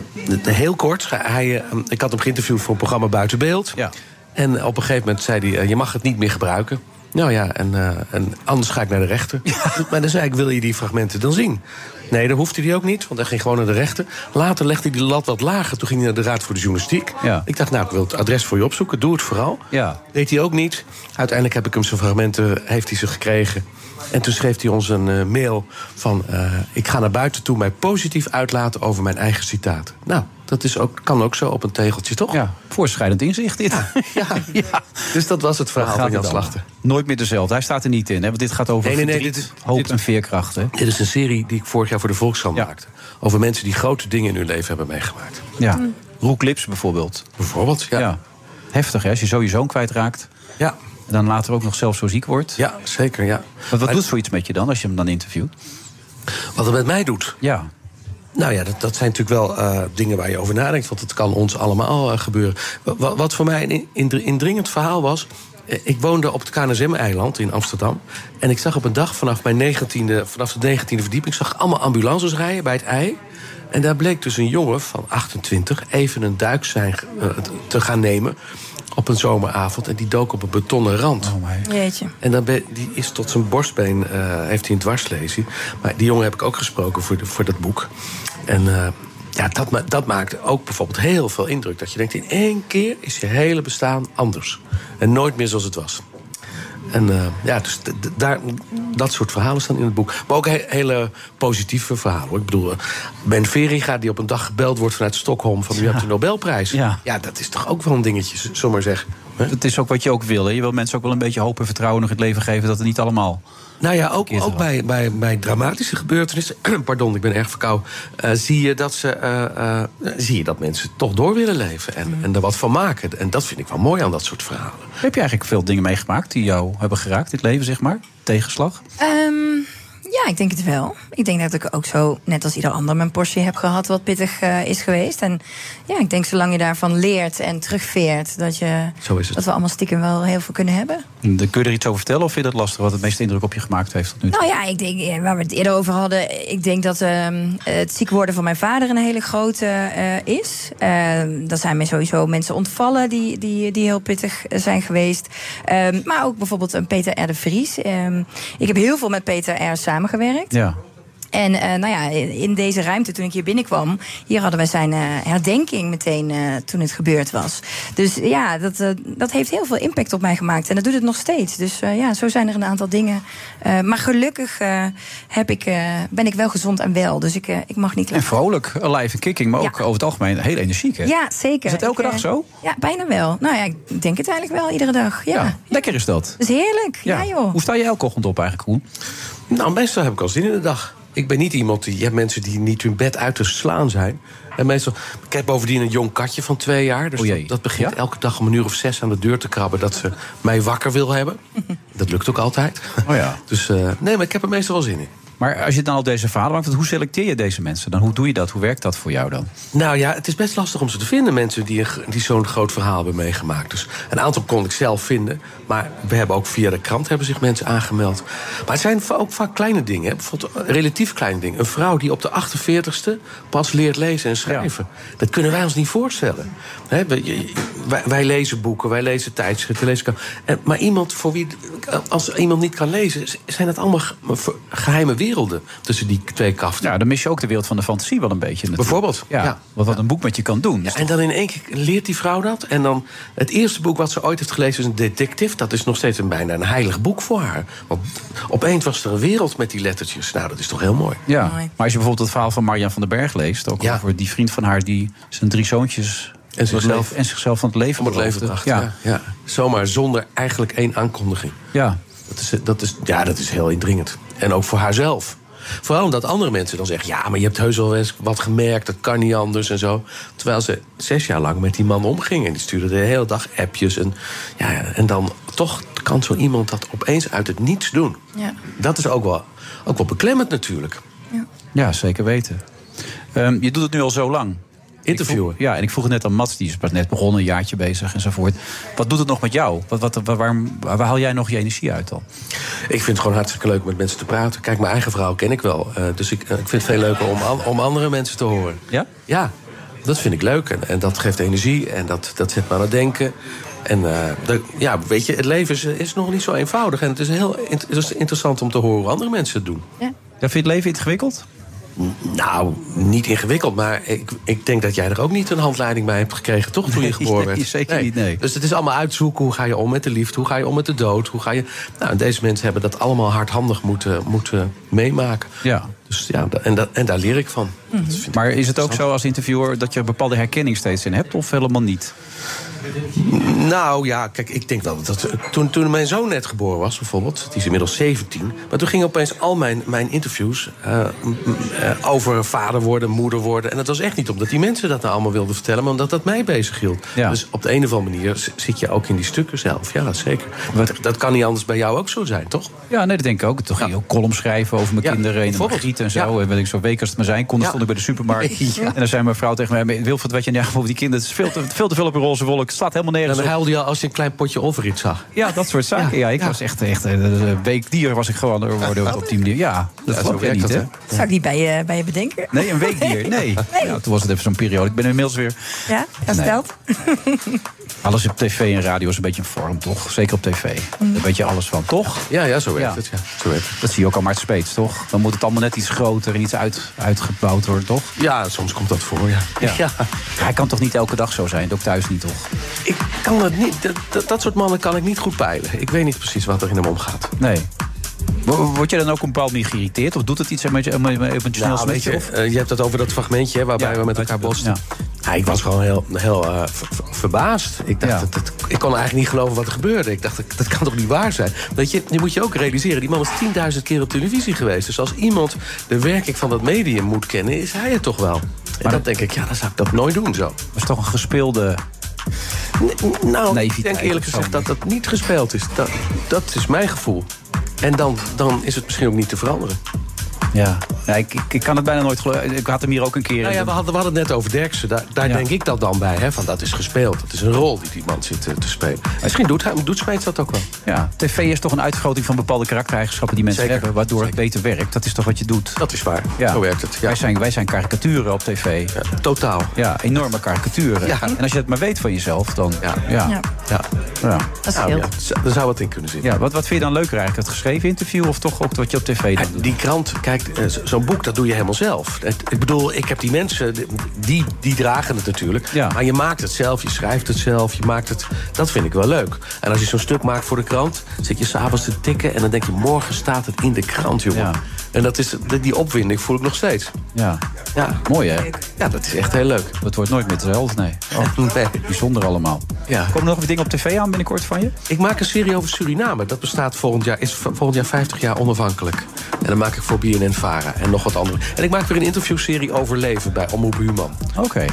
heel kort. Hij, eh, ik had hem geïnterviewd voor een programma Buiten Beeld. En op een gegeven moment zei hij, eh, je mag het niet meer gebruiken. Nou ja, en, eh, en anders ga ik naar de rechter. Maar dan zei ik, wil je die fragmenten dan zien? Nee, dan hoefde hij ook niet, want hij ging gewoon naar de rechter. Later legde hij de lat wat lager. Toen ging hij naar de Raad voor de Journalistiek. Ik dacht, nou, ik wil het adres voor je opzoeken. Doe het vooral.
Ja.
Deed hij ook niet. Uiteindelijk heb ik hem zijn fragmenten heeft hij ze gekregen. En toen schreef hij ons een eh, mail van... eh, ik ga naar buiten toe mij positief uitlaten over mijn eigen citaat. Nou, dat is ook, kan ook zo op een tegeltje, toch?
Ja, voorschrijdend inzicht dit. Ja,
Dus dat was het verhaal
Waar gaat
van Jan
het dan?
Slachter.
Nooit meer dezelfde. Hij staat er niet in, hè? Want dit gaat over
Nee, nee, nee,
verdriet,
dit is-
hoop en veerkracht, hè?
Dit is een serie die ik vorig jaar voor de Volkskrant maakte. Over mensen die grote dingen in hun leven hebben meegemaakt.
Ja. Roek Lips bijvoorbeeld.
Bijvoorbeeld, ja.
Heftig, hè? Als je zo je zoon kwijtraakt.
Ja.
En dan later ook nog zelf zo ziek wordt.
Ja, zeker, ja.
Wat, wat doet zoiets met je dan, als je hem dan interviewt?
Wat het met mij doet?
Ja.
Nou ja, dat, dat zijn natuurlijk wel eh, dingen waar je over nadenkt. Want het kan ons allemaal eh, gebeuren. Wa- wa- wat voor mij een in- indr- indringend verhaal was... eh, Ik woonde op het KNSM-eiland in Amsterdam. En ik zag op een dag vanaf, mijn 19e, vanaf de 19e verdieping... zag ik allemaal ambulances rijden bij het ei. En daar bleek dus een jongen van 28 even een duik zijn, ge- eh, te gaan nemen... op een zomeravond. En die dook op een betonnen rand.
Jeetje.
En dan ben- die is tot zijn borstbeen, eh, heeft hij een dwarslesie. Maar die jongen heb ik ook gesproken voor, de- voor dat boek. En eh, ja, dat, ma- dat maakt ook bijvoorbeeld heel veel indruk. Dat je denkt, in één keer is je hele bestaan anders. En nooit meer zoals het was. En eh, ja, dus d- d- daar, dat soort verhalen staan in het boek. Maar ook he- hele positieve verhalen. hoor. Ik bedoel, eh, Ben Veriga die op een dag gebeld wordt vanuit Stockholm... van u hebt de Nobelprijs. Ja. dat is toch ook wel een dingetje, z- zullen we maar zeggen.
Het is ook wat je ook wil. Hè? Je wil mensen ook wel een beetje hoop en vertrouwen nog in het leven geven dat het niet allemaal.
Nou ja, ook, ook bij, bij, bij dramatische gebeurtenissen. pardon, ik ben erg verkouden. eh, zie, je dat ze, eh, eh, zie je dat mensen toch door willen leven en,
Mm.
en er wat van maken. En dat vind ik wel mooi aan dat soort verhalen.
Heb je eigenlijk veel dingen meegemaakt die jou hebben geraakt, dit leven zeg maar? Tegenslag?
Ehm, ja, ik denk het wel. Ik denk dat ik ook zo, net als ieder ander, mijn portie heb gehad wat pittig eh, is geweest. En ja, ik denk zolang je daarvan leert en terugveert, dat, je,
Zo is het.
dat we allemaal stiekem wel heel veel kunnen hebben.
Hm, Dan kun je er iets over vertellen of vind je dat lastig wat het meeste indruk op je gemaakt heeft tot nu toe?
Nou ja, ik denk, eh, waar we het eerder over hadden, ik denk dat ehm, het ziek worden van mijn vader een hele grote eh, is. Ehm daar zijn me sowieso mensen ontvallen die, die, die heel pittig eh, zijn geweest. Ehm, maar ook bijvoorbeeld een Peter R. de Vries. Ehm, ik heb heel veel met Peter R. samengewerkt.
Ja.
En eh, nou ja, in deze ruimte toen ik hier binnenkwam, hier hadden wij zijn eh, herdenking meteen eh, toen het gebeurd was. Dus ja, dat, eh, dat heeft heel veel impact op mij gemaakt. En dat doet het nog steeds. Dus eh, ja, zo zijn er een aantal dingen. Eh, maar gelukkig eh, heb ik, eh, ben ik wel gezond en wel. Dus ik, eh, ik mag niet
En
klagen.
vrolijk, alive en kicking, maar ook over het algemeen heel energiek. Hè?
Ja, zeker.
Is het elke
Ik,
dag
eh,
zo?
Ja, bijna wel. Nou ja, ik denk het eigenlijk wel iedere dag. Ja.
Lekker is dat.
Dat is heerlijk. Ja, joh.
Hoe sta je elke ochtend op eigenlijk, Koen?
Nou, meestal heb ik al zin in de dag. Ik ben niet iemand die. Je hebt mensen die niet hun bed uit te slaan zijn. En meestal. Ik heb bovendien een jong katje van twee jaar. Dus dat, dat begint elke dag om een uur of zes aan de deur te krabben. dat ze mij wakker wil hebben. dat lukt ook altijd.
Oh ja.
Dus eh, nee, maar ik heb er meestal wel zin in.
Maar als je dan al deze verhalen maakt, hoe selecteer je deze mensen dan? Hoe doe je dat? Hoe werkt dat voor jou dan?
Nou ja, het is best lastig om ze te vinden, mensen die, een- die zo'n groot verhaal hebben meegemaakt. Dus een aantal kon ik zelf vinden. Maar we hebben ook via de krant hebben zich mensen aangemeld. Maar het zijn va- ook vaak kleine dingen. Hè? Bijvoorbeeld eh, relatief kleine dingen. Een vrouw die op de 48ste pas leert lezen en schrijven. Dat kunnen wij ons niet voorstellen. Hè, we- je- je- wij, wij lezen boeken, wij lezen tijdschriften, lezen krant- en- Maar iemand voor wie, als iemand niet kan lezen, z- zijn dat allemaal ge- geheime werelden tussen die twee kaften.
Ja, dan mis je ook de wereld van de fantasie wel een beetje.
Bijvoorbeeld.
Ja, Wat, wat een boek met je kan doen.
Ja, en dan in één keer leert die vrouw dat. En dan het eerste boek wat ze ooit heeft gelezen is een detective. Dat is nog steeds een, bijna een heilig boek voor haar. Want opeens was er een wereld met die lettertjes. Nou, dat is toch heel mooi.
Ja, maar als je bijvoorbeeld het verhaal van Marian van den Berg leest, ook over die vriend van haar die zijn drie zoontjes
En zichzelf-
van het leven- en zichzelf van het leven
Om het leven
beroofde.
bracht. Ja. Ja. Zomaar zonder eigenlijk één aankondiging.
Ja.
Dat is, dat is, ja, dat is heel indringend. En ook voor haarzelf. Vooral omdat andere mensen dan zeggen: ja, maar je hebt heus wel eens wat gemerkt, dat kan niet anders en zo. Terwijl ze zes jaar lang met die man omging en die stuurde de hele dag appjes. En, ja, en dan toch kan zo iemand dat opeens uit het niets doen.
Ja.
Dat is ook wel, ook wel beklemmend natuurlijk.
Ja, zeker weten. Ehm, je doet het nu al zo lang.
Interviewen.
Ik vroeg- ja, en ik vroeg het net aan Mats, die is pas net begonnen, een jaartje bezig enzovoort. Wat doet het nog met jou? Wat, wat, waar, waarom- waar haal jij nog je energie uit dan?
Ik vind het gewoon hartstikke leuk met mensen te praten. Kijk, mijn eigen verhaal ken ik wel. eh, dus ik, eh, ik vind het veel leuker om, an- om andere mensen te horen.
Ja?
Ja, dat vind ik leuk. En, en dat geeft energie en dat, dat zet me aan het denken. En eh, dat- ja, weet je, het leven is, is nog niet zo eenvoudig. En het is heel int- het is interessant om te horen hoe andere mensen het doen.
Ja.
vind je het leven ingewikkeld?
Nou, niet ingewikkeld, maar ik, ik denk dat jij er ook niet een handleiding bij hebt gekregen, toch? Toen je geboren werd.
nee, zeker niet, nee.
Dus het is allemaal uitzoeken. Hoe ga je om met de liefde? Hoe ga je om met de dood? Hoe ga je... Nou, en deze mensen hebben dat allemaal hardhandig moeten, moeten meemaken.
Ja.
Dus ja, da- en, da- en daar leer ik van.
Maar is het ook zo als interviewer dat je een bepaalde herkenning steeds in hebt of helemaal niet?
Nou ja, kijk, ik denk wel dat toen, toen mijn zoon net geboren was, bijvoorbeeld, die is inmiddels 17, maar toen gingen opeens al mijn, mijn interviews eh, m- m- eh, over vader worden, moeder worden. En dat was echt niet omdat die mensen dat nou allemaal wilden vertellen, maar omdat dat mij bezig hield. Dus op de een of andere manier z- zit je ook in die stukken zelf. Ja, zeker. Dat, dat kan niet anders bij jou ook zo zijn, toch?
Ja, nee, dat denk ik ook. Toen ging je ook columns schrijven over mijn kinderen en mijn gieten en zo. En weet ik zo, week als het maar zijn kon, dan
Ja.
stond ik bij de supermarkt. En dan zei mijn vrouw tegen mij, Wilfred, weet je, ja, over die kinderen, het is veel te, veel te veel op een roze wolk. Het slaat helemaal
En
nergens
dan
op.
huilde je al als je een klein potje overriet zag.
Ja, dat soort zaken. Ja, ik was echt, echt eh, een weekdier was ik gewoon geworden op die manier. Ja, dat
zo
klopt
werkt
niet,
dat,
hè?
Dat zou ik niet bij je, bij je bedenken.
Nee, een weekdier. Nee. Ja, toen was het even zo'n periode. Ik ben inmiddels weer...
Ja, dat
Nee.
stelt.
Alles op tv en radio is een beetje een vorm, toch? Zeker op tv. Daar weet je alles van, toch?
Ja, ja zo werkt het. Ja.
Dat zie je ook allemaal uit Speets, toch? Dan moet het allemaal net iets groter en iets uit, uitgebouwd worden, toch?
Ja, soms komt dat voor, ja.
Ja. Hij kan toch niet elke dag zo zijn? Ook thuis niet, toch?
Ik kan dat niet. Dat, dat, dat soort mannen kan ik niet goed peilen. Ik weet niet precies wat er in hem omgaat.
Nee. Wo- Word je dan ook op een bepaald manier geïrriteerd? Of doet het iets eh, met je, met je, met je, snel
Nou,
met
weet
je?
je,
Of?
eh, je hebt het over dat fragmentje hè, waarbij we met elkaar bosten. Ja, ik was gewoon heel, heel eh, ver- ver- verbaasd. Ik, dacht, dat, dat- ik kon eigenlijk niet geloven wat er gebeurde. Ik dacht, dat, dat kan toch niet waar zijn? Weet je, je moet je ook realiseren, die man is 10.000 keer op televisie geweest. Dus als iemand de werking van dat medium moet kennen, is hij het toch wel. En dan denk ik, ja, dan zou ik dat nooit doen zo.
Dat is toch een gespeelde...
nou, ik
naïviteit
denk eerlijk
of zo.
gezegd dat dat niet gespeeld is. Dat, dat is mijn gevoel. En dan, dan is het misschien ook niet te veranderen.
Ja. ja ik, ik, ik kan het bijna nooit geloven. Ik had hem hier ook een keer...
Nou ja, we, hadden, we hadden het net over Derksen. Daar, daar denk ik dat dan bij. Hè? Van, dat is gespeeld. Dat is een rol die die man zit eh, te spelen. Misschien doet, hij, doet Smeets dat ook wel.
Ja, tv is toch een uitgroting van bepaalde karaktereigenschappen die mensen
Zeker.
hebben, waardoor het beter werkt. Dat is toch wat je doet?
Dat is waar.
Ja.
Zo werkt het. Ja.
Wij, zijn, wij zijn karikaturen op tv.
totaal.
Ja, enorme karikaturen.
Ja.
En als je het maar weet van jezelf, dan. Ja. Ja.
Ja.
Dat
Nou, ja, z- daar zou wat in kunnen zitten.
Ja, wat, wat vind je dan leuker eigenlijk? Het geschreven interview of toch ook wat je op tv dan doet?
Die krant, kijk, eh, zo- zo'n boek, dat doe je helemaal zelf. Het- ik bedoel, ik heb die mensen, die- die, die dragen het natuurlijk. Maar je maakt het zelf, je schrijft het zelf, je maakt het... Dat vind ik wel leuk. En als je zo'n stuk maakt voor de krant, zit je s'avonds te tikken... en dan denk je, morgen staat het in de krant, jongen. En dat is, die- die opwinding voel ik nog steeds.
Ja.
Ja.
Mooi hè?
Ja, dat is echt heel leuk.
Dat wordt nooit meer hetzelfde, nee. Oh,
nee.
Bijzonder allemaal. Komen er nog wat dingen op tv aan binnenkort van je?
Ik maak een serie over Suriname. Dat bestaat volgend jaar, is v- volgend jaar 50 jaar onafhankelijk. En dan maak ik voor BNN Vara en nog wat andere. En ik maak weer een interviewserie over leven bij Omroep Human.
Oké.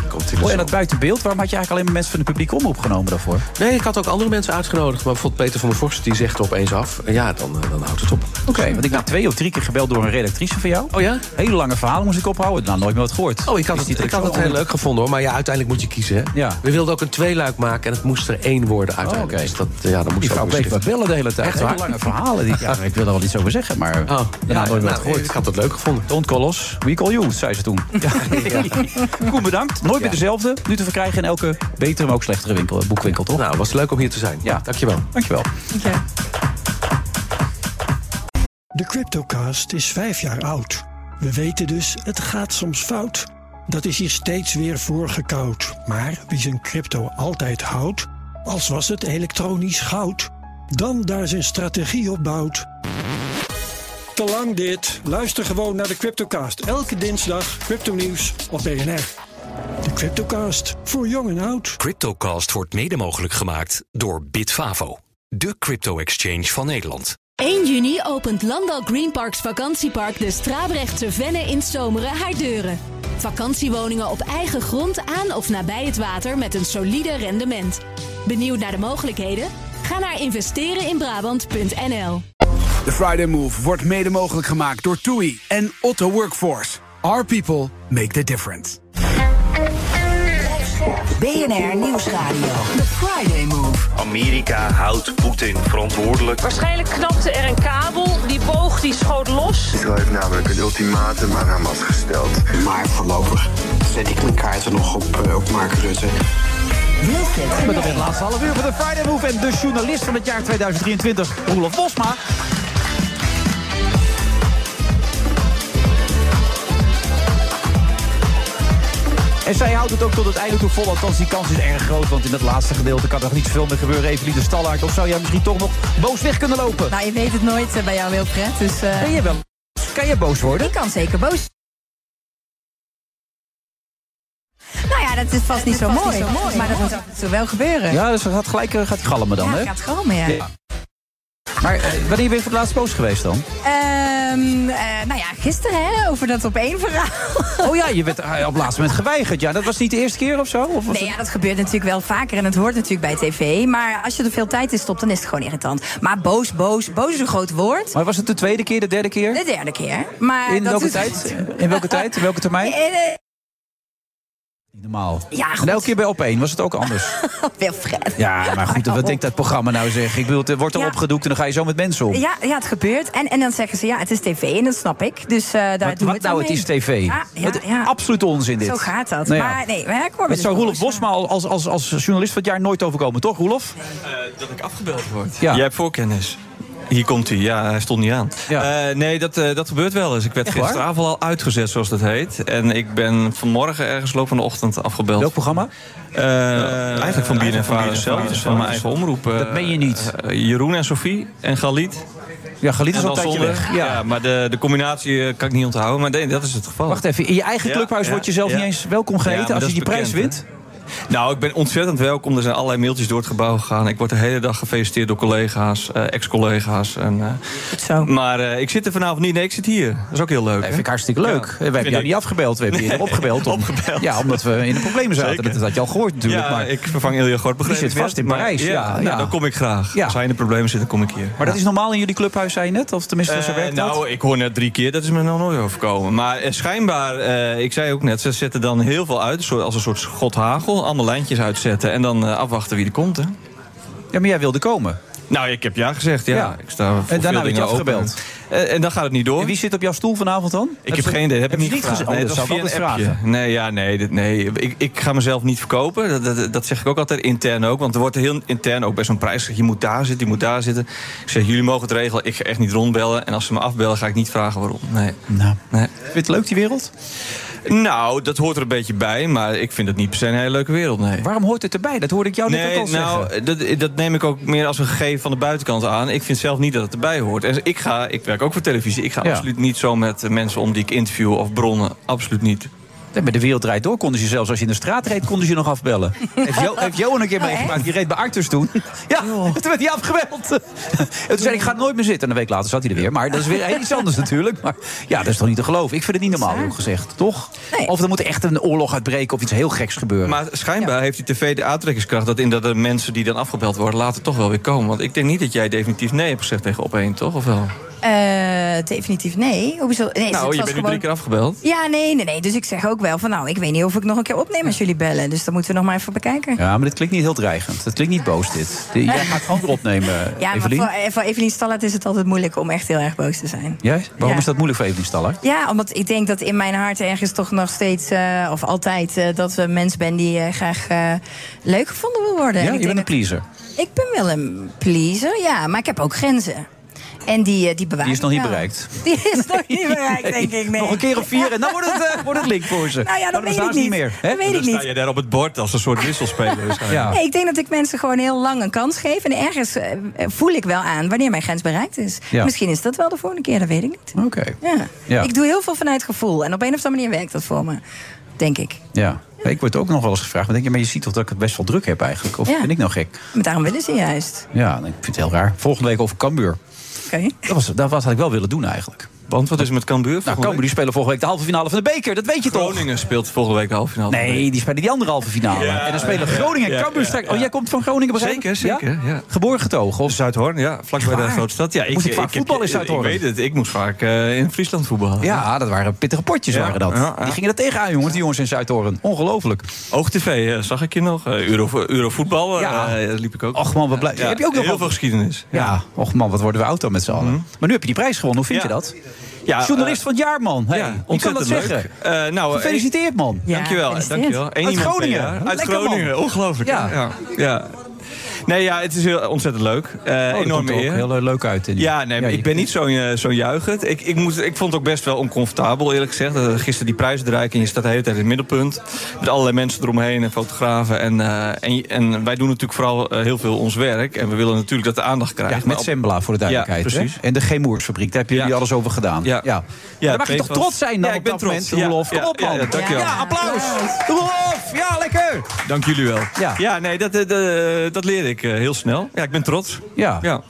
Oh, en dat buitenbeeld, waarom had je eigenlijk alleen maar mensen van de publieke omroep genomen daarvoor?
Nee, ik had ook andere mensen uitgenodigd. Maar bijvoorbeeld Peter van der Vorst, die zegt er opeens af. En Ja, dan, eh, dan houdt het op.
Oké, want ik ben twee of drie keer gebeld door een redactrice van jou.
Oh ja?
Hele lange verhalen moest ik ophouden. Nou, nooit meer wat gehoord.
Oh, ik had
Is
het,
die
ik had het
druk zo
heel leuk gevonden hoor. Maar ja, uiteindelijk moet je kiezen. Hè? We wilden ook een tweeluik maken en het moest er één worden
Oh,
uiteindelijk. Dus dat, ja, dan moest
Die
je
vrouw
ook weer
bleef maar
schrift.
bellen de hele tijd.
Echt waar?
Hele lange verhalen. Die, ja, ik wil er wel iets over zeggen, maar oh, ja,
ja,
nooit
nou,
wat gehoord.
ik had het leuk gevonden.
Don't call us, we call you, zei ze toen. Ja. Koen, bedankt. Nooit meer dezelfde. Nu te verkrijgen in elke betere, maar ook slechtere winkel, boekwinkel, toch?
Nou, was leuk om hier te zijn.
Ja.
Dankjewel.
Dankjewel.
De CryptoCast is vijf jaar oud. We weten dus, het gaat soms fout. Dat is hier steeds weer voorgekoud. Maar wie zijn crypto altijd houdt, als was het elektronisch goud, dan daar zijn strategie op bouwt. Te lang dit. Luister gewoon naar de CryptoCast. Elke dinsdag crypto-nieuws op BNR. De CryptoCast voor jong en oud.
CryptoCast wordt mede mogelijk gemaakt door Bitfavo, de crypto-exchange van Nederland.
1 juni opent Landal Greenparks Vakantiepark de Strabrechtse Venne in Zomeren haar deuren. Vakantiewoningen op eigen grond aan of nabij het water met een solide rendement. Benieuwd naar de mogelijkheden? Ga naar investereninbrabant.nl.
De Friday Move wordt mede mogelijk gemaakt door TUI en Otto Workforce. Our people make the difference.
BNR Nieuwsradio. The Friday Move.
Amerika houdt Poetin verantwoordelijk.
Waarschijnlijk knapte er een kabel, die boog die schoot los.
Israël heeft namelijk een ultimatum aan Hamas gesteld.
Maar voorlopig zet ik mijn kaarten nog op, eh, op Mark Rutte.
We hebben nog het laatste half uur van de Friday Move. En de journalist van het jaar 2023, Roelof Bosma. En zij houdt het ook tot het einde toe vol. Althans, die kans is erg groot. Want in het laatste gedeelte kan er nog niet zoveel meer gebeuren. Evelien de Stallaert. Of zou jij misschien toch nog boos weg kunnen lopen?
Nou, je weet het nooit eh, bij jou, Wilfred. Dus, eh,
Ben je wel? Kan je boos worden?
Ik kan zeker boos. Nou ja, dat is vast, niet, zo mooi, Maar dat moet af en toe wel gebeuren.
Ja, dus dat gaat gelijk eh, gaat galmen dan,
Ja,
hè?
het gaat galmen, ja.
Maar eh, wanneer ben je voor het laatst boos geweest dan?
Ehm, eh, nou ja, gisteren hè, over dat op één verhaal.
Oh ja, je werd eh, op het laatste moment geweigerd. Ja, dat was niet de eerste keer of zo? Of was
Nee,
het-
ja, dat gebeurt natuurlijk wel vaker en het hoort natuurlijk bij tv. Maar als je er veel tijd in stopt, dan is het gewoon irritant. Maar boos, boos, boos is een groot woord.
Maar was het de tweede keer, de derde keer?
De derde keer. Maar
In
dat
welke
doet-
tijd? In welke tijd? In welke termijn?
Eh, eh,
Normaal.
Ja,
en elke keer bij Opeen was het ook anders.
Wilfred.
Ja, maar goed, wat denkt dat programma nou zeg? Ik bedoel, het wordt al opgedoekt en dan ga je zo met mensen om.
Ja, ja, het gebeurt. En, en dan zeggen ze, ja, het is tv en dat snap ik. Dus eh, daar
Wat,
doen we
wat
het
nou,
dan
het
mee.
is tv.
Ja, ja,
Wat-
ja.
Absoluut onzin dit.
Zo gaat dat.
Nou ja.
Maar nee, maar ik word
Het
dus
zou
boos.
Roelof Bosma als, als, als journalist van het jaar nooit overkomen, toch Roelof?
Eh, dat ik afgebeeld word.
Ja.
Jij hebt voorkennis. Hier komt hij. Ja, hij stond niet aan. Eh, nee, dat, eh, dat gebeurt wel eens. Ik werd
Echt waar?
gisteravond al uitgezet, zoals dat heet. En ik ben vanmorgen ergens lopende ochtend afgebeld. Welk
programma? Eh,
eigenlijk van BNF
BNNVARA
zelf. Dus van mijn eigen omroep. eh,
Dat meen je niet.
eh, Jeroen en Sophie en Galit.
Ja, Galit is
En
al
dan
een tijdje
Zonde.
weg.
Ja. maar de, de combinatie eh, kan ik niet onthouden. Maar nee, dat is het geval.
Wacht even, in je eigen
Ja,
clubhuis
ja,
word je zelf
ja.
niet eens welkom geheten
Ja, maar
als
dat
je
is
die prijs
bekend,
wint?
hè? Nou, ik ben ontzettend welkom. Er zijn allerlei mailtjes door het gebouw gegaan. Ik word de hele dag gefeliciteerd door collega's, eh, ex-collega's. En, eh, Maar eh, ik zit er vanavond niet. Nee, ik zit hier. Dat is ook heel leuk. Dat
vind ik hartstikke leuk. Wij hebben jou niet afgebeld. We hebben je eerder opgebeld. Om, Ja, omdat we in de problemen zaten.
Zeker.
Dat had je al gehoord natuurlijk.
Ja,
maar
ik vervang Ilja Gort,
Die
begreep
zit
ik net.
vast in
Maar
Parijs. Ja,
ja, nou, dan kom ik graag. Als hij in de problemen zit, dan kom ik hier.
Maar dat is normaal in jullie clubhuis, zijn net? Of tenminste, zo
Eh,
werkt dat?
nou, ik hoor net drie keer, dat is me nog nooit overkomen. Maar eh, schijnbaar, eh, ik zei ook net, ze zetten dan heel veel uit. zo- Als een soort schothagel, allemaal lijntjes uitzetten. En dan eh, afwachten wie er komt, hè.
Ja, maar jij wilde komen.
Nou, ik heb ja gezegd, ja.
Ja.
Ik sta voor
En daarna
veel
werd je
dingen open.
afgebeld.
Eh, en dan gaat het niet door.
En wie zit op jouw stoel vanavond dan?
Ik heb geen idee, dat
Hebben
heb ik niet
ze
gevraagd.
gezegd? Oh,
Nee,
dat zou
was
ik altijd
via een appje.
vragen.
Nee, ja, nee, dit- nee. Ik, ik ga mezelf niet verkopen. Dat, dat, dat zeg ik ook altijd intern ook. Want er wordt heel intern ook bij zo'n prijs gezegd... je moet daar zitten, je moet daar zitten. Ik zeg, jullie mogen het regelen. Ik ga echt niet rondbellen. En als ze me afbellen, ga ik niet vragen waarom. Nee.
Nou.
nee.
Vind je het leuk, die wereld?
Nou, dat hoort er een beetje bij. Maar ik vind het niet per se een hele leuke wereld, nee.
Waarom hoort het erbij? Dat hoorde ik jou net ook
Nee,
al zeggen.
nou, dat, dat neem ik ook meer als een gegeven van de buitenkant aan. Ik vind zelf niet dat het erbij hoort. En ik, ga, ik werk ook voor televisie. Ik ga
Ja.
absoluut niet zo met eh, mensen om die ik interview of bronnen. Absoluut niet.
Nee, maar de wereld draait door. Konden ze zelfs als je in de straat reed, konden ze je dus nog afbellen. heeft, jo, heeft Johan een keer
Oh,
meegemaakt. Die reed bij Artus toen. ja, toen werd hij afgebeld. en toen zei hij, ik ga nooit meer zitten. En een week later zat hij er weer. Maar dat is weer heel iets anders natuurlijk. Maar ja, dat is toch niet te geloven. Ik vind het niet normaal, hoe gezegd. Toch? Of er moet echt een oorlog uitbreken of iets heel geks gebeuren.
Maar schijnbaar heeft die tv de aantrekkingskracht... dat inderdaad de mensen die dan afgebeld worden later toch wel weer komen. Want ik denk niet dat jij definitief nee hebt gezegd tegen Opeen, toch? Of wel?
Eh, definitief nee. Hoezo? nee het
nou, je
was
bent nu drie
gewoon-
keer afgebeld.
Ja, nee, nee, nee. Dus ik zeg ook wel van nou, ik weet niet of ik nog een keer opneem als jullie bellen. Dus dat moeten we nog maar even bekijken.
Ja, maar dit klinkt niet heel dreigend. Het klinkt niet boos, dit. De- Jij gaat gewoon weer opnemen,
Ja,
Evelien.
maar voor, voor Evelien Stallard is het altijd moeilijk om echt heel erg boos te zijn.
Jij? Waarom
Ja.
is dat moeilijk voor Evelien Staller?
Ja, omdat ik denk dat in mijn hart ergens toch nog steeds, eh, of altijd, eh, dat we een mens ben die eh, graag eh, leuk gevonden wil worden.
Ja,
En
je
ik,
bent
denk
een pleaser.
dat- ik ben wel een pleaser, ja, maar ik heb ook grenzen. En die, eh, die bewaar
Die is
ik
nog niet
wel.
bereikt.
Die is nog niet bereikt, denk ik. Nee.
Nog een keer of vier en dan wordt het, eh, wordt het link voor ze.
Nou ja, dat
Oh,
weet
staat
ik
ze
niet.
meer.
Dat weet ik
dan
niet.
sta je daar op het bord als een soort wisselspeler. waarschijnlijk.
Nee, ik denk dat ik mensen gewoon heel lang een kans geef. En ergens eh, voel ik wel aan wanneer mijn grens bereikt is.
Ja.
Misschien is dat wel de volgende keer, dat weet ik niet.
Oké.
Ja.
Ja.
Ik doe heel veel vanuit gevoel. En op een of andere manier werkt dat voor me, denk ik.
Ja. Ik word ook nog wel eens gevraagd. Maar denk je, maar je ziet toch dat ik het best wel druk heb eigenlijk? Of
Ja.
ben ik nou gek?
Maar daarom willen ze juist.
Ja, ik vind het heel raar. Volgende week over Cambuur.
Oké.
Dat, was, dat was, had ik wel willen doen eigenlijk. Want wat is met Cambuur? Nou, Cambuur die spelen volgende week de halve finale van de beker. Dat weet je toch?
Groningen speelt volgende week de halve finale.
Nee, die spelen die andere halve finale.
Ja,
Nou, eh, en dan spelen Groningen en
ja,
Cambuur
ja,
straks.
ja.
Oh, jij komt van Groningen, begrijp ik?
Zeker, zeker.
Ja?
Ja?
Geboren getogen, of?
Zuidhoorn, ja. Vlakbij de
Waar?
grote stad. Ja, ik,
Moest je vaak
ik, heb-
voetballen in Zuidhoorn?
Ik weet het. Ik moest vaak eh, in Friesland voetballen.
Ja, dat waren pittige potjes
Ja,
waren dat.
ja, ja.
Die gingen er tegenaan, jongens, die jongens in Zuidhoorn. Ongelooflijk.
OogTV eh, zag ik je nog. Eh, Euro, Eurovoetbal
Ja.
eh, liep ik ook.
Och man, wat blij.
Ja,
Heb je ook nog
heel
wat-
veel geschiedenis. Mhm.
Ja, och man, wat worden we oud dan met z'n allen. Maar nu heb je die prijs gewonnen, hoe vind
Ja.
je dat?
Ja, eh,
Journalist van het jaar, man. Hey, wie kan dat
ontzettend leuk.
zeggen?
Eh, nou, eh,
Gefeliciteerd, man.
Ja, dankjewel,
Gefeliciteerd.
dankjewel. Eén
Uit
iemand per
Groningen.
jaar. Uit
Lekker, man.
Groningen, ongelooflijk.
Ja.
Ja. Ja. ja. Nee, ja, het is heel, ontzettend leuk. Eh
Oh, dat komt
enorme
er ook
eer.
heel eh, leuk uit. in die-
Ja, nee, maar ik ben niet zo'n eh, zo'n juichend. Ik, ik, moest, ik vond het ook best wel oncomfortabel, eerlijk gezegd. Eh, Gisteren die prijsuitreiking, je staat de hele tijd in het middelpunt. Met allerlei mensen eromheen en fotografen. En, eh, en, je- en wij doen natuurlijk vooral eh, heel veel ons werk. En we willen natuurlijk dat de aandacht
Ja,
krijgt.
met
op-
Sembla, voor de duidelijkheid.
Ja,
hè?
precies.
En de Gemoersfabriek, daar hebben jullie alles over gedaan. Ja. daar mag je
twee
toch
van-
trots zijn dan
Ja, ik
op
ben
dat
trots.
moment,
Ja,
Roelof. Kom
ja,
op, man.
ja, ja, dankjewel.
Ja, applaus. Roelof, ja, lekker.
Dank jullie wel.
Ja.
Ja, nee, dat, dat, dat, dat leer ik eh, heel snel. Ja, ik ben trots.
Ja.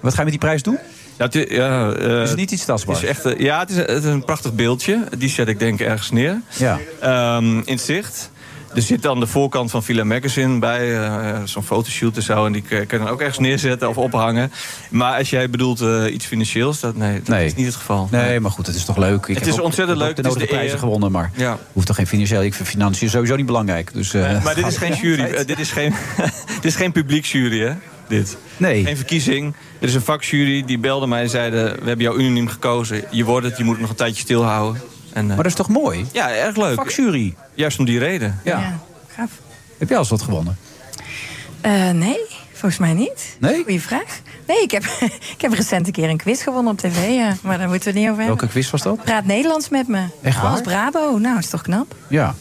Wat ga je met die prijs doen?
Ja, het, i- ja, eh,
Is het niet iets tastbaars?
het is echt, eh, ja, het is, het is een prachtig beeldje. Die zet ik denk ik ergens neer.
Ja.
Ehm, in het zicht. Er zit dan de voorkant van Villa Magazine bij. eh, Zo'n fotoshoot en zo. En die kun kun je dan ook ergens neerzetten of ophangen. Maar als jij bedoelt eh, iets financieels, dat, nee, dat is niet het geval.
Nee, maar goed, het is toch leuk. Ik
Het
heb
is
ook-
ontzettend
ik heb
leuk,
ook
het
de nodige
is de
prijzen
eer.
gewonnen, maar
Ja.
hoeft toch geen financieel. Ik vind financiën sowieso niet belangrijk. Dus, eh,
Maar dit is geen jury. eh, dit, is geen, dit is geen publieksjury, hè? Dit.
Nee.
Geen verkiezing. Er is een vakjury die belde mij en zeiden... we hebben jou unaniem gekozen. Je wordt het, je moet het nog een tijdje stilhouden. En, eh,
Maar dat is toch mooi?
Ja, erg leuk.
Vakjury.
Juist om die reden.
Ja.
Gaaf.
Heb jij al eens wat gewonnen?
Eh, nee, volgens mij niet.
Nee?
Goeie vraag. Nee, ik heb, ik heb recent een keer een quiz gewonnen op tv, ja. maar daar moeten we het niet over hebben.
Welke quiz was dat?
Praat Nederlands met me.
Echt waar?
Als Brabo, nou, is toch knap?
Ja.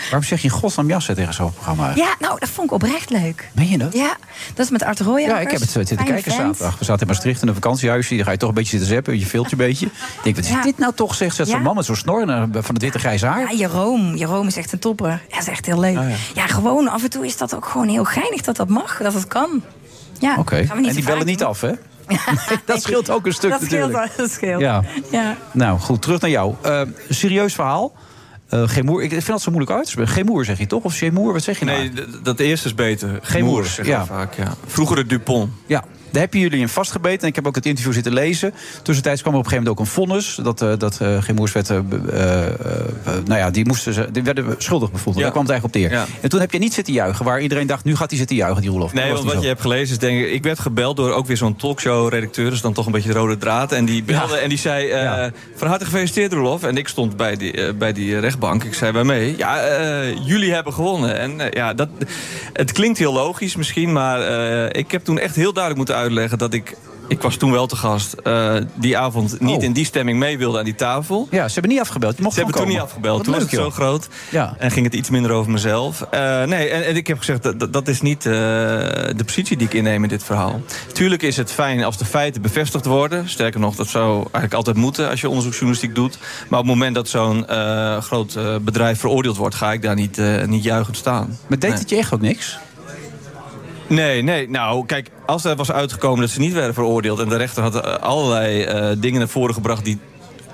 Waarom zeg je in godsnaam jassen tegen zo'n programma? eigenlijk?
Ja, nou, dat vond ik oprecht leuk.
Meen je Ah. dat?
Ja, dat is met Art Royakkers.
Ja, ik heb het eh, zitten
Fijne
kijken
vent.
zaterdag. We zaten in Maastricht in een vakantiehuisje. Dan ga je toch een beetje zitten zappen. Je filmt je een beetje. Ik denk, wat is
Ja.
dit nou toch? Zegt zegt zo'n
Ja.
man met zo'n snor en, eh, van het witte grijze haar.
Ja, Jeroen. Jeroen is echt een topper. Ja, is echt heel leuk.
Ah, ja.
ja. gewoon, af en toe is dat ook gewoon heel geinig dat dat mag, dat dat kan. Ja,
Oké.
gaan we niet
En die
te vaak
bellen niet
doen.
af, hè? Nee, dat scheelt ook een stuk
dat scheelt,
natuurlijk.
wel, dat scheelt.
Ja.
ja.
Nou, goed. Terug naar jou. Eh, serieus verhaal. Eh geen moer. Ik vind dat zo moeilijk uit. Geen moer zeg je toch? Of geen moer? Wat zeg je nou?
Nee, d- dat eerste is beter.
Geen
Moer,
moer,
zeggen we
ja.
vaak, ja. Vroeger de Dupont.
Ja, daar hebben jullie in vastgebeten. En ik heb ook het interview zitten lezen. Tussentijds kwam er op een gegeven moment ook een vonnis. Dat, eh dat eh Geer Moers werd... eh, be- eh, eh, nou ja, die, moesten ze, die werden schuldig bevonden.
Ja.
Daar kwam het eigenlijk op neer.
Ja.
En toen heb je niet zitten juichen. Waar iedereen dacht, nu gaat hij zitten juichen, die Roelof.
Nee,
Dat was
want wat
niet
je
zo.
hebt gelezen is denk ik... Ik werd gebeld door ook weer zo'n talkshow-redacteur. Dus dan toch een beetje de rode draad. En die belde en die zei... eh, Van harte gefeliciteerd, Roelof. En ik stond bij die, eh, bij die rechtbank. Ik zei bij mee. Ja, eh, jullie hebben gewonnen. En eh, ja, dat, het klinkt heel logisch misschien. Maar eh, ik heb toen echt heel duidelijk moeten uitleggen... dat ik Ik was toen wel te gast. eh, die avond niet in die stemming mee wilde aan die tafel.
Oh. Ja, ze hebben niet afgebeld. Je mocht
ze hebben
gewoon
toen niet
komen.
afgebeld.
Wat
toen
leuk,
was het
joh.
zo groot. En ging het iets minder over mezelf. Eh, nee, en, en ik heb gezegd, dat, dat- dat is niet eh, de positie die ik inneem in dit verhaal. Tuurlijk is het fijn als de feiten bevestigd worden. Sterker nog, dat zou eigenlijk altijd moeten als je onderzoeksjournalistiek doet. Maar op het moment dat zo'n eh, groot eh, bedrijf veroordeeld wordt... ga ik daar niet, eh, niet juichend staan.
Maar deed het je echt ook niks?
Nee, nee. Nou, kijk, als er was uitgekomen dat ze niet werden veroordeeld... en de rechter had eh, allerlei eh, dingen naar voren gebracht... die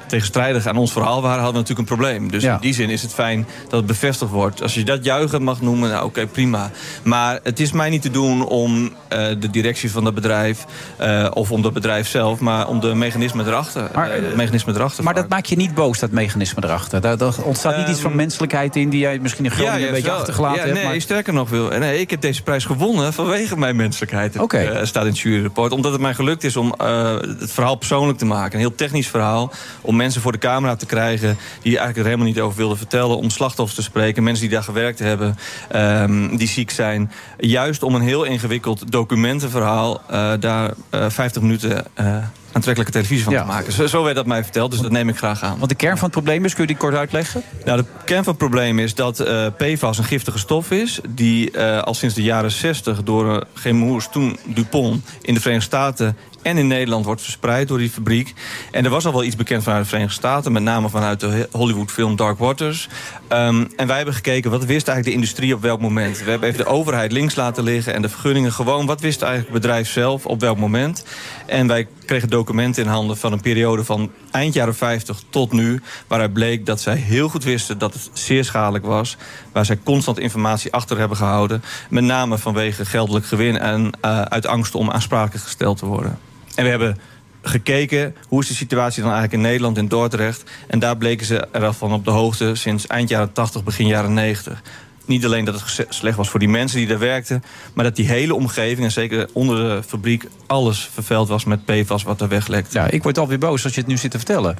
tegenstrijdig aan ons verhaal waren, hadden we natuurlijk een probleem. Dus
Ja.
in die zin is het fijn dat het bevestigd wordt. Als je dat juichen mag noemen, nou oké, prima. Maar het is mij niet te doen om eh, de directie van dat bedrijf... eh, of om dat bedrijf zelf, maar om de mechanismen erachter. eh, het mechanisme erachter.
Maar dat maakt je niet boos, dat mechanisme erachter. Daar, daar ontstaat niet iets van menselijkheid in die jij misschien in Groningen een beetje
wel.
achtergelaten
Ehm, Ja,
hebt.
Nee,
maar-
sterker nog, wil, nee, ik heb deze prijs gewonnen vanwege mijn menselijkheid. Oké. staat in het juryrapport. Omdat het mij gelukt is om eh, het verhaal persoonlijk te maken. Een heel technisch verhaal. Om mensen voor de camera te krijgen die eigenlijk er helemaal niet over wilden vertellen. Om slachtoffers te spreken. Mensen die daar gewerkt hebben. ehm, die ziek zijn. Juist om een heel ingewikkeld documentenverhaal eh, daar eh 50 minuten... eh, aantrekkelijke televisie van te maken. Zo, zo werd dat mij verteld, dus dat neem ik graag aan.
Want de kern van het probleem is, kun je die kort uitleggen?
Nou, de kern van het probleem is dat eh PFAS een giftige stof is... die eh, al sinds de jaren 60 door eh, chemoers, toen Dupont... in de Verenigde Staten en in Nederland wordt verspreid door die fabriek. En er was al wel iets bekend vanuit de Verenigde Staten... met name vanuit de Hollywoodfilm Dark Waters. Ehm, en wij hebben gekeken, wat wist eigenlijk de industrie op welk moment? We hebben even de overheid links laten liggen en de vergunningen gewoon... wat wist eigenlijk het bedrijf zelf op welk moment? En wij kregen documenten in handen van een periode van eind jaren 50 tot nu. Waaruit bleek dat zij heel goed wisten dat het zeer schadelijk was. Waar zij constant informatie achter hebben gehouden. Met name vanwege geldelijk gewin en eh, uit angst om aansprakelijk gesteld te worden. En we hebben gekeken hoe is de situatie dan eigenlijk in Nederland en Dordrecht. En daar bleken ze eraf van op de hoogte sinds eind jaren 80, begin jaren 90. Niet alleen dat het gese- slecht was voor die mensen die daar werkten, maar dat die hele omgeving, en zeker onder de fabriek, alles vervuild was met PFAS wat er weglekte.
Ja, ik word alweer boos als je het nu zit te vertellen.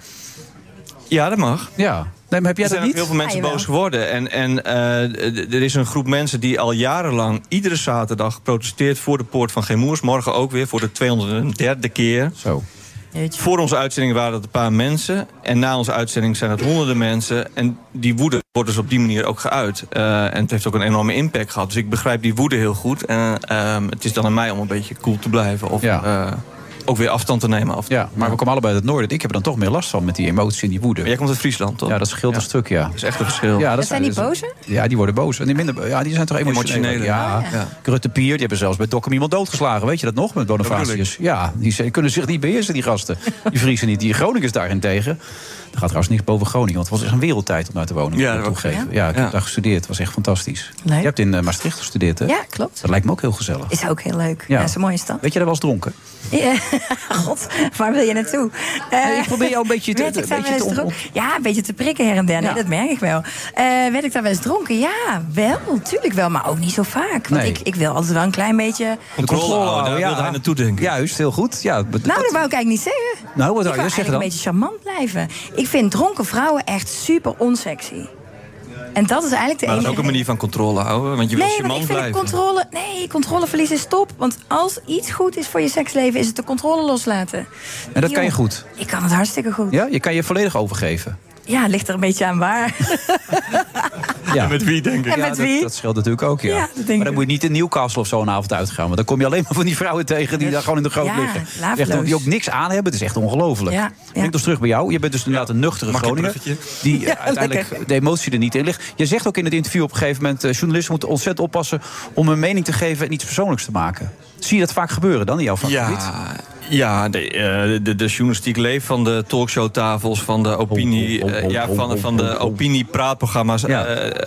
Ja, dat mag.
Ja. Nee, maar heb jij
er
dat
zijn
niet?
ook heel veel
Ja,
mensen
jawel.
boos geworden. En, en eh, d- er is een groep mensen die al jarenlang iedere zaterdag protesteert voor de poort van Gemoers. Morgen ook weer voor de 203e keer.
Zo.
Voor onze uitzending waren dat een paar mensen. En na onze uitzending zijn het honderden mensen. En die woede wordt dus op die manier ook geuit. Eh, en het heeft ook een enorme impact gehad. Dus ik begrijp die woede heel goed. En ehm, het is dan aan mij om een beetje cool te blijven. Of eh, ook weer afstand te nemen. Af.
Ja, maar we komen allebei uit het noorden. Ik heb er dan toch meer last van met die emotie en die woede.
Jij komt uit Friesland, toch?
Ja, dat scheelt een stuk, ja. Dat
is echt een verschil.
Ja,
Dat zijn die
dus-
boze?
Ja, die worden boos. En die, minder, bo- ja, die zijn toch emotioneel.
Emotionele.
Ja.
Oh, ja. Ja.
Rutte Pier, die hebben zelfs bij Dokkum iemand doodgeslagen. Weet je dat nog, met Bonifatius? Ja, die ze- kunnen zich niet beheersen, die gasten. Die Friesen niet. Die Groningers daarentegen. Er gaat trouwens niks boven Groningen. Want het was echt een wereldtijd om daar te wonen. moet
Ja,
ik
dat
toegeven.
ook,
Ja,
ja.
ik heb daar gestudeerd. Het was echt fantastisch.
Leuk.
Je hebt in eh, Maastricht gestudeerd, hè?
Ja, klopt.
Dat lijkt me ook heel gezellig.
Is ook heel leuk.
Ja.
Ja, is een mooie stad.
Weet je, daar was dronken.
Ja, God, waar wil je naartoe? Eh,
ik probeer jou een beetje te-
werd ik daar
een beetje
wel eens
te
dronken? Ja, een beetje te prikken her en der. Nee,
Ja.
dat merk ik wel. Eh, werd ik daar wel eens dronken? Ja, wel. Tuurlijk wel, maar ook niet zo vaak. Want
Nee.
ik, ik wil altijd wel een klein beetje...
De
houden, daar
ja.
wilde hij naartoe, denk ik.
Juist, heel goed. Ja,
Nou,
dat-
dat wou ik eigenlijk niet zeggen.
Nou, wat wou je
ik wou
zeggen
eigenlijk
dan?
een beetje charmant blijven. Ik vind dronken vrouwen echt super onsexy. En dat is eigenlijk de
Maar
enige
dat is ook een manier van controle houden. Want je
nee,
wilt je
want
man
ik vind
blijven.
Controle, nee, controleverlies is top. Want als iets goed is voor je seksleven, is het de controle loslaten.
En dat kan je
Jongen,
goed.
Ik kan het hartstikke goed.
Ja, je kan je volledig overgeven.
Ja, ligt er een beetje aan waar.
Ja. met
wie, denk
ik. En met
dat,
wie?
dat scheelt natuurlijk ook, ja.
Ja, dat denk
maar
ik
dan moet je niet in Newcastle of zo een avond uitgaan. Want dan kom je alleen maar van die vrouwen tegen die daar gewoon in de goot
Ja,
liggen.
laveloos.
Echt, die ook niks aan hebben. Het is echt ongelooflijk.
Ja,
Denk
ja.
dus terug bij jou. Je bent dus inderdaad een nuchtere
Makkelijk
Groninger.
bruggetje.
Die
Ja,
eh, uiteindelijk
lekker.
de emotie er niet in ligt. Je zegt ook in het interview op een gegeven moment... eh, journalisten moeten ontzettend oppassen om hun mening te geven... en iets persoonlijks te maken. Zie je dat vaak gebeuren dan in jouw vakgebied?
Ja, ja de, eh, de, de journalistiek leeft van de talkshowtafels, van de opinie, eh, ja, van, van de opiniepraatprogramma's. eh,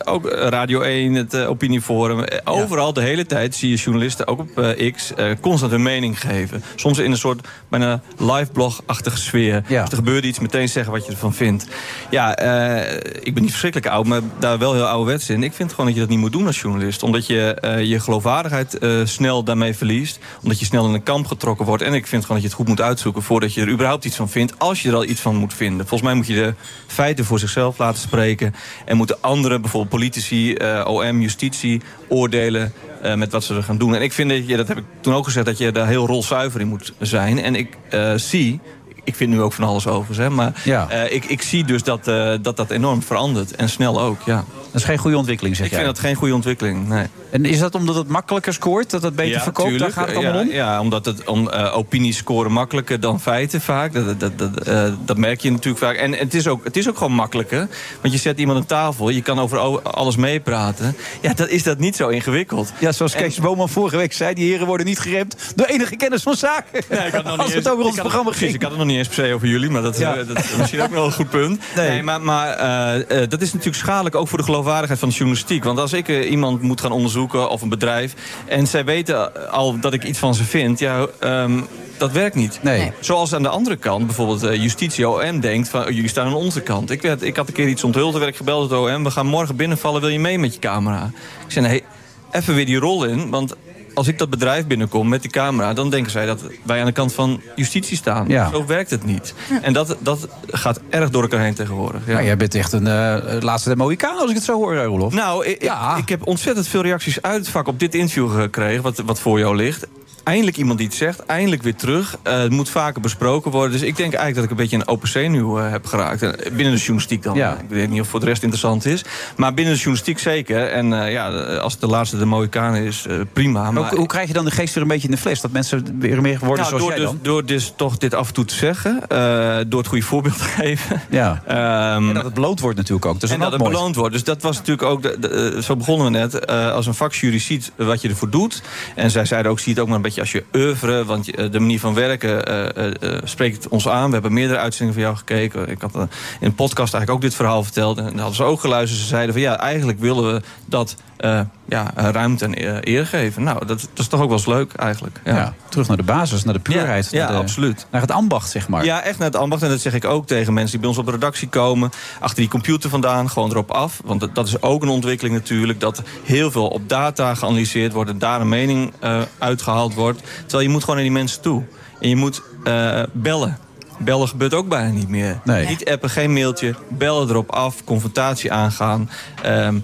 ook Radio 1, het eh, opinieforum. Eh, Overal de hele tijd zie je journalisten, ook op eh, X, eh, constant hun mening geven. Soms in een soort bijna live blog-achtige sfeer. Dus er gebeurde iets, meteen zeggen wat je ervan vindt. Ja, eh, ik ben niet verschrikkelijk oud, maar daar wel heel ouderwets in. Ik vind gewoon dat je dat niet moet doen als journalist. Omdat je eh, je geloofwaardigheid eh, snel daarmee verliest. Omdat je snel in een kamp getrokken wordt. En ik vind gewoon van dat je het goed moet uitzoeken voordat je er überhaupt iets van vindt. Als je er al iets van moet vinden. Volgens mij moet je de feiten voor zichzelf laten spreken. En moeten anderen, bijvoorbeeld politici, eh, OM, justitie, oordelen eh, met wat ze er gaan doen. En ik vind dat je, dat heb ik toen ook gezegd, dat je daar heel rolzuiver in moet zijn. En ik eh, zie. Ik vind nu ook van alles overigens, hè, maar eh, ik, ik zie dus dat, eh, dat dat enorm verandert. En snel ook, ja.
Dat is geen goede ontwikkeling, zeg
ik
jij?
vind dat geen goede ontwikkeling, nee.
En is dat omdat het makkelijker scoort? Dat het beter verkoopt?
tuurlijk.
Daar gaat het allemaal
ja,
om?
Ja, omdat het, om, eh, opinies scoren makkelijker dan feiten vaak. Dat, dat, dat, eh, dat merk je natuurlijk vaak. En het is, ook, het is ook gewoon makkelijker. Want je zet iemand aan tafel, je kan over o- alles meepraten. Ja, dat is dat niet zo ingewikkeld.
Ja, zoals Kees Boman vorige week zei, die heren worden niet geremd door enige kennis van zaken.
Nee, ik had nog niet
Als het
eens-
over
ik
ons
had-
programma
precies,
ging.
ik had het nog niet eens per se over jullie, maar dat,
Ja.
eh, dat is misschien ook nog wel een goed punt. Nee, maar, maar eh, eh, dat is natuurlijk schadelijk ook voor de geloofwaardigheid van de journalistiek. Want als ik eh, iemand moet gaan onderzoeken of een bedrijf en zij weten eh, al dat ik iets van ze vind, ja. ehm, dat werkt niet.
Nee.
Zoals aan de andere kant bijvoorbeeld eh, justitie OM denkt van "Oh, jullie staan aan onze kant. Ik, werd, ik had een keer iets onthuld, toen werd ik gebeld door het OM. We gaan morgen binnenvallen, wil je mee met je camera? Ik zei nee, even weer die rol in, want als ik dat bedrijf binnenkom met die camera, dan denken zij dat wij aan de kant van justitie staan.
Ja.
Zo werkt het niet. En dat, dat gaat erg door elkaar heen tegenwoordig. Ja.
Nou, jij bent echt een eh, laatste Mohikaan, als ik het zo hoor, eh, Roelof.
Nou, ik, ik, ik heb ontzettend veel reacties uit het vak op dit interview gekregen, wat, wat voor jou ligt. Eindelijk iemand die het zegt, eindelijk weer terug. Eh, het moet vaker besproken worden. Dus ik denk eigenlijk dat ik een beetje een open zenuw eh, heb geraakt. Eh, Binnen de journalistiek dan.
Ja.
Ik weet niet of het voor de rest interessant is. Maar binnen de journalistiek zeker. En eh, ja, als het de laatste de Mohikaan is, eh, prima. Maar
Maar hoe, hoe krijg je dan de geest weer een beetje in de fles? Dat mensen weer meer worden
nou,
zoals
door
jij
dus,
dan?
Door dus toch dit af en toe te zeggen. eh, door het goede voorbeeld te geven.
Ja.
Ehm,
en dat het beloond wordt natuurlijk ook. Dus
en dat het beloond wordt. Dus dat was natuurlijk ook, de- de- eh, zo begonnen we net. eh, als een vakjury ziet wat je ervoor doet. En zij zeiden ook, zie het ook maar een beetje als je oeuvre. Want je- eh, de manier van werken eh, eh, eh, spreekt ons aan. We hebben meerdere uitzendingen van jou gekeken. Ik had eh, in een podcast eigenlijk ook dit verhaal verteld. En dat hadden ze ook geluisterd. Ze zeiden van ja, eigenlijk willen we dat eh, ja, eh, ruimte en eh, eer geven. Nou, dat, dat is toch ook wel eens leuk eigenlijk.
Ja. eh, terug naar de basis, naar de puurheid.
Ja,
naar de-
absoluut.
Naar het ambacht, zeg maar.
Ja, echt naar het ambacht. En dat zeg ik ook tegen mensen die bij ons op de redactie komen. Achter die computer vandaan, gewoon erop af. Want dat- dat is ook een ontwikkeling natuurlijk. Dat heel veel op data geanalyseerd wordt. En daar een mening eh, uitgehaald wordt. Terwijl je moet gewoon naar die mensen toe. En je moet eh, bellen. Bellen gebeurt ook bijna niet meer.
Nee.
Niet appen, geen mailtje. Bellen erop af, confrontatie aangaan. Ehm,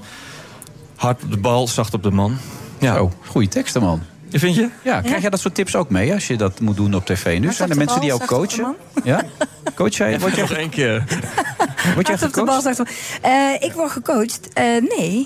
hard op de bal, zacht op de man. Ja.
Zo, goede teksten, man.
Vind je?
Ja, krijg jij dat soort tips ook mee als je dat moet doen op tv nu? Zijn er mensen die jou coachen? Ja? Coach jij? Word jij,
één keer.
word jij
Hard op de
gecoacht?
bal, zegt hij. Eh, ik word gecoacht. Eh, nee. Hoe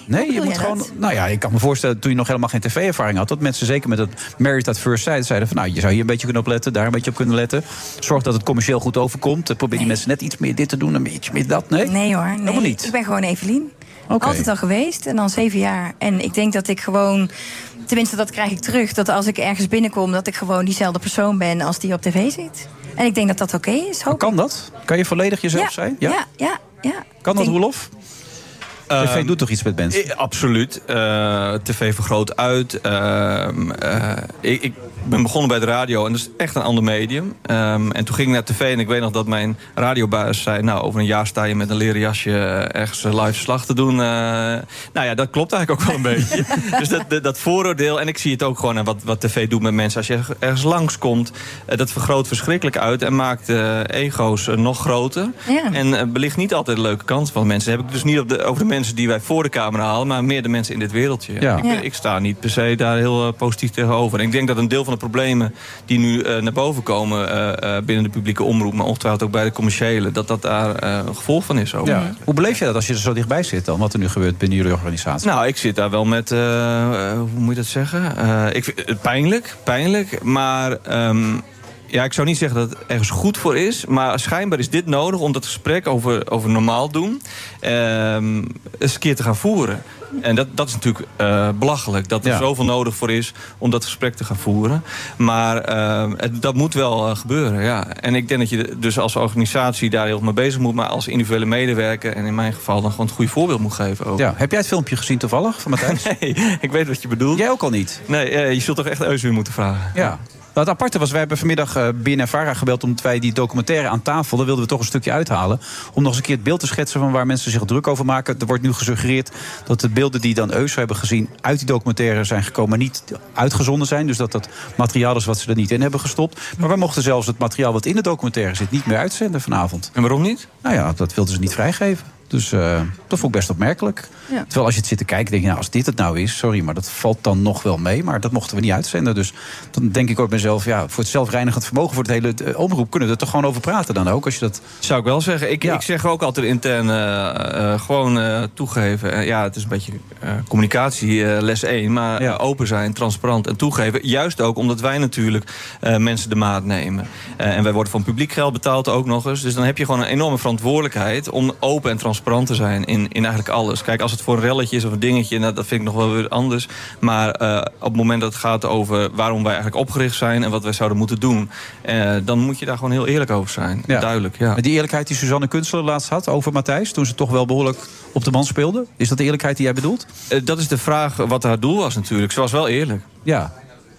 Nee, je
bedoel
moet
jij
gewoon.
dat?
Nou ja, ik kan me voorstellen toen je nog helemaal geen tv-ervaring had. Dat mensen zeker met dat Married at First Sight zeiden van nou, je zou hier een beetje kunnen opletten, daar een beetje op kunnen letten. Zorg dat het commercieel goed overkomt. Eh, Probeer die mensen net iets meer dit te doen, een beetje meer dat. Nee?
Nee hoor, nee.
Helemaal niet.
Ik ben gewoon Evelien.
Oké.
Altijd al geweest en dan zeven jaar. En ik denk dat ik gewoon... Tenminste, dat krijg ik terug. Dat als ik ergens binnenkom, dat ik gewoon diezelfde persoon ben als die op tv zit. En ik denk dat dat oké is. Hoop
Kan dat? Kan je volledig jezelf
ja,
zijn?
Ja, ja, ja.
Kan
Ik
dat,
denk-
Roelof?
Ehm,
TV doet toch iets met mensen?
Eh, absoluut. Eh, TV vergroot uit. Ehm, eh, ik, ik ben begonnen bij de radio en dat is echt een ander medium. Ehm, en toen ging ik naar tv en ik weet nog dat mijn radiobaas zei... nou, over een jaar sta je met een leren jasje eh, ergens eh, live verslag te doen. Eh, nou ja, dat klopt eigenlijk ook wel een beetje. Dus dat, dat, dat vooroordeel, en ik zie het ook gewoon... aan wat, wat tv doet met mensen als je erg- ergens langskomt... eh, dat vergroot verschrikkelijk uit en maakt eh, ego's eh, nog groter.
Ja.
En eh, belicht niet altijd de leuke kant van mensen. Heb ik dus niet op de, over de mensen die wij voor de camera halen, maar meer de mensen in dit wereldje.
Ja.
Ik,
Ja.
ik sta niet per se daar heel eh, positief tegenover. En ik denk dat een deel van de problemen die nu eh, naar boven komen eh, eh, binnen de publieke omroep, maar ongetwijfeld ook bij de commerciële, dat dat daar eh, een gevolg van is. Ook.
Ja. Hoe beleef je dat als je er zo dichtbij zit dan? Wat er nu gebeurt binnen jullie organisatie?
Nou, ik zit daar wel met, eh, eh, hoe moet je dat zeggen? Eh, ik vind het pijnlijk, pijnlijk. Maar ehm, ja, ik zou niet zeggen dat het ergens goed voor is. Maar schijnbaar is dit nodig om dat gesprek over, over normaal doen... ehm, eens een keer te gaan voeren. En dat, dat is natuurlijk eh, belachelijk. Dat er
Ja.
zoveel nodig voor is om dat gesprek te gaan voeren. Maar ehm, het, dat moet wel eh, gebeuren, ja. En ik denk dat je dus als organisatie daar heel erg mee bezig moet... maar als individuele medewerker en in mijn geval dan gewoon het goede voorbeeld moet geven ook.
Ja. Heb jij het filmpje gezien toevallig van Matthijs?
Nee, ik weet wat je bedoelt.
Jij ook al niet?
Nee, eh, je zult toch echt Eus weer moeten vragen.
Ja. Nou, het aparte was, wij hebben vanmiddag eh BNNVARA gebeld... omdat wij die documentaire aan tafel, daar wilden we toch een stukje uithalen... om nog eens een keer het beeld te schetsen van waar mensen zich druk over maken. Er wordt nu gesuggereerd dat de beelden die dan Eus hebben gezien... uit die documentaire zijn gekomen, maar niet uitgezonden zijn. Dus dat dat materiaal is wat ze er niet in hebben gestopt. Maar wij mochten zelfs het materiaal wat in de documentaire zit... niet meer uitzenden vanavond.
En waarom niet?
Nou ja, dat wilden ze niet vrijgeven. Dus eh, dat vond ik best opmerkelijk.
Ja.
Terwijl als je het zit te kijken, denk je, nou, als dit het nou is, sorry, maar dat valt dan nog wel mee. Maar dat mochten we niet uitzenden. Dus dan denk ik ook bij mezelf, ja, voor het zelfreinigend vermogen, voor het hele eh, omroep, kunnen we er toch gewoon over praten dan ook. Als je dat...
Zou ik wel zeggen. Ik, ik zeg ook altijd intern eh, eh, gewoon eh, toegeven. Eh, ja, het is een beetje eh, communicatie eh, les 1. Maar eh, open zijn, transparant en toegeven. Juist ook omdat wij natuurlijk eh, mensen de maat nemen. Eh, en wij worden van publiek geld betaald ook nog eens. Dus dan heb je gewoon een enorme verantwoordelijkheid... om open en transparant te zijn in, in eigenlijk alles. Kijk, als het voor een relletje is of een dingetje... nou, dat vind ik nog wel weer anders. Maar eh, op het moment dat het gaat over waarom wij eigenlijk opgericht zijn... en wat wij zouden moeten doen... eh, dan moet je daar gewoon heel eerlijk over zijn. Duidelijk, ja.
Met die eerlijkheid die Suzanne Kunstler laatst had over Matthijs, toen ze toch wel behoorlijk op de man speelde. Is dat de eerlijkheid die jij bedoelt?
Eh, Dat is de vraag wat haar doel was natuurlijk. Ze was wel eerlijk.
Ja.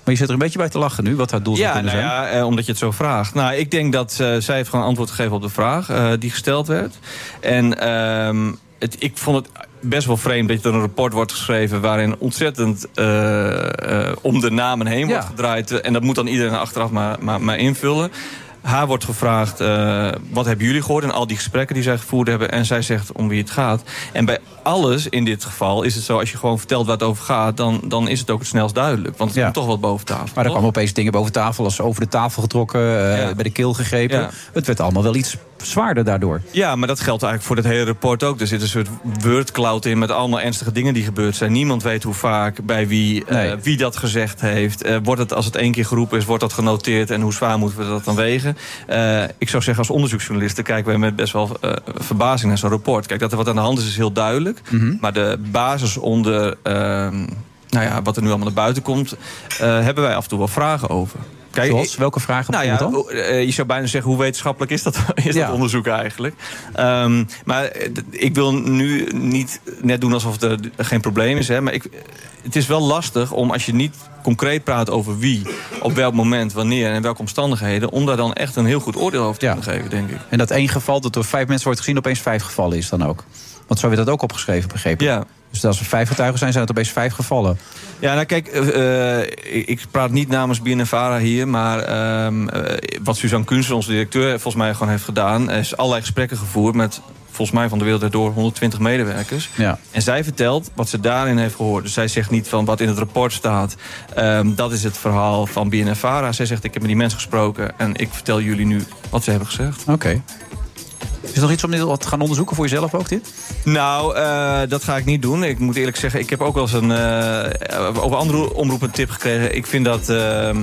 Maar je zit er een beetje bij te lachen nu, wat haar doel zou
Ja,
kunnen
nou
zijn.
ja eh, omdat je het zo vraagt. Nou, ik denk dat eh, zij heeft gewoon antwoord gegeven op de vraag eh, die gesteld werd. En ehm, het, ik vond het best wel vreemd dat er een rapport wordt geschreven... waarin ontzettend eh, eh, om de namen heen wordt gedraaid. En dat moet dan iedereen achteraf maar, maar, maar invullen. Haar wordt gevraagd, eh, wat hebben jullie gehoord... en al die gesprekken die zij gevoerd hebben. En zij zegt om wie het gaat. En bij alles in dit geval is het zo... als je gewoon vertelt waar het over gaat... dan, dan is het ook het snelst duidelijk. Want het komt toch wat boven tafel.
Maar er
toch?
kwamen opeens dingen boven tafel, als over de tafel getrokken, eh, bij de keel gegrepen.
Ja.
Het werd allemaal wel iets zwaarder daardoor.
Ja, maar dat geldt eigenlijk voor dat hele rapport ook. Er zit een soort wordcloud in met allemaal ernstige dingen die gebeurd zijn. Niemand weet hoe vaak, bij wie, eh, wie dat gezegd heeft. Eh, wordt het, als het één keer geroepen is, wordt dat genoteerd... en hoe zwaar moeten we dat dan wegen? Eh, ik zou zeggen, als onderzoeksjournalisten kijken wij met best wel eh, verbazing naar zo'n rapport. Kijk, dat er wat aan de hand is, is heel duidelijk.
Mhm.
Mhm.
Maar de basis onder ehm, nou ja, wat er nu allemaal naar buiten komt... eh, hebben wij af en toe wel vragen over. Kijk,
Zoals?
ik-
Welke vragen
nou ja,
bijvoorbeeld dan?
hoe- eh, je zou bijna zeggen, hoe wetenschappelijk is dat, is dat onderzoek eigenlijk? Ehm, maar eh, d- ik wil nu niet net doen alsof er d- geen probleem is. Hè, maar ik, het is wel lastig om als je niet concreet praat over wie, op welk moment, wanneer en in welke omstandigheden, om daar dan echt een heel goed oordeel over te kunnen geven, denk ik.
En dat één geval dat door vijf mensen wordt gezien, opeens vijf gevallen is dan ook. Want zo werd dat ook opgeschreven, begrepen.
Ja.
Dus als er vijf getuigen zijn, zijn het opeens vijf gevallen.
Ja, nou kijk, eh, eh, ik- ik praat niet namens BNNVARA hier... maar ehm, eh, wat Suzanne Kunst, onze directeur, volgens mij gewoon heeft gedaan... is allerlei gesprekken gevoerd met, volgens mij van de wereld door 120 medewerkers.
Ja.
En zij vertelt wat ze daarin heeft gehoord. Dus zij zegt niet van wat in het rapport staat... ehm, dat is het verhaal van BNNVARA. Zij zegt, ik heb met die mensen gesproken... en ik vertel jullie nu wat ze hebben gezegd.
Oké. Is er nog iets om dit wat te gaan onderzoeken voor jezelf ook, dit?
Nou, eh, dat ga ik niet doen. Ik moet eerlijk zeggen, ik heb ook wel eens een, eh, over andere omroepen een tip gekregen. Ik vind dat ehm,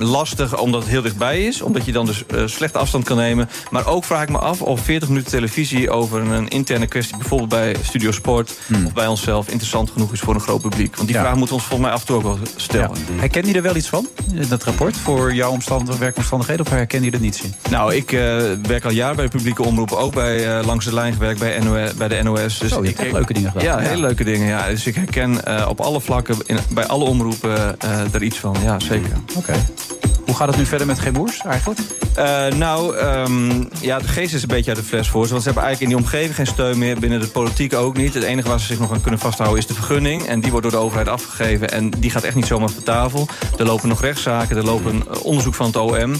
lastig omdat het heel dichtbij is. Omdat je dan dus eh, slecht afstand kan nemen. Maar ook vraag ik me af of 40 minuten televisie over een interne kwestie... bijvoorbeeld bij Studio Sport of bij onszelf... interessant genoeg is voor een groot publiek. Want die vraag moeten we ons volgens mij af en toe ook wel stellen.
Herkende je er wel iets van, in dat rapport, voor jouw omstandig- werkomstandigheden? Of herkende je er niets in?
Nou, ik eh, werk al jaren bij de publieke omroep. Ook bij eh, Langs de Lijn gewerkt bij, NOS, bij de NOS. Dus
Zo, je
ik-
hebt leuke dingen gedaan.
Ja,
Ja.
hele leuke dingen. Ja. Dus ik herken eh, op alle vlakken, in, bij alle omroepen, eh er iets van. Ja, zeker.
Oké. Hoe gaat het nu verder met Geen Boers eigenlijk?
Eh, nou, ehm, ja, de geest is een beetje uit de fles voor ze. Want ze hebben eigenlijk in die omgeving geen steun meer. Binnen de politiek ook niet. Het enige waar ze zich nog aan kunnen vasthouden is de vergunning. En die wordt door de overheid afgegeven. En die gaat echt niet zomaar van tafel. Er lopen nog rechtszaken. Er lopen een onderzoek van het OM.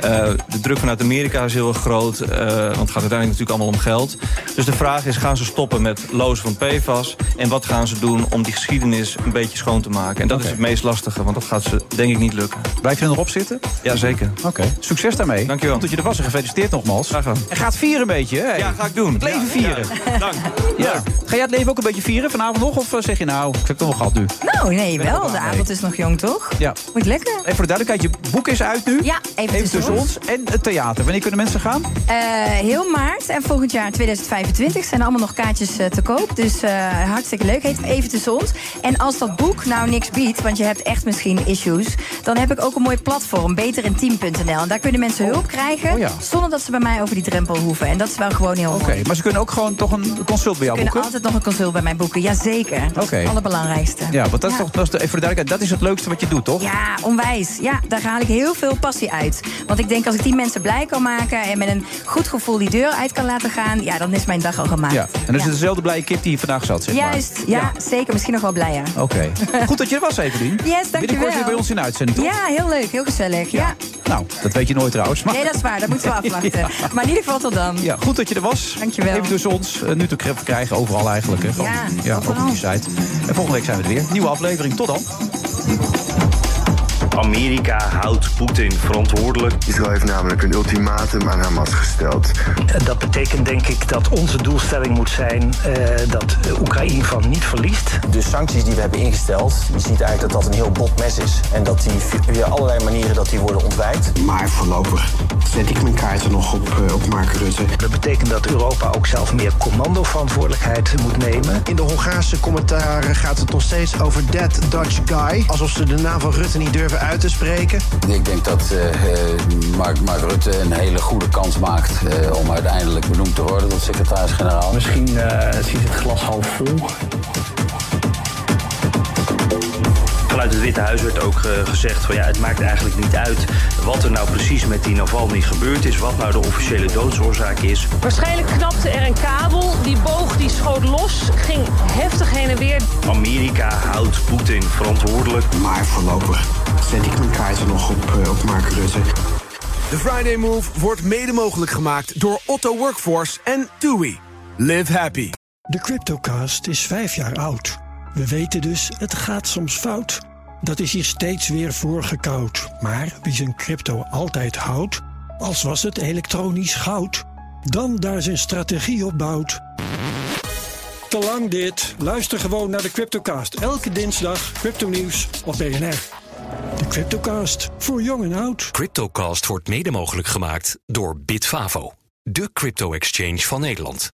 Eh, de druk vanuit Amerika is heel erg groot. eh, want het gaat uiteindelijk natuurlijk allemaal om geld. Dus de vraag is, gaan ze stoppen met lozen van PFAS? En wat gaan ze doen om die geschiedenis een beetje schoon te maken? En dat is het meest lastige. Want dat gaat ze denk ik niet lukken.
Blijf je er nog op zitten?
Jazeker.
Oké. Succes daarmee. Dankjewel. Dat je er was en gefeliciteerd nogmaals. Graag
gedaan.
En ga het vieren een beetje, hè?
Ja, ga ik doen.
Het leven
Ja,
vieren.
ja. Dank.
Ja. Ga jij het leven ook een beetje vieren vanavond nog? Of eh, zeg je nou, ik heb het nog gehad nu?
Nou, nee,
Ben er
wel.
klaar
De
mee.
avond is nog jong, toch?
Ja.
Moet lekker.
En voor de duidelijkheid, je boek is uit nu.
Ja, even,
Even tussen
ons.
ons en het theater. Wanneer kunnen mensen gaan?
Eh, heel maart en volgend jaar 2025 zijn allemaal nog kaartjes eh, te koop. Dus eh, hartstikke leuk. Heet even tussen ons. En als dat boek nou niks biedt, want je hebt echt misschien issues, dan heb ik ook een mooi platform. platform beterintiem.nl. En daar kunnen mensen hulp krijgen
Oh ja.
zonder dat ze bij mij over die drempel hoeven. En dat is wel gewoon heel
Oké, maar ze kunnen ook gewoon toch een consult bij jou
kunnen
boeken?
altijd nog een consult bij mij boeken. Jazeker. Dat is
Oké.
het allerbelangrijkste.
Ja, want dat is
Ja.
toch, dat is de- even voor de duidelijkheid, dat is het leukste wat je doet, toch?
Ja, onwijs. Ja, daar haal ik heel veel passie uit. Want ik denk als ik die mensen blij kan maken en met een goed gevoel die deur uit kan laten gaan, ja, dan is mijn dag al gemaakt.
Ja, en dan is het dezelfde blije kip die hier vandaag zat, zeg maar.
Juist, ja, zeker. Misschien nog wel blijer.
Oké. Goed dat je er was, Evelien.
Yes, dankjewel.
Binnenkort weer bij ons in de uitzending, toch?
Ja, heel leuk, heel gezellig. Ja.
Nou, dat weet je nooit trouwens. Maar...
Nee, dat is waar, dat moeten we afwachten.
Ja.
Maar in ieder geval tot dan.
Ja, goed dat je er was.
Dankjewel.
Even tussen ons. eh, nu te kre- krijgen, overal eigenlijk. Hè. Gewoon,
Ja,
ja ook op die site. En volgende week zijn we er weer. Nieuwe aflevering. Tot dan.
Amerika houdt Poetin verantwoordelijk.
Israël heeft namelijk een ultimatum aan Hamas gesteld.
Dat betekent denk ik dat onze doelstelling moet zijn eh, dat Oekraïne van niet verliest.
De sancties die we hebben ingesteld, je ziet eigenlijk dat dat een heel bot mes is. En dat die via allerlei manieren dat die worden ontwijkt.
Maar voorlopig zet ik mijn kaarten nog op, eh, op Mark Rutte.
Dat betekent dat Europa ook zelf meer commandoverantwoordelijkheid moet nemen.
In de Hongaarse commentaren gaat het nog steeds over Dead Dutch Guy. Alsof ze de naam van Rutte niet durven uit te spreken.
Ik denk dat eh, eh, Mark, Mark Rutte een hele goede kans maakt eh, om uiteindelijk benoemd te worden tot secretaris-generaal.
Misschien eh, ziet het glas half vol.
Vanuit het Witte Huis werd ook eh, gezegd van ja, het maakt eigenlijk niet uit wat er nou precies met die Navalny gebeurd is, wat nou de officiële doodsoorzaak is.
Waarschijnlijk knapte er een kabel. Die boog die schoot los, ging heftig heen en weer.
Amerika houdt Poetin verantwoordelijk.
Maar voorlopig zet ik mijn kaarten nog op, eh, op Mark Rutte.
De Friday Move wordt mede mogelijk gemaakt door Otto Workforce en TUI. Live happy.
De Cryptocast is vijf jaar oud. We weten dus, het gaat soms fout. Dat is hier steeds weer voorgekoud. Maar wie zijn crypto altijd houdt, als was het elektronisch goud, dan daar zijn strategie op bouwt. Te lang dit. Luister gewoon naar de Cryptocast. Elke dinsdag crypto-nieuws op BNR. De Cryptocast voor jong en oud.
CryptoCast wordt mede mogelijk gemaakt door Bitfavo, de crypto-exchange van Nederland.